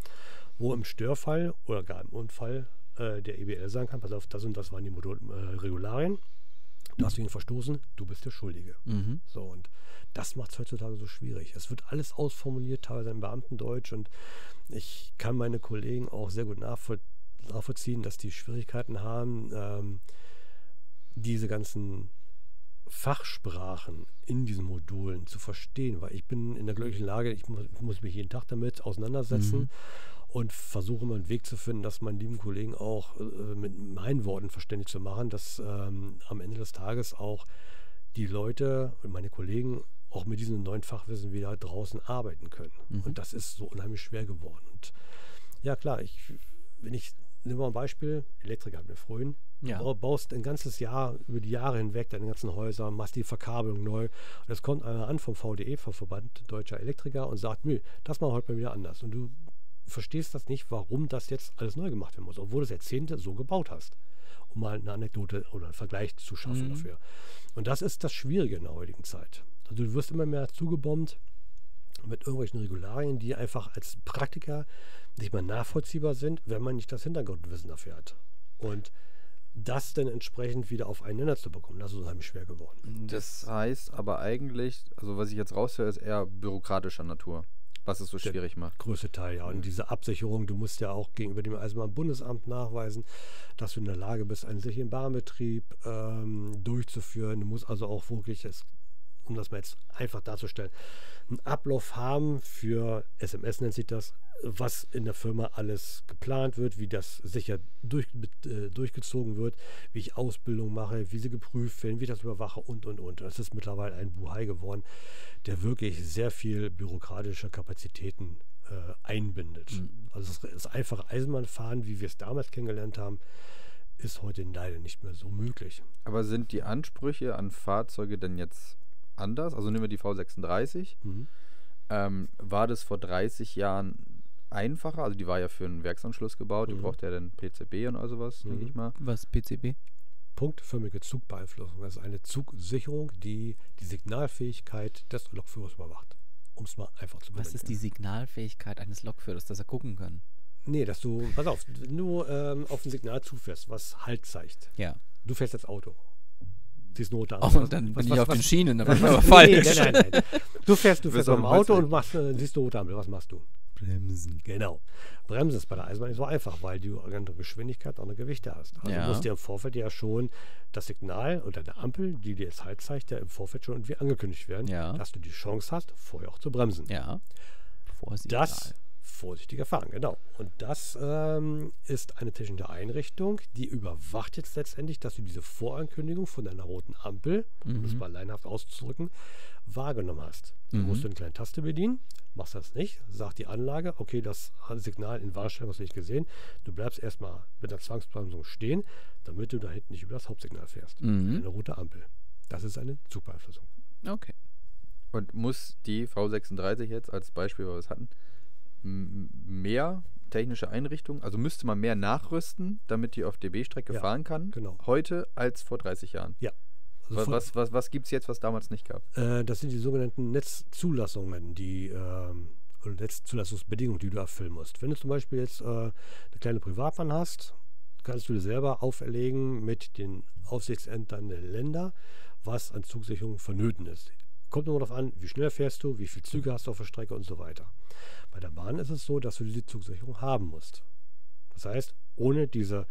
Speaker 3: wo im Störfall oder gar im Unfall äh, der EBL sagen kann, pass auf, das und das waren die Modul äh, Regularien, da hast du ihn verstoßen, du bist der Schuldige.
Speaker 2: Mhm.
Speaker 3: So, und das macht es heutzutage so schwierig. Es wird alles ausformuliert, teilweise im Beamtendeutsch. Und ich kann meine Kollegen auch sehr gut nachvoll nachvollziehen, dass die Schwierigkeiten haben, ähm, diese ganzen Fachsprachen in diesen Modulen zu verstehen. Weil ich bin in der glücklichen Lage, ich muss, ich muss mich jeden Tag damit auseinandersetzen. Und versuche immer einen Weg zu finden, dass meinen lieben Kollegen auch äh, mit meinen Worten verständlich zu machen, dass ähm, am Ende des Tages auch die Leute und meine Kollegen auch mit diesem neuen Fachwissen wieder draußen arbeiten können.
Speaker 2: Mhm.
Speaker 3: Und das ist so unheimlich schwer geworden. Und ja, klar, ich, wenn ich, nehmen wir mal ein Beispiel, Elektriker hat mir vorhin,
Speaker 2: Ja.
Speaker 3: Du baust ein ganzes Jahr, über die Jahre hinweg deine ganzen Häuser, machst die Verkabelung neu. Und es kommt einer an vom VDE, vom Verband Deutscher Elektriker, und sagt, nö, das machen wir heute mal wieder anders. Und du verstehst das nicht, warum das jetzt alles neu gemacht werden muss, obwohl du es Jahrzehnte so gebaut hast. Um mal eine Anekdote oder einen Vergleich zu schaffen
Speaker 2: Mhm.
Speaker 3: dafür. Und das ist das Schwierige in der heutigen Zeit. Also du wirst immer mehr zugebombt mit irgendwelchen Regularien, die einfach als Praktiker nicht mehr nachvollziehbar sind, wenn man nicht das Hintergrundwissen dafür hat. Und das dann entsprechend wieder auf einen Nenner zu bekommen, das ist unheimlich schwer geworden.
Speaker 1: Das heißt aber eigentlich, also was ich jetzt raushöre, ist eher bürokratischer Natur, was es so
Speaker 3: Der-
Speaker 1: schwierig macht.
Speaker 3: Größte Teil, ja. Und diese Absicherung, du musst ja auch gegenüber dem Eisenbahnbundesamt nachweisen, dass du in der Lage bist, einen sicheren Bahnbetrieb ähm, durchzuführen. Du musst also auch wirklich, es, um das mal jetzt einfach darzustellen, einen Ablauf haben für SMS nennt sich das, was in der Firma alles geplant wird, wie das sicher durch, mit, äh, durchgezogen wird, wie ich Ausbildung mache, wie sie geprüft werden, wie ich das überwache und und und. Das ist mittlerweile ein Buhai geworden, der wirklich sehr viel bürokratische Kapazitäten äh, einbindet. Also das, das einfache Eisenbahnfahren, wie wir es damals kennengelernt haben, ist heute leider nicht mehr so möglich.
Speaker 1: Aber sind die Ansprüche an Fahrzeuge denn jetzt anders? Also nehmen wir die V36.
Speaker 3: Mhm.
Speaker 1: Ähm, war das vor 30 Jahren einfacher? Also die war ja für einen Werksanschluss gebaut, die
Speaker 3: Mhm.
Speaker 1: braucht ja dann PCB und all sowas, denke
Speaker 3: Mhm.
Speaker 1: ich mal.
Speaker 2: Was, PCB?
Speaker 3: Punktförmige Zugbeeinflussung. Das ist eine Zugsicherung, die die Signalfähigkeit des Lokführers überwacht. Um es mal einfach zu
Speaker 2: Was
Speaker 3: benennen.
Speaker 2: ist die Signalfähigkeit eines Lokführers, dass er gucken kann?
Speaker 3: Nee, dass du, pass auf, wenn du ähm, auf ein Signal zufährst, was Halt zeigt.
Speaker 2: Ja.
Speaker 3: Du fährst jetzt Auto. Siehst Not an.
Speaker 2: Oh,
Speaker 1: Also
Speaker 2: und dann bin ich auf den Schienen, dann bin ich aber
Speaker 3: Nee, nee,
Speaker 2: falsch.
Speaker 3: nein, nein, nein. Du fährst, du
Speaker 1: Wirst
Speaker 3: fährst
Speaker 1: auf
Speaker 3: mit dem
Speaker 1: dem Holzweg.
Speaker 3: Auto und machst, äh, siehst Not an. Was machst du?
Speaker 2: Bremsen.
Speaker 3: Genau. Bremsen ist bei der Eisenbahn nicht so einfach, weil du eine andere Geschwindigkeit, andere Gewichte hast. Also
Speaker 2: Ja.
Speaker 3: du musst dir im Vorfeld ja schon das Signal oder eine Ampel, die dir jetzt halt zeigt, ja im Vorfeld schon irgendwie angekündigt werden,
Speaker 2: Ja.
Speaker 3: dass du die Chance hast, vorher auch zu bremsen.
Speaker 2: Ja. Vorsicht.
Speaker 3: Das Vorsichtiger fahren, genau. Und das ähm, ist eine technische Einrichtung, die überwacht jetzt letztendlich, dass du diese Vorankündigung von deiner roten Ampel, um das mal leinhaft auszudrücken, wahrgenommen hast. Du musst eine kleine Taste bedienen, machst das nicht, sagt die Anlage, okay, das Signal in Wahrstellung hast du nicht gesehen, du bleibst erstmal mit der Zwangsbremsung stehen, damit du da hinten nicht über das Hauptsignal fährst.
Speaker 2: Mhm.
Speaker 3: Eine rote Ampel. Das ist eine Zugbeeinflussung.
Speaker 2: Okay.
Speaker 1: Und muss die V36 jetzt als Beispiel, was wir es hatten, m- mehr technische Einrichtungen, also müsste man mehr nachrüsten, damit die auf DB-Strecke
Speaker 3: Ja,
Speaker 1: fahren kann,
Speaker 3: genau.
Speaker 1: heute als vor 30 Jahren?
Speaker 3: Also
Speaker 1: Was,
Speaker 3: von-
Speaker 1: was, was, was gibt es jetzt, was damals nicht gab?
Speaker 3: Äh, das sind die sogenannten Netzzulassungen, die ähm, oder Netzzulassungsbedingungen, die du erfüllen musst. Wenn du zum Beispiel jetzt äh, eine kleine Privatbahn hast, kannst du dir selber auferlegen mit den Aufsichtsämtern der Länder, was an Zugsicherung vonnöten ist. Kommt nur darauf an, wie schnell fährst du, wie viele Züge hast du auf der Strecke und so weiter. Bei der Bahn ist es so, dass du diese Zugsicherung haben musst. Das heißt, ohne diese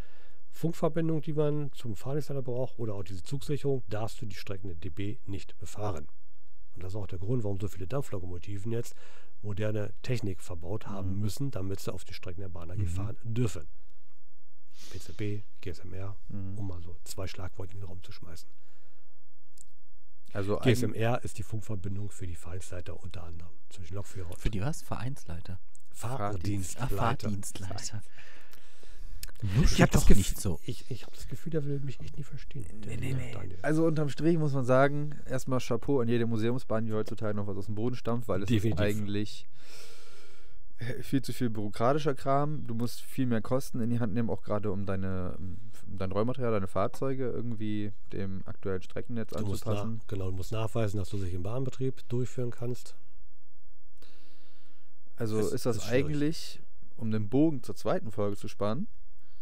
Speaker 3: Funkverbindung, die man zum Fahrdienstleiter braucht, oder auch diese Zugsicherung, darfst du die Strecken der DB nicht befahren. Und das ist auch der Grund, warum so viele Dampflokomotiven jetzt moderne Technik verbaut haben
Speaker 1: Mhm.
Speaker 3: müssen, damit sie auf die Strecken der Bahn AG fahren dürfen. PCB, GSMR, um mal so zwei Schlagworte in den Raum zu schmeißen.
Speaker 1: Also ein,
Speaker 3: GSMR ist die Funkverbindung für die Fahrdienstleiter unter anderem zwischen Lokführer und
Speaker 2: Für die was? Vereinsleiter. Ah,
Speaker 3: Fahrdienstleiter.
Speaker 2: Fahrdienstleiter.
Speaker 3: Ich
Speaker 2: hab
Speaker 3: habe
Speaker 2: das
Speaker 3: das,
Speaker 2: Gef-
Speaker 3: so. ich, ich hab das Gefühl, der will mich echt nie verstehen. Nee, nee, nee.
Speaker 1: also unterm Strich muss man sagen, erstmal Chapeau an jede Museumsbahn, die heutzutage noch was aus dem Boden stampft, weil es ist
Speaker 3: Definitiv.
Speaker 1: eigentlich viel zu viel bürokratischer Kram. Du musst viel mehr Kosten in die Hand nehmen, auch gerade um deine um dein Rollmaterial, deine Fahrzeuge irgendwie dem aktuellen Streckennetz
Speaker 3: Du musst, nach,
Speaker 1: anzupassen.
Speaker 3: genau, du musst nachweisen, dass du sich im Bahnbetrieb durchführen kannst.
Speaker 1: Also
Speaker 3: Das
Speaker 1: ist das
Speaker 3: ist schwierig.
Speaker 1: eigentlich, um den Bogen zur zweiten Folge zu spannen,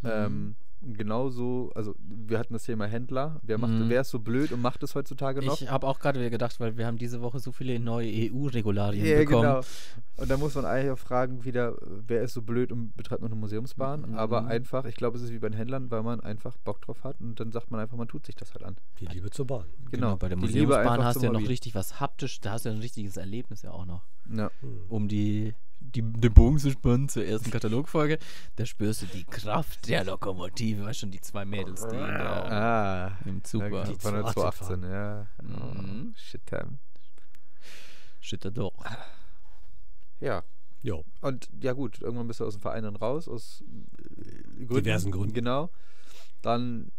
Speaker 2: Mhm.
Speaker 1: ähm, genauso, also wir hatten das Thema Händler. Wer, macht,
Speaker 2: Mhm.
Speaker 1: wer ist so blöd und macht es heutzutage noch?
Speaker 2: Ich habe auch gerade wieder gedacht, weil wir haben diese Woche so viele neue EU-Regularien
Speaker 1: Ja,
Speaker 2: bekommen.
Speaker 1: genau. Und da muss man eigentlich auch fragen, wieder, wer ist so blöd und betreibt noch eine Museumsbahn?
Speaker 2: Mhm.
Speaker 1: Aber einfach, ich glaube, es ist wie bei den Händlern, weil man einfach Bock drauf hat und dann sagt man einfach, man tut sich das halt an.
Speaker 3: Die Liebe zur Bahn.
Speaker 1: Genau.
Speaker 2: Bei der
Speaker 1: Die Liebe
Speaker 2: Museumsbahn
Speaker 1: einfach
Speaker 2: hast
Speaker 1: zum
Speaker 2: du ja noch
Speaker 1: Hobby.
Speaker 2: richtig was haptisch, da hast du ja ein richtiges Erlebnis ja auch noch.
Speaker 1: Ja.
Speaker 3: Hm.
Speaker 2: Um die, die, den Bogen zu spannen zur ersten Katalogfolge, da spürst du die Kraft der Lokomotive. Weißt schon, die zwei Mädels, die da
Speaker 1: Ah.
Speaker 2: im Zug
Speaker 1: Ja,
Speaker 2: waren.
Speaker 1: die
Speaker 3: Die
Speaker 1: 218,
Speaker 3: 218,
Speaker 1: ja. Oh,
Speaker 2: Mhm.
Speaker 1: Shit time.
Speaker 2: Schütter doch.
Speaker 1: Ah, Ja.
Speaker 3: Ja,
Speaker 1: Und ja gut, irgendwann bist du aus dem Verein dann raus, aus äh, Gründen.
Speaker 3: Diversen Gründen.
Speaker 1: Genau. Dann,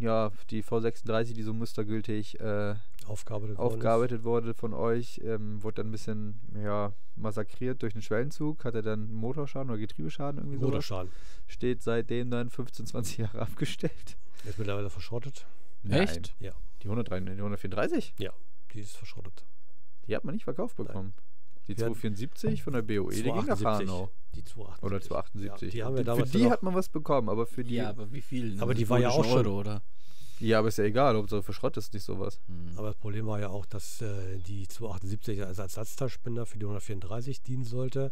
Speaker 1: ja, die V36, die so mustergültig äh,
Speaker 3: Aufgabe der
Speaker 1: aufgearbeitet wurde von euch, ähm, wurde dann ein bisschen ja, massakriert durch einen Schwellenzug, hatte dann Motorschaden oder Getriebeschaden irgendwie so.
Speaker 3: Motorschaden.
Speaker 1: Steht seitdem dann 15, 20 Jahre abgestellt.
Speaker 3: Ist mittlerweile verschrottet.
Speaker 2: Echt?
Speaker 3: Ja,
Speaker 1: Die, 103, die 134?
Speaker 3: ja, die ist verschrottet.
Speaker 1: Die hat man nicht verkauft bekommen. Die
Speaker 3: Wir hatten-
Speaker 1: 274 von der BOE, die ging nach
Speaker 3: 278.
Speaker 1: Hanau.
Speaker 3: Die 278.
Speaker 1: Oder 278.
Speaker 3: Ja, die haben
Speaker 1: Und
Speaker 3: wir damals
Speaker 1: für die
Speaker 3: noch-
Speaker 1: hat man was bekommen, aber für die.
Speaker 2: Ja,
Speaker 1: Ja,
Speaker 2: aber wie viel?
Speaker 3: Aber die war ja auch
Speaker 2: Polnischen
Speaker 3: schon-
Speaker 2: Euro, oder? Hm.
Speaker 1: aber ist ja egal, ob so verschrottest nicht sowas.
Speaker 3: Aber das Problem war ja auch, dass äh, die 278 als Ersatztaschenspender für die 134 dienen sollte.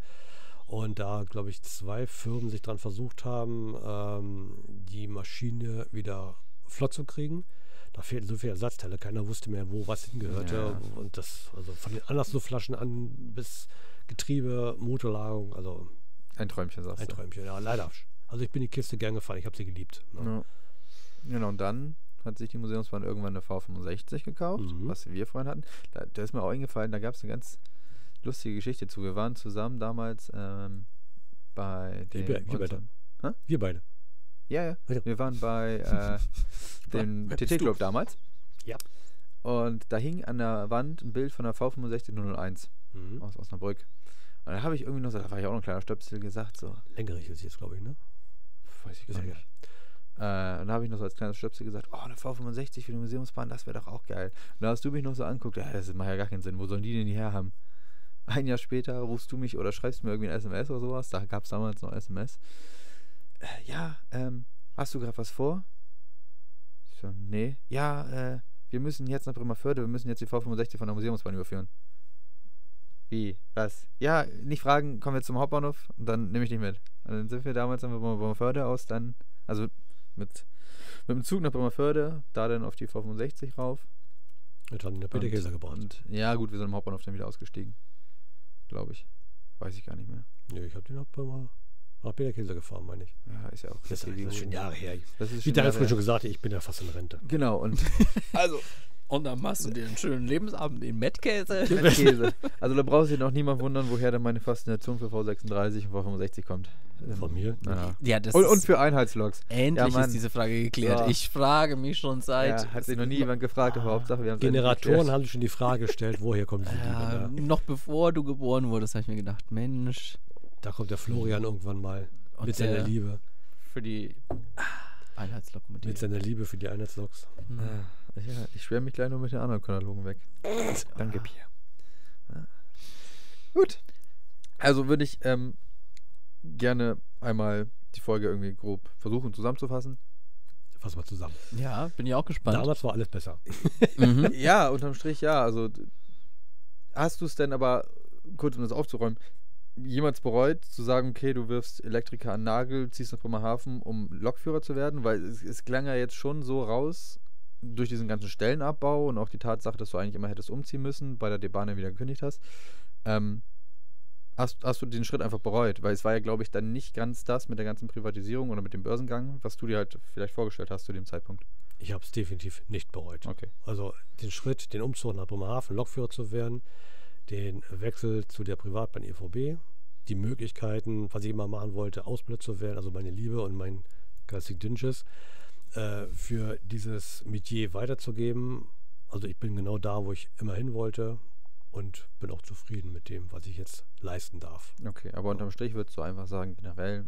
Speaker 3: Und da, glaube ich, zwei Firmen sich dran versucht haben, ähm, die Maschine wieder flott zu kriegen. Da fehlten so viele Ersatzteile, keiner wusste mehr, wo was hingehörte.
Speaker 1: Ja.
Speaker 3: Und das, also von den Anlassflaschen an bis Getriebe, Motorlagerung, also
Speaker 1: Ein Träumchen, sagst
Speaker 3: ein
Speaker 1: du.
Speaker 3: Träumchen. Ja, leider. Also ich bin die Kiste gern gefahren, ich habe sie geliebt. ne?
Speaker 1: Ja. Genau, und dann hat sich die Museumsbahn irgendwann eine V65 gekauft,
Speaker 3: Mhm.
Speaker 1: was wir vorhin hatten. Da, da ist mir auch eingefallen, da gab es eine ganz lustige Geschichte zu. Wir waren zusammen damals ähm, bei
Speaker 3: Wie
Speaker 1: dem.
Speaker 3: bei- wie bei der- Wir beide.
Speaker 1: ja, ja.
Speaker 3: Also-
Speaker 1: Wir waren bei äh, dem
Speaker 2: Wer bist
Speaker 1: TT Club damals.
Speaker 3: Ja.
Speaker 1: Und da hing an der Wand ein Bild von der V65001
Speaker 3: Mhm.
Speaker 1: aus Osnabrück. Und da habe ich irgendwie noch, so- da war ich auch noch ein kleiner Stöpsel gesagt, so,
Speaker 3: Längerich ist jetzt, glaube ich, ne?
Speaker 1: weiß ich
Speaker 3: Ist
Speaker 1: gar
Speaker 3: ja
Speaker 1: nicht. Äh, und da habe ich noch so als kleines Stöpsel gesagt, oh, eine V65 für die Museumsbahn, das wäre doch auch geil. Und da hast du mich noch so anguckt, ja, das macht ja gar keinen Sinn, wo sollen die denn die her haben? Ein Jahr später rufst du mich oder schreibst mir irgendwie ein SMS oder sowas, da gab es damals noch SMS. Äh, ja, ähm, hast du gerade was vor? Ich so, nee. Ja, äh, wir müssen jetzt nach Bremerförde, wir müssen jetzt die V65 von der Museumsbahn überführen. Wie? Was? Ja, nicht fragen, kommen wir zum Hauptbahnhof und dann nehme ich dich mit. Und Also dann sind wir damals einfach von Bremerförde aus dann, also mit, mit dem Zug nach Bremerförde, da dann auf die V65 rauf.
Speaker 3: Jetzt haben die Peter
Speaker 1: und-
Speaker 3: Käser gebracht.
Speaker 1: Und, ja, gut, wir sind am Hauptbahnhof dann wieder ausgestiegen. Glaube ich. Weiß ich gar nicht mehr.
Speaker 3: Nee, ich habe den ab mal nach Peterkäse gefahren, meine ich.
Speaker 1: Ja, ist ja auch.
Speaker 3: Das ist, das ist schon Jahre her.
Speaker 1: Das ist
Speaker 3: Wie
Speaker 1: schon
Speaker 3: Daniel
Speaker 1: Jahre
Speaker 3: vorhin
Speaker 1: her.
Speaker 3: schon gesagt hat, ich bin ja fast in Rente.
Speaker 1: Genau, und
Speaker 2: Also, und dann machst du dir einen schönen Lebensabend in Mettkäse.
Speaker 1: Käse. Also da brauchst du dich noch niemand wundern, woher denn meine Faszination für V36 und V65 kommt.
Speaker 3: Von mir?
Speaker 1: Ja.
Speaker 2: Ja, das
Speaker 1: Und,
Speaker 2: ist-
Speaker 1: und für Einheitslogs.
Speaker 2: endlich
Speaker 1: Ja, Mann.
Speaker 2: ist diese Frage geklärt.
Speaker 1: Ja.
Speaker 2: Ich frage mich schon seit
Speaker 1: Ja, hat sich noch nie jemand gefragt, aber Hauptsache wir haben
Speaker 3: Ah. Generatoren haben sich schon die Frage gestellt, woher kommen diese Liebe?
Speaker 2: Ja,
Speaker 3: ne?
Speaker 2: noch bevor du geboren wurdest, habe ich mir gedacht, Mensch,
Speaker 3: Da kommt der Florian irgendwann mal
Speaker 2: Und
Speaker 3: mit seiner
Speaker 2: der-
Speaker 3: Liebe.
Speaker 2: für die
Speaker 3: Mit
Speaker 2: Einheitslokomotive.
Speaker 3: seiner Liebe für die Einheitsloks.
Speaker 1: Ja, ich schwärme mich gleich noch mit den anderen Katalogen weg. Danke, Pia. Ja. Gut. Also würde ich ähm, gerne einmal die Folge irgendwie grob versuchen zusammenzufassen.
Speaker 3: Fassen wir zusammen.
Speaker 2: Ja, bin ich auch gespannt.
Speaker 3: Damals war alles besser.
Speaker 2: Mhm.
Speaker 1: Ja, unterm Strich ja. Also d- hast du es denn aber, kurz um das aufzuräumen, jemals bereut zu sagen, okay, du wirfst Elektriker an den Nagel, ziehst nach Bremerhaven, um Lokführer zu werden? Weil es, es klang ja jetzt schon so raus durch diesen ganzen Stellenabbau und auch die Tatsache, dass du eigentlich immer hättest umziehen müssen, bei der Debane wieder gekündigt hast. Ähm, hast, hast du den Schritt einfach bereut? Weil es war ja, glaube ich, dann nicht ganz das mit der ganzen Privatisierung oder mit dem Börsengang, was du dir halt vielleicht vorgestellt hast zu dem Zeitpunkt.
Speaker 3: Ich habe es definitiv nicht bereut.
Speaker 1: Okay.
Speaker 3: Also den Schritt, den Umzug nach Bremerhaven, Lokführer zu werden, den Wechsel zu der Privatbahn EVB, die Möglichkeiten, was ich immer machen wollte, Ausbilder zu werden, also meine Liebe und mein geistig Dünnsches, äh, für dieses Metier weiterzugeben. Also ich bin genau da, wo ich immer hin wollte und bin auch zufrieden mit dem, was ich jetzt leisten darf.
Speaker 1: Okay, aber unterm Strich würdest du einfach sagen, generell,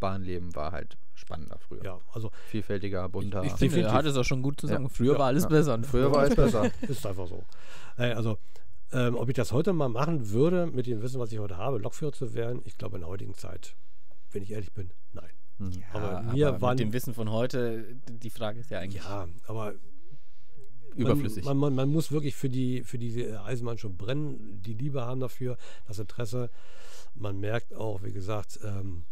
Speaker 1: Bahnleben war halt spannender früher.
Speaker 3: Ja, also
Speaker 1: Vielfältiger, bunter.
Speaker 2: Ich finde, er
Speaker 3: definitiv.
Speaker 2: hat es auch schon gut zusammen. Früher
Speaker 1: Ja,
Speaker 2: war alles
Speaker 1: ja.
Speaker 2: besser. Und
Speaker 1: früher war es besser.
Speaker 3: Ist einfach so. Äh, Also, ähm, ob ich das heute mal machen würde, mit dem Wissen, was ich heute habe, Lokführer zu werden, ich glaube in der heutigen Zeit, wenn ich ehrlich bin, nein.
Speaker 1: Hm.
Speaker 3: Aber mir waren-
Speaker 2: mit dem Wissen von heute, die Frage ist ja eigentlich
Speaker 3: Ja, aber
Speaker 2: überflüssig.
Speaker 3: Man, man, man muss wirklich für, die, für diese Eisenbahn schon brennen, die Liebe haben dafür, das Interesse. Man merkt auch, wie gesagt, ähm,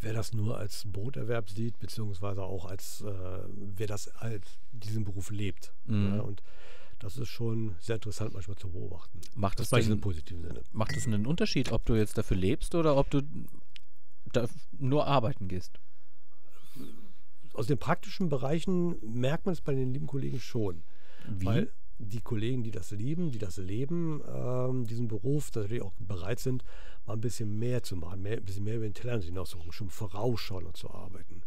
Speaker 3: wer das nur als Broterwerb sieht, beziehungsweise auch als, äh, wer das als diesen Beruf lebt.
Speaker 2: Mhm.
Speaker 3: Ja, und das ist schon sehr interessant manchmal zu beobachten.
Speaker 2: macht, das
Speaker 3: Das war ich im
Speaker 2: denn,
Speaker 3: positiven Sinne.
Speaker 2: macht das einen Unterschied, ob du jetzt dafür lebst oder ob du da nur arbeiten gehst?
Speaker 3: Aus den praktischen Bereichen merkt man es bei den lieben Kollegen schon.
Speaker 2: Wie?
Speaker 3: Weil die Kollegen, die das lieben, die das leben, ähm, diesen Beruf natürlich auch bereit sind, mal ein bisschen mehr zu machen, mehr, ein bisschen mehr über den Tellerrand hinauszugucken, schon vorausschauender zu arbeiten.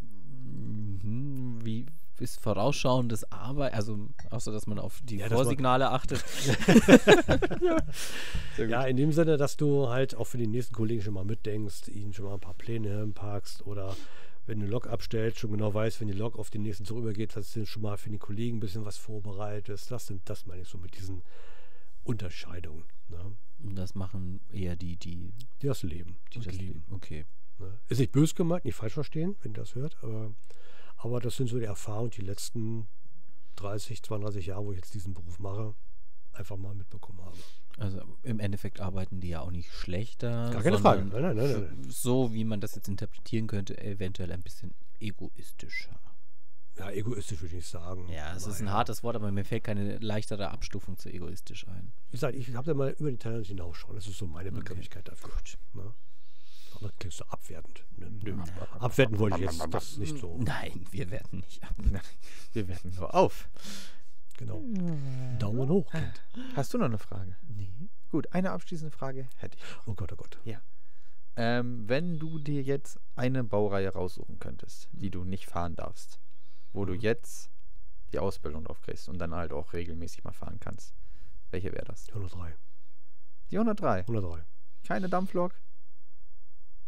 Speaker 2: Mhm, Wie ist vorausschauendes Arbeiten, also außer dass man auf die
Speaker 3: Ja, dass man-
Speaker 2: Vorsignale achtet.
Speaker 3: Ja, in dem Sinne, dass du halt auch für die nächsten Kollegen schon mal mitdenkst, ihnen schon mal ein paar Pläne hinpackst oder wenn du Lok abstellst, schon genau weißt, wenn die Lok auf den nächsten Zug übergeht, dass du schon mal für die Kollegen ein bisschen was vorbereitest. Das sind, das meine ich so mit diesen Unterscheidungen, ne?
Speaker 2: Das machen eher die, die,
Speaker 3: die das leben.
Speaker 2: die
Speaker 3: und
Speaker 2: das
Speaker 3: lieben.
Speaker 2: leben. Okay.
Speaker 3: Ne? Ist nicht böse gemeint, nicht falsch verstehen, wenn ihr das hört, aber, aber das sind so die Erfahrungen, die letzten 30, 32 Jahre, wo ich jetzt diesen Beruf mache, einfach mal mitbekommen habe.
Speaker 2: Also im Endeffekt arbeiten die ja auch nicht schlechter.
Speaker 3: Gar keine Frage. ne?
Speaker 2: sondern
Speaker 3: Also Nein, nein, nein, nein, nein.
Speaker 2: So wie man das jetzt interpretieren könnte, eventuell ein bisschen egoistischer.
Speaker 3: Ja, egoistisch würde ich nicht sagen.
Speaker 2: Ja, es
Speaker 3: aber
Speaker 2: ist ein
Speaker 3: ja.
Speaker 2: hartes Wort, aber mir fällt keine leichtere Abstufung zu egoistisch ein.
Speaker 3: Wie gesagt, ich habe da mal über den Tellerrand hinausschauen. Das ist so meine Begrifflichkeit dafür. Ne? Aber das klingst du abwertend. Ne? Nö. Abwerten wollte ich jetzt das nicht so.
Speaker 2: Nein, wir werden nicht ab.
Speaker 1: Wir werden nur auf.
Speaker 3: Genau. Daumen hoch, Kind.
Speaker 1: Hast du noch eine Frage?
Speaker 2: Nee.
Speaker 1: Gut, eine abschließende Frage hätte ich.
Speaker 3: Oh Gott, oh Gott.
Speaker 1: Ähm, wenn du dir jetzt eine Baureihe raussuchen könntest,
Speaker 2: Mhm.
Speaker 1: die du nicht fahren darfst, wo du jetzt die Ausbildung drauf kriegst und dann halt auch regelmäßig mal fahren kannst, welche wäre das?
Speaker 3: 103.
Speaker 1: Die 103.
Speaker 3: 103.
Speaker 1: Keine Dampflok.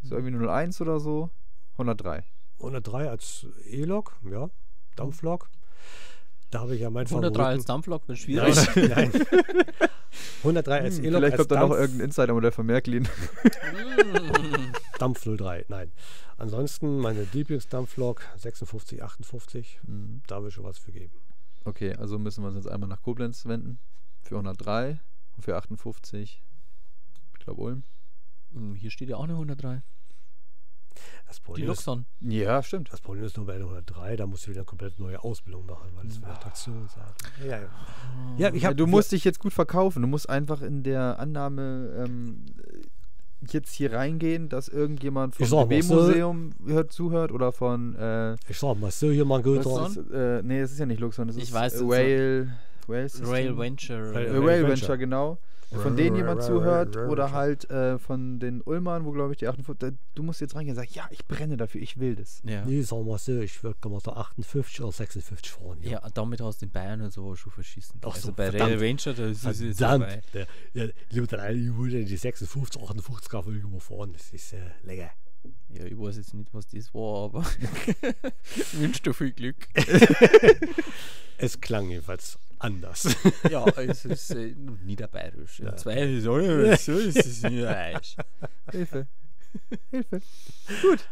Speaker 2: Mhm.
Speaker 1: So irgendwie 01 oder so. 103.
Speaker 3: 103 als E-Log, ja. Dampflog. Da habe ich ja meinen
Speaker 2: 103 als
Speaker 3: Favoriten.
Speaker 2: Dampflok wird schwierig.
Speaker 3: Nein, nein. 103 als
Speaker 1: Hm,
Speaker 3: E-Log.
Speaker 1: vielleicht
Speaker 3: als
Speaker 1: kommt da noch
Speaker 3: Dampf-
Speaker 1: irgendein Insider-Modell von Märklin.
Speaker 3: Dampf 03, nein. Ansonsten meine Lieblingsdampflok 56, 58. Da will schon was für geben.
Speaker 1: Okay, also müssen wir uns jetzt einmal nach Koblenz wenden. Für 103 und für 58. Ich glaube Ulm.
Speaker 2: Hm, Hier steht ja auch eine 103.
Speaker 3: Das
Speaker 2: Die
Speaker 3: Problem Oh, ist,
Speaker 2: Luxon.
Speaker 1: Ja, stimmt.
Speaker 3: Das Problem ist nur bei der 103, da musst du wieder eine komplett neue Ausbildung machen, weil es wieder Traktionsart. Ja, ja. ja ich
Speaker 1: Ja,
Speaker 3: hab,
Speaker 1: du musst dich jetzt gut verkaufen. Du musst einfach in der Annahme ähm, jetzt hier reingehen, dass irgendjemand vom
Speaker 3: Ich sag mal,
Speaker 1: DB-Museum hört, zuhört oder von. Äh,
Speaker 3: Ich sag mal, so hier mal ein
Speaker 1: was
Speaker 3: guter.
Speaker 2: Luxon?
Speaker 1: ist, äh, nee, es ist ja nicht Luxon, es
Speaker 2: Ich
Speaker 1: ist
Speaker 2: weiß,
Speaker 1: äh,
Speaker 2: es ist
Speaker 1: Rail. Rail, System?
Speaker 2: Rail
Speaker 1: Äh,
Speaker 2: Venture.
Speaker 3: Rail
Speaker 1: Rail
Speaker 3: Venture.
Speaker 1: Venture, genau. Von denen jemand zuhört oder halt äh, von den Ulmern, wo glaube ich die 58. Du musst jetzt reingehen und sagen: Ja, ich brenne dafür, ich will das.
Speaker 2: Ja.
Speaker 3: Nee, sag mal so, ich würde mal da 58 oder 56 fahren.
Speaker 2: ja, damit hast du in Bayern und so schon verschissen.
Speaker 3: Ach so,
Speaker 2: also bei
Speaker 3: verdammt.
Speaker 2: Rail Venture, da ist es jetzt
Speaker 3: Verdammt.
Speaker 2: vorbei.
Speaker 3: Ja, ja, lieber dann alle, ich würde die 56, 58 auf irgendwo fahren. Das ist äh, lecker.
Speaker 2: Ja, ich weiß jetzt nicht, was das war, aber ich wünsche dir viel Glück.
Speaker 3: Es klang jedenfalls anders.
Speaker 2: ja, es ist äh, niederbayerisch. Ja. Zwei ist äh, so ist es niederbayerisch.
Speaker 1: Hilfe. Hilfe. Gut.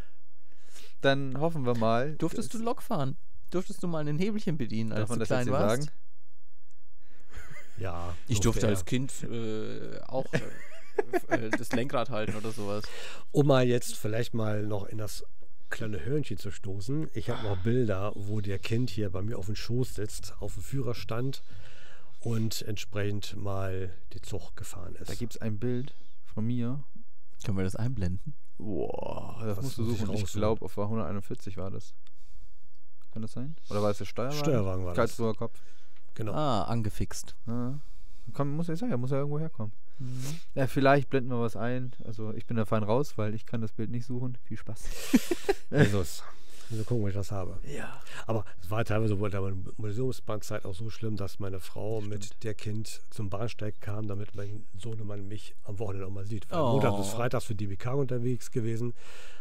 Speaker 1: Dann hoffen wir mal.
Speaker 2: Durftest du Lok fahren? Durftest du mal ein Hebelchen bedienen, als
Speaker 1: Darf man
Speaker 2: du
Speaker 1: das
Speaker 2: klein
Speaker 1: jetzt hier
Speaker 2: warst?
Speaker 1: sagen?
Speaker 3: Ja.
Speaker 2: Ich durfte
Speaker 3: durfte er.
Speaker 2: als Kind äh, auch äh, f- äh, das Lenkrad halten oder sowas.
Speaker 3: Um mal jetzt vielleicht mal noch in das kleine Hörnchen zu stoßen. Ich habe noch Bilder, wo der Kind hier bei mir auf dem Schoß sitzt, auf dem Führerstand und entsprechend mal den Zug gefahren ist.
Speaker 1: Da gibt es ein Bild von mir.
Speaker 2: Können wir das einblenden?
Speaker 1: Boah, das
Speaker 3: Was
Speaker 1: musst du
Speaker 3: Oh, muss ich
Speaker 1: suchen. Ich,
Speaker 3: raussuchen?
Speaker 1: glaube, auf der 141 war das. Kann das sein? Oder war es der Steuerwagen?
Speaker 3: Steuerwagen war das.
Speaker 1: Karlsruher Kopf.
Speaker 3: Genau.
Speaker 2: Ah, angefixt.
Speaker 1: Ja. Komm, muss ja sagen, er muss ja irgendwo herkommen.
Speaker 3: Mhm.
Speaker 1: Ja, vielleicht blenden wir was ein. Also ich bin da fein raus, weil ich kann das Bild nicht suchen. Viel Spaß.
Speaker 3: Jesus. Also gucken, wo ich das habe.
Speaker 1: Ja.
Speaker 3: Aber es war teilweise wohl in der Museumsbahnzeit auch so schlimm, dass meine Frau mit der Kind zum Bahnsteig kam, damit mein Sohnemann mich am Wochenende auch mal sieht. Weil
Speaker 2: Oh.
Speaker 3: Montag bis Freitags für DBK unterwegs gewesen,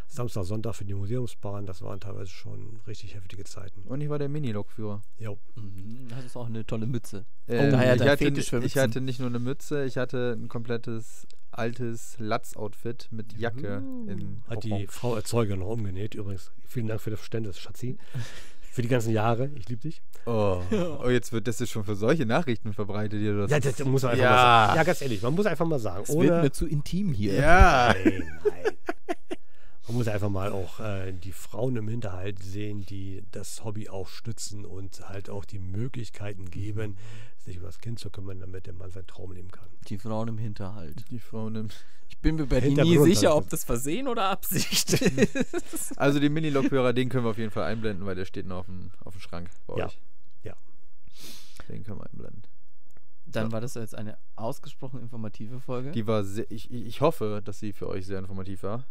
Speaker 3: Samstag, Sonntag für die Museumsbahn. Das waren teilweise schon richtig heftige Zeiten.
Speaker 1: Und ich war der Minilokführer.
Speaker 3: Jo.
Speaker 2: Mhm. Das ist auch eine tolle Mütze.
Speaker 3: Oh,
Speaker 1: Ähm,
Speaker 2: daher
Speaker 1: ich,
Speaker 2: dein
Speaker 1: hatte,
Speaker 2: Fetisch für
Speaker 1: ich
Speaker 2: Mützen.
Speaker 1: hatte nicht nur eine Mütze, ich hatte ein komplettes altes Latz-Outfit mit Jacke. In
Speaker 3: Uh. Hat die
Speaker 1: Orange.
Speaker 3: Frau Erzeuger noch umgenäht. Übrigens, vielen Dank für das Verständnis, Schatzi. Für die ganzen Jahre. Ich liebe dich.
Speaker 1: oh. oh, jetzt wird das jetzt schon für solche Nachrichten verbreitet. Ihr das
Speaker 3: Ja, das muss man einfach
Speaker 1: Ja.
Speaker 3: mal sagen. Ja, ganz ehrlich, man muss einfach mal sagen.
Speaker 2: Es wird
Speaker 3: Ohne,
Speaker 2: mir zu intim hier.
Speaker 1: ja.
Speaker 3: Nein, nein. Man muss einfach mal auch äh, die Frauen im Hinterhalt sehen, die das Hobby auch stützen und halt auch die Möglichkeiten geben, sich um das Kind zu kümmern, damit der Mann seinen Traum leben kann.
Speaker 2: Die Frauen im Hinterhalt.
Speaker 1: Die Frau nimmt.
Speaker 2: Ich bin mir bei
Speaker 3: denen nie
Speaker 2: nie
Speaker 3: Hintergrund, sicher,
Speaker 2: sicher,
Speaker 3: also. ob
Speaker 2: ob das Versehen oder Absicht ist.
Speaker 1: Also den Minilokführer, den können wir auf jeden Fall einblenden, weil der steht noch auf dem, auf dem Schrank bei
Speaker 3: Ja.
Speaker 1: euch.
Speaker 3: Ja.
Speaker 1: Den können wir einblenden.
Speaker 2: Dann war das jetzt eine ausgesprochen informative Folge.
Speaker 1: Die war sehr, ich, ich ich hoffe, dass sie für euch sehr informativ war.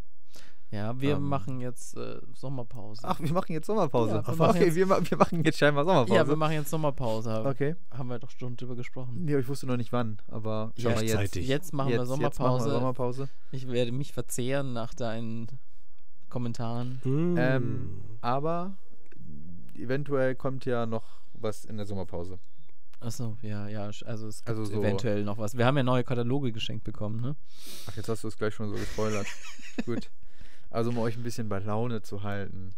Speaker 2: ja, wir
Speaker 1: Ähm.
Speaker 2: machen jetzt äh, Sommerpause.
Speaker 1: Ach, wir machen jetzt Sommerpause.
Speaker 2: Ja, wir
Speaker 1: Ach,
Speaker 2: machen
Speaker 1: okay,
Speaker 2: jetzt-
Speaker 1: wir, ma- wir machen jetzt scheinbar Sommerpause.
Speaker 2: ja, wir machen jetzt Sommerpause. Hab-
Speaker 1: okay.
Speaker 2: Haben wir doch schon drüber gesprochen.
Speaker 1: Ja, ich wusste noch nicht wann, aber schau mal jetzt.
Speaker 3: Rechtzeitig.
Speaker 2: Jetzt machen
Speaker 1: Halt jetzt,
Speaker 2: wir
Speaker 1: Jetzt machen
Speaker 2: Sommerpause.
Speaker 1: wir Sommerpause.
Speaker 2: Ich werde mich verzehren nach deinen Kommentaren.
Speaker 3: Mm.
Speaker 1: Ähm, aber eventuell kommt ja noch was in der Sommerpause.
Speaker 2: Achso, ja, ja. sch- Also es gibt
Speaker 1: Also so-
Speaker 2: eventuell noch was. Wir haben ja neue Kataloge geschenkt bekommen, ne?
Speaker 1: Ach, jetzt hast du es gleich schon so gespoilert. Gut. Also um euch ein bisschen bei Laune zu halten.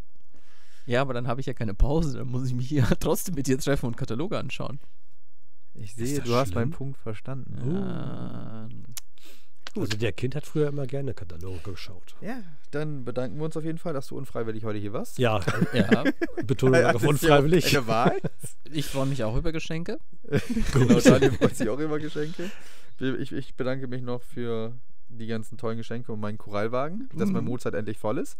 Speaker 2: Ja, aber dann habe ich ja keine Pause. Dann muss ich mich ja trotzdem mit dir treffen und Kataloge anschauen.
Speaker 1: Ich
Speaker 3: das
Speaker 1: sehe, du hast meinen
Speaker 3: schlimm?
Speaker 1: Punkt verstanden.
Speaker 2: Ähm,
Speaker 3: also der Kind hat früher immer gerne Kataloge geschaut.
Speaker 1: Ja, dann bedanken wir uns auf jeden Fall, dass du unfreiwillig heute hier warst.
Speaker 3: Ja,
Speaker 2: ja,
Speaker 3: Betonung auf unfreiwillig.
Speaker 1: Eine Wahl.
Speaker 2: ich freue mich auch über Geschenke.
Speaker 1: genau, Daniel freut sich auch über Geschenke. Wir- Ich, ich bedanke mich noch für die ganzen tollen Geschenke und meinen Korallwagen, dass mein
Speaker 2: Mhm.
Speaker 1: Mozart endlich voll ist.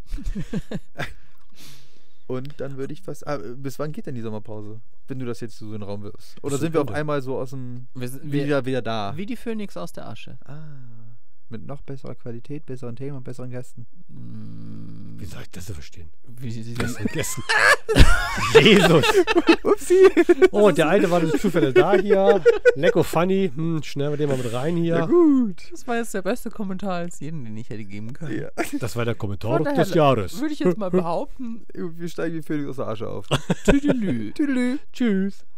Speaker 1: und dann würde ich fast. Ah, bis wann geht denn die Sommerpause? Wenn du das jetzt so in den Raum wirfst. Oder
Speaker 3: Bis
Speaker 1: sind wir auf
Speaker 3: Ende.
Speaker 1: einmal so aus dem.
Speaker 2: Wir, sind- wir,
Speaker 1: wieder, wieder da?
Speaker 2: wie die Phönix aus der Asche.
Speaker 1: Ah, mit noch besserer Qualität, besseren Themen und besseren Gästen.
Speaker 2: Mm,
Speaker 3: Wie soll ich das denn verstehen?
Speaker 2: Wie,
Speaker 3: Das vergessen. Jesus.
Speaker 1: Upsi!
Speaker 3: Oh, der alte war durch Zufälle da hier. Lecko funny. Hm, schneiden wir den mal mit rein
Speaker 1: Ja,
Speaker 3: hier.
Speaker 1: gut.
Speaker 2: das war jetzt der beste Kommentar als jeden, den ich hätte geben können.
Speaker 1: Ja.
Speaker 3: Das war der Kommentar
Speaker 2: Von daher
Speaker 3: des Jahres.
Speaker 2: Würde ich jetzt mal behaupten,
Speaker 1: Wir steigen wie Felix aus der Asche auf.
Speaker 2: tüdelü.
Speaker 1: Tüdelü.
Speaker 3: Tschüss.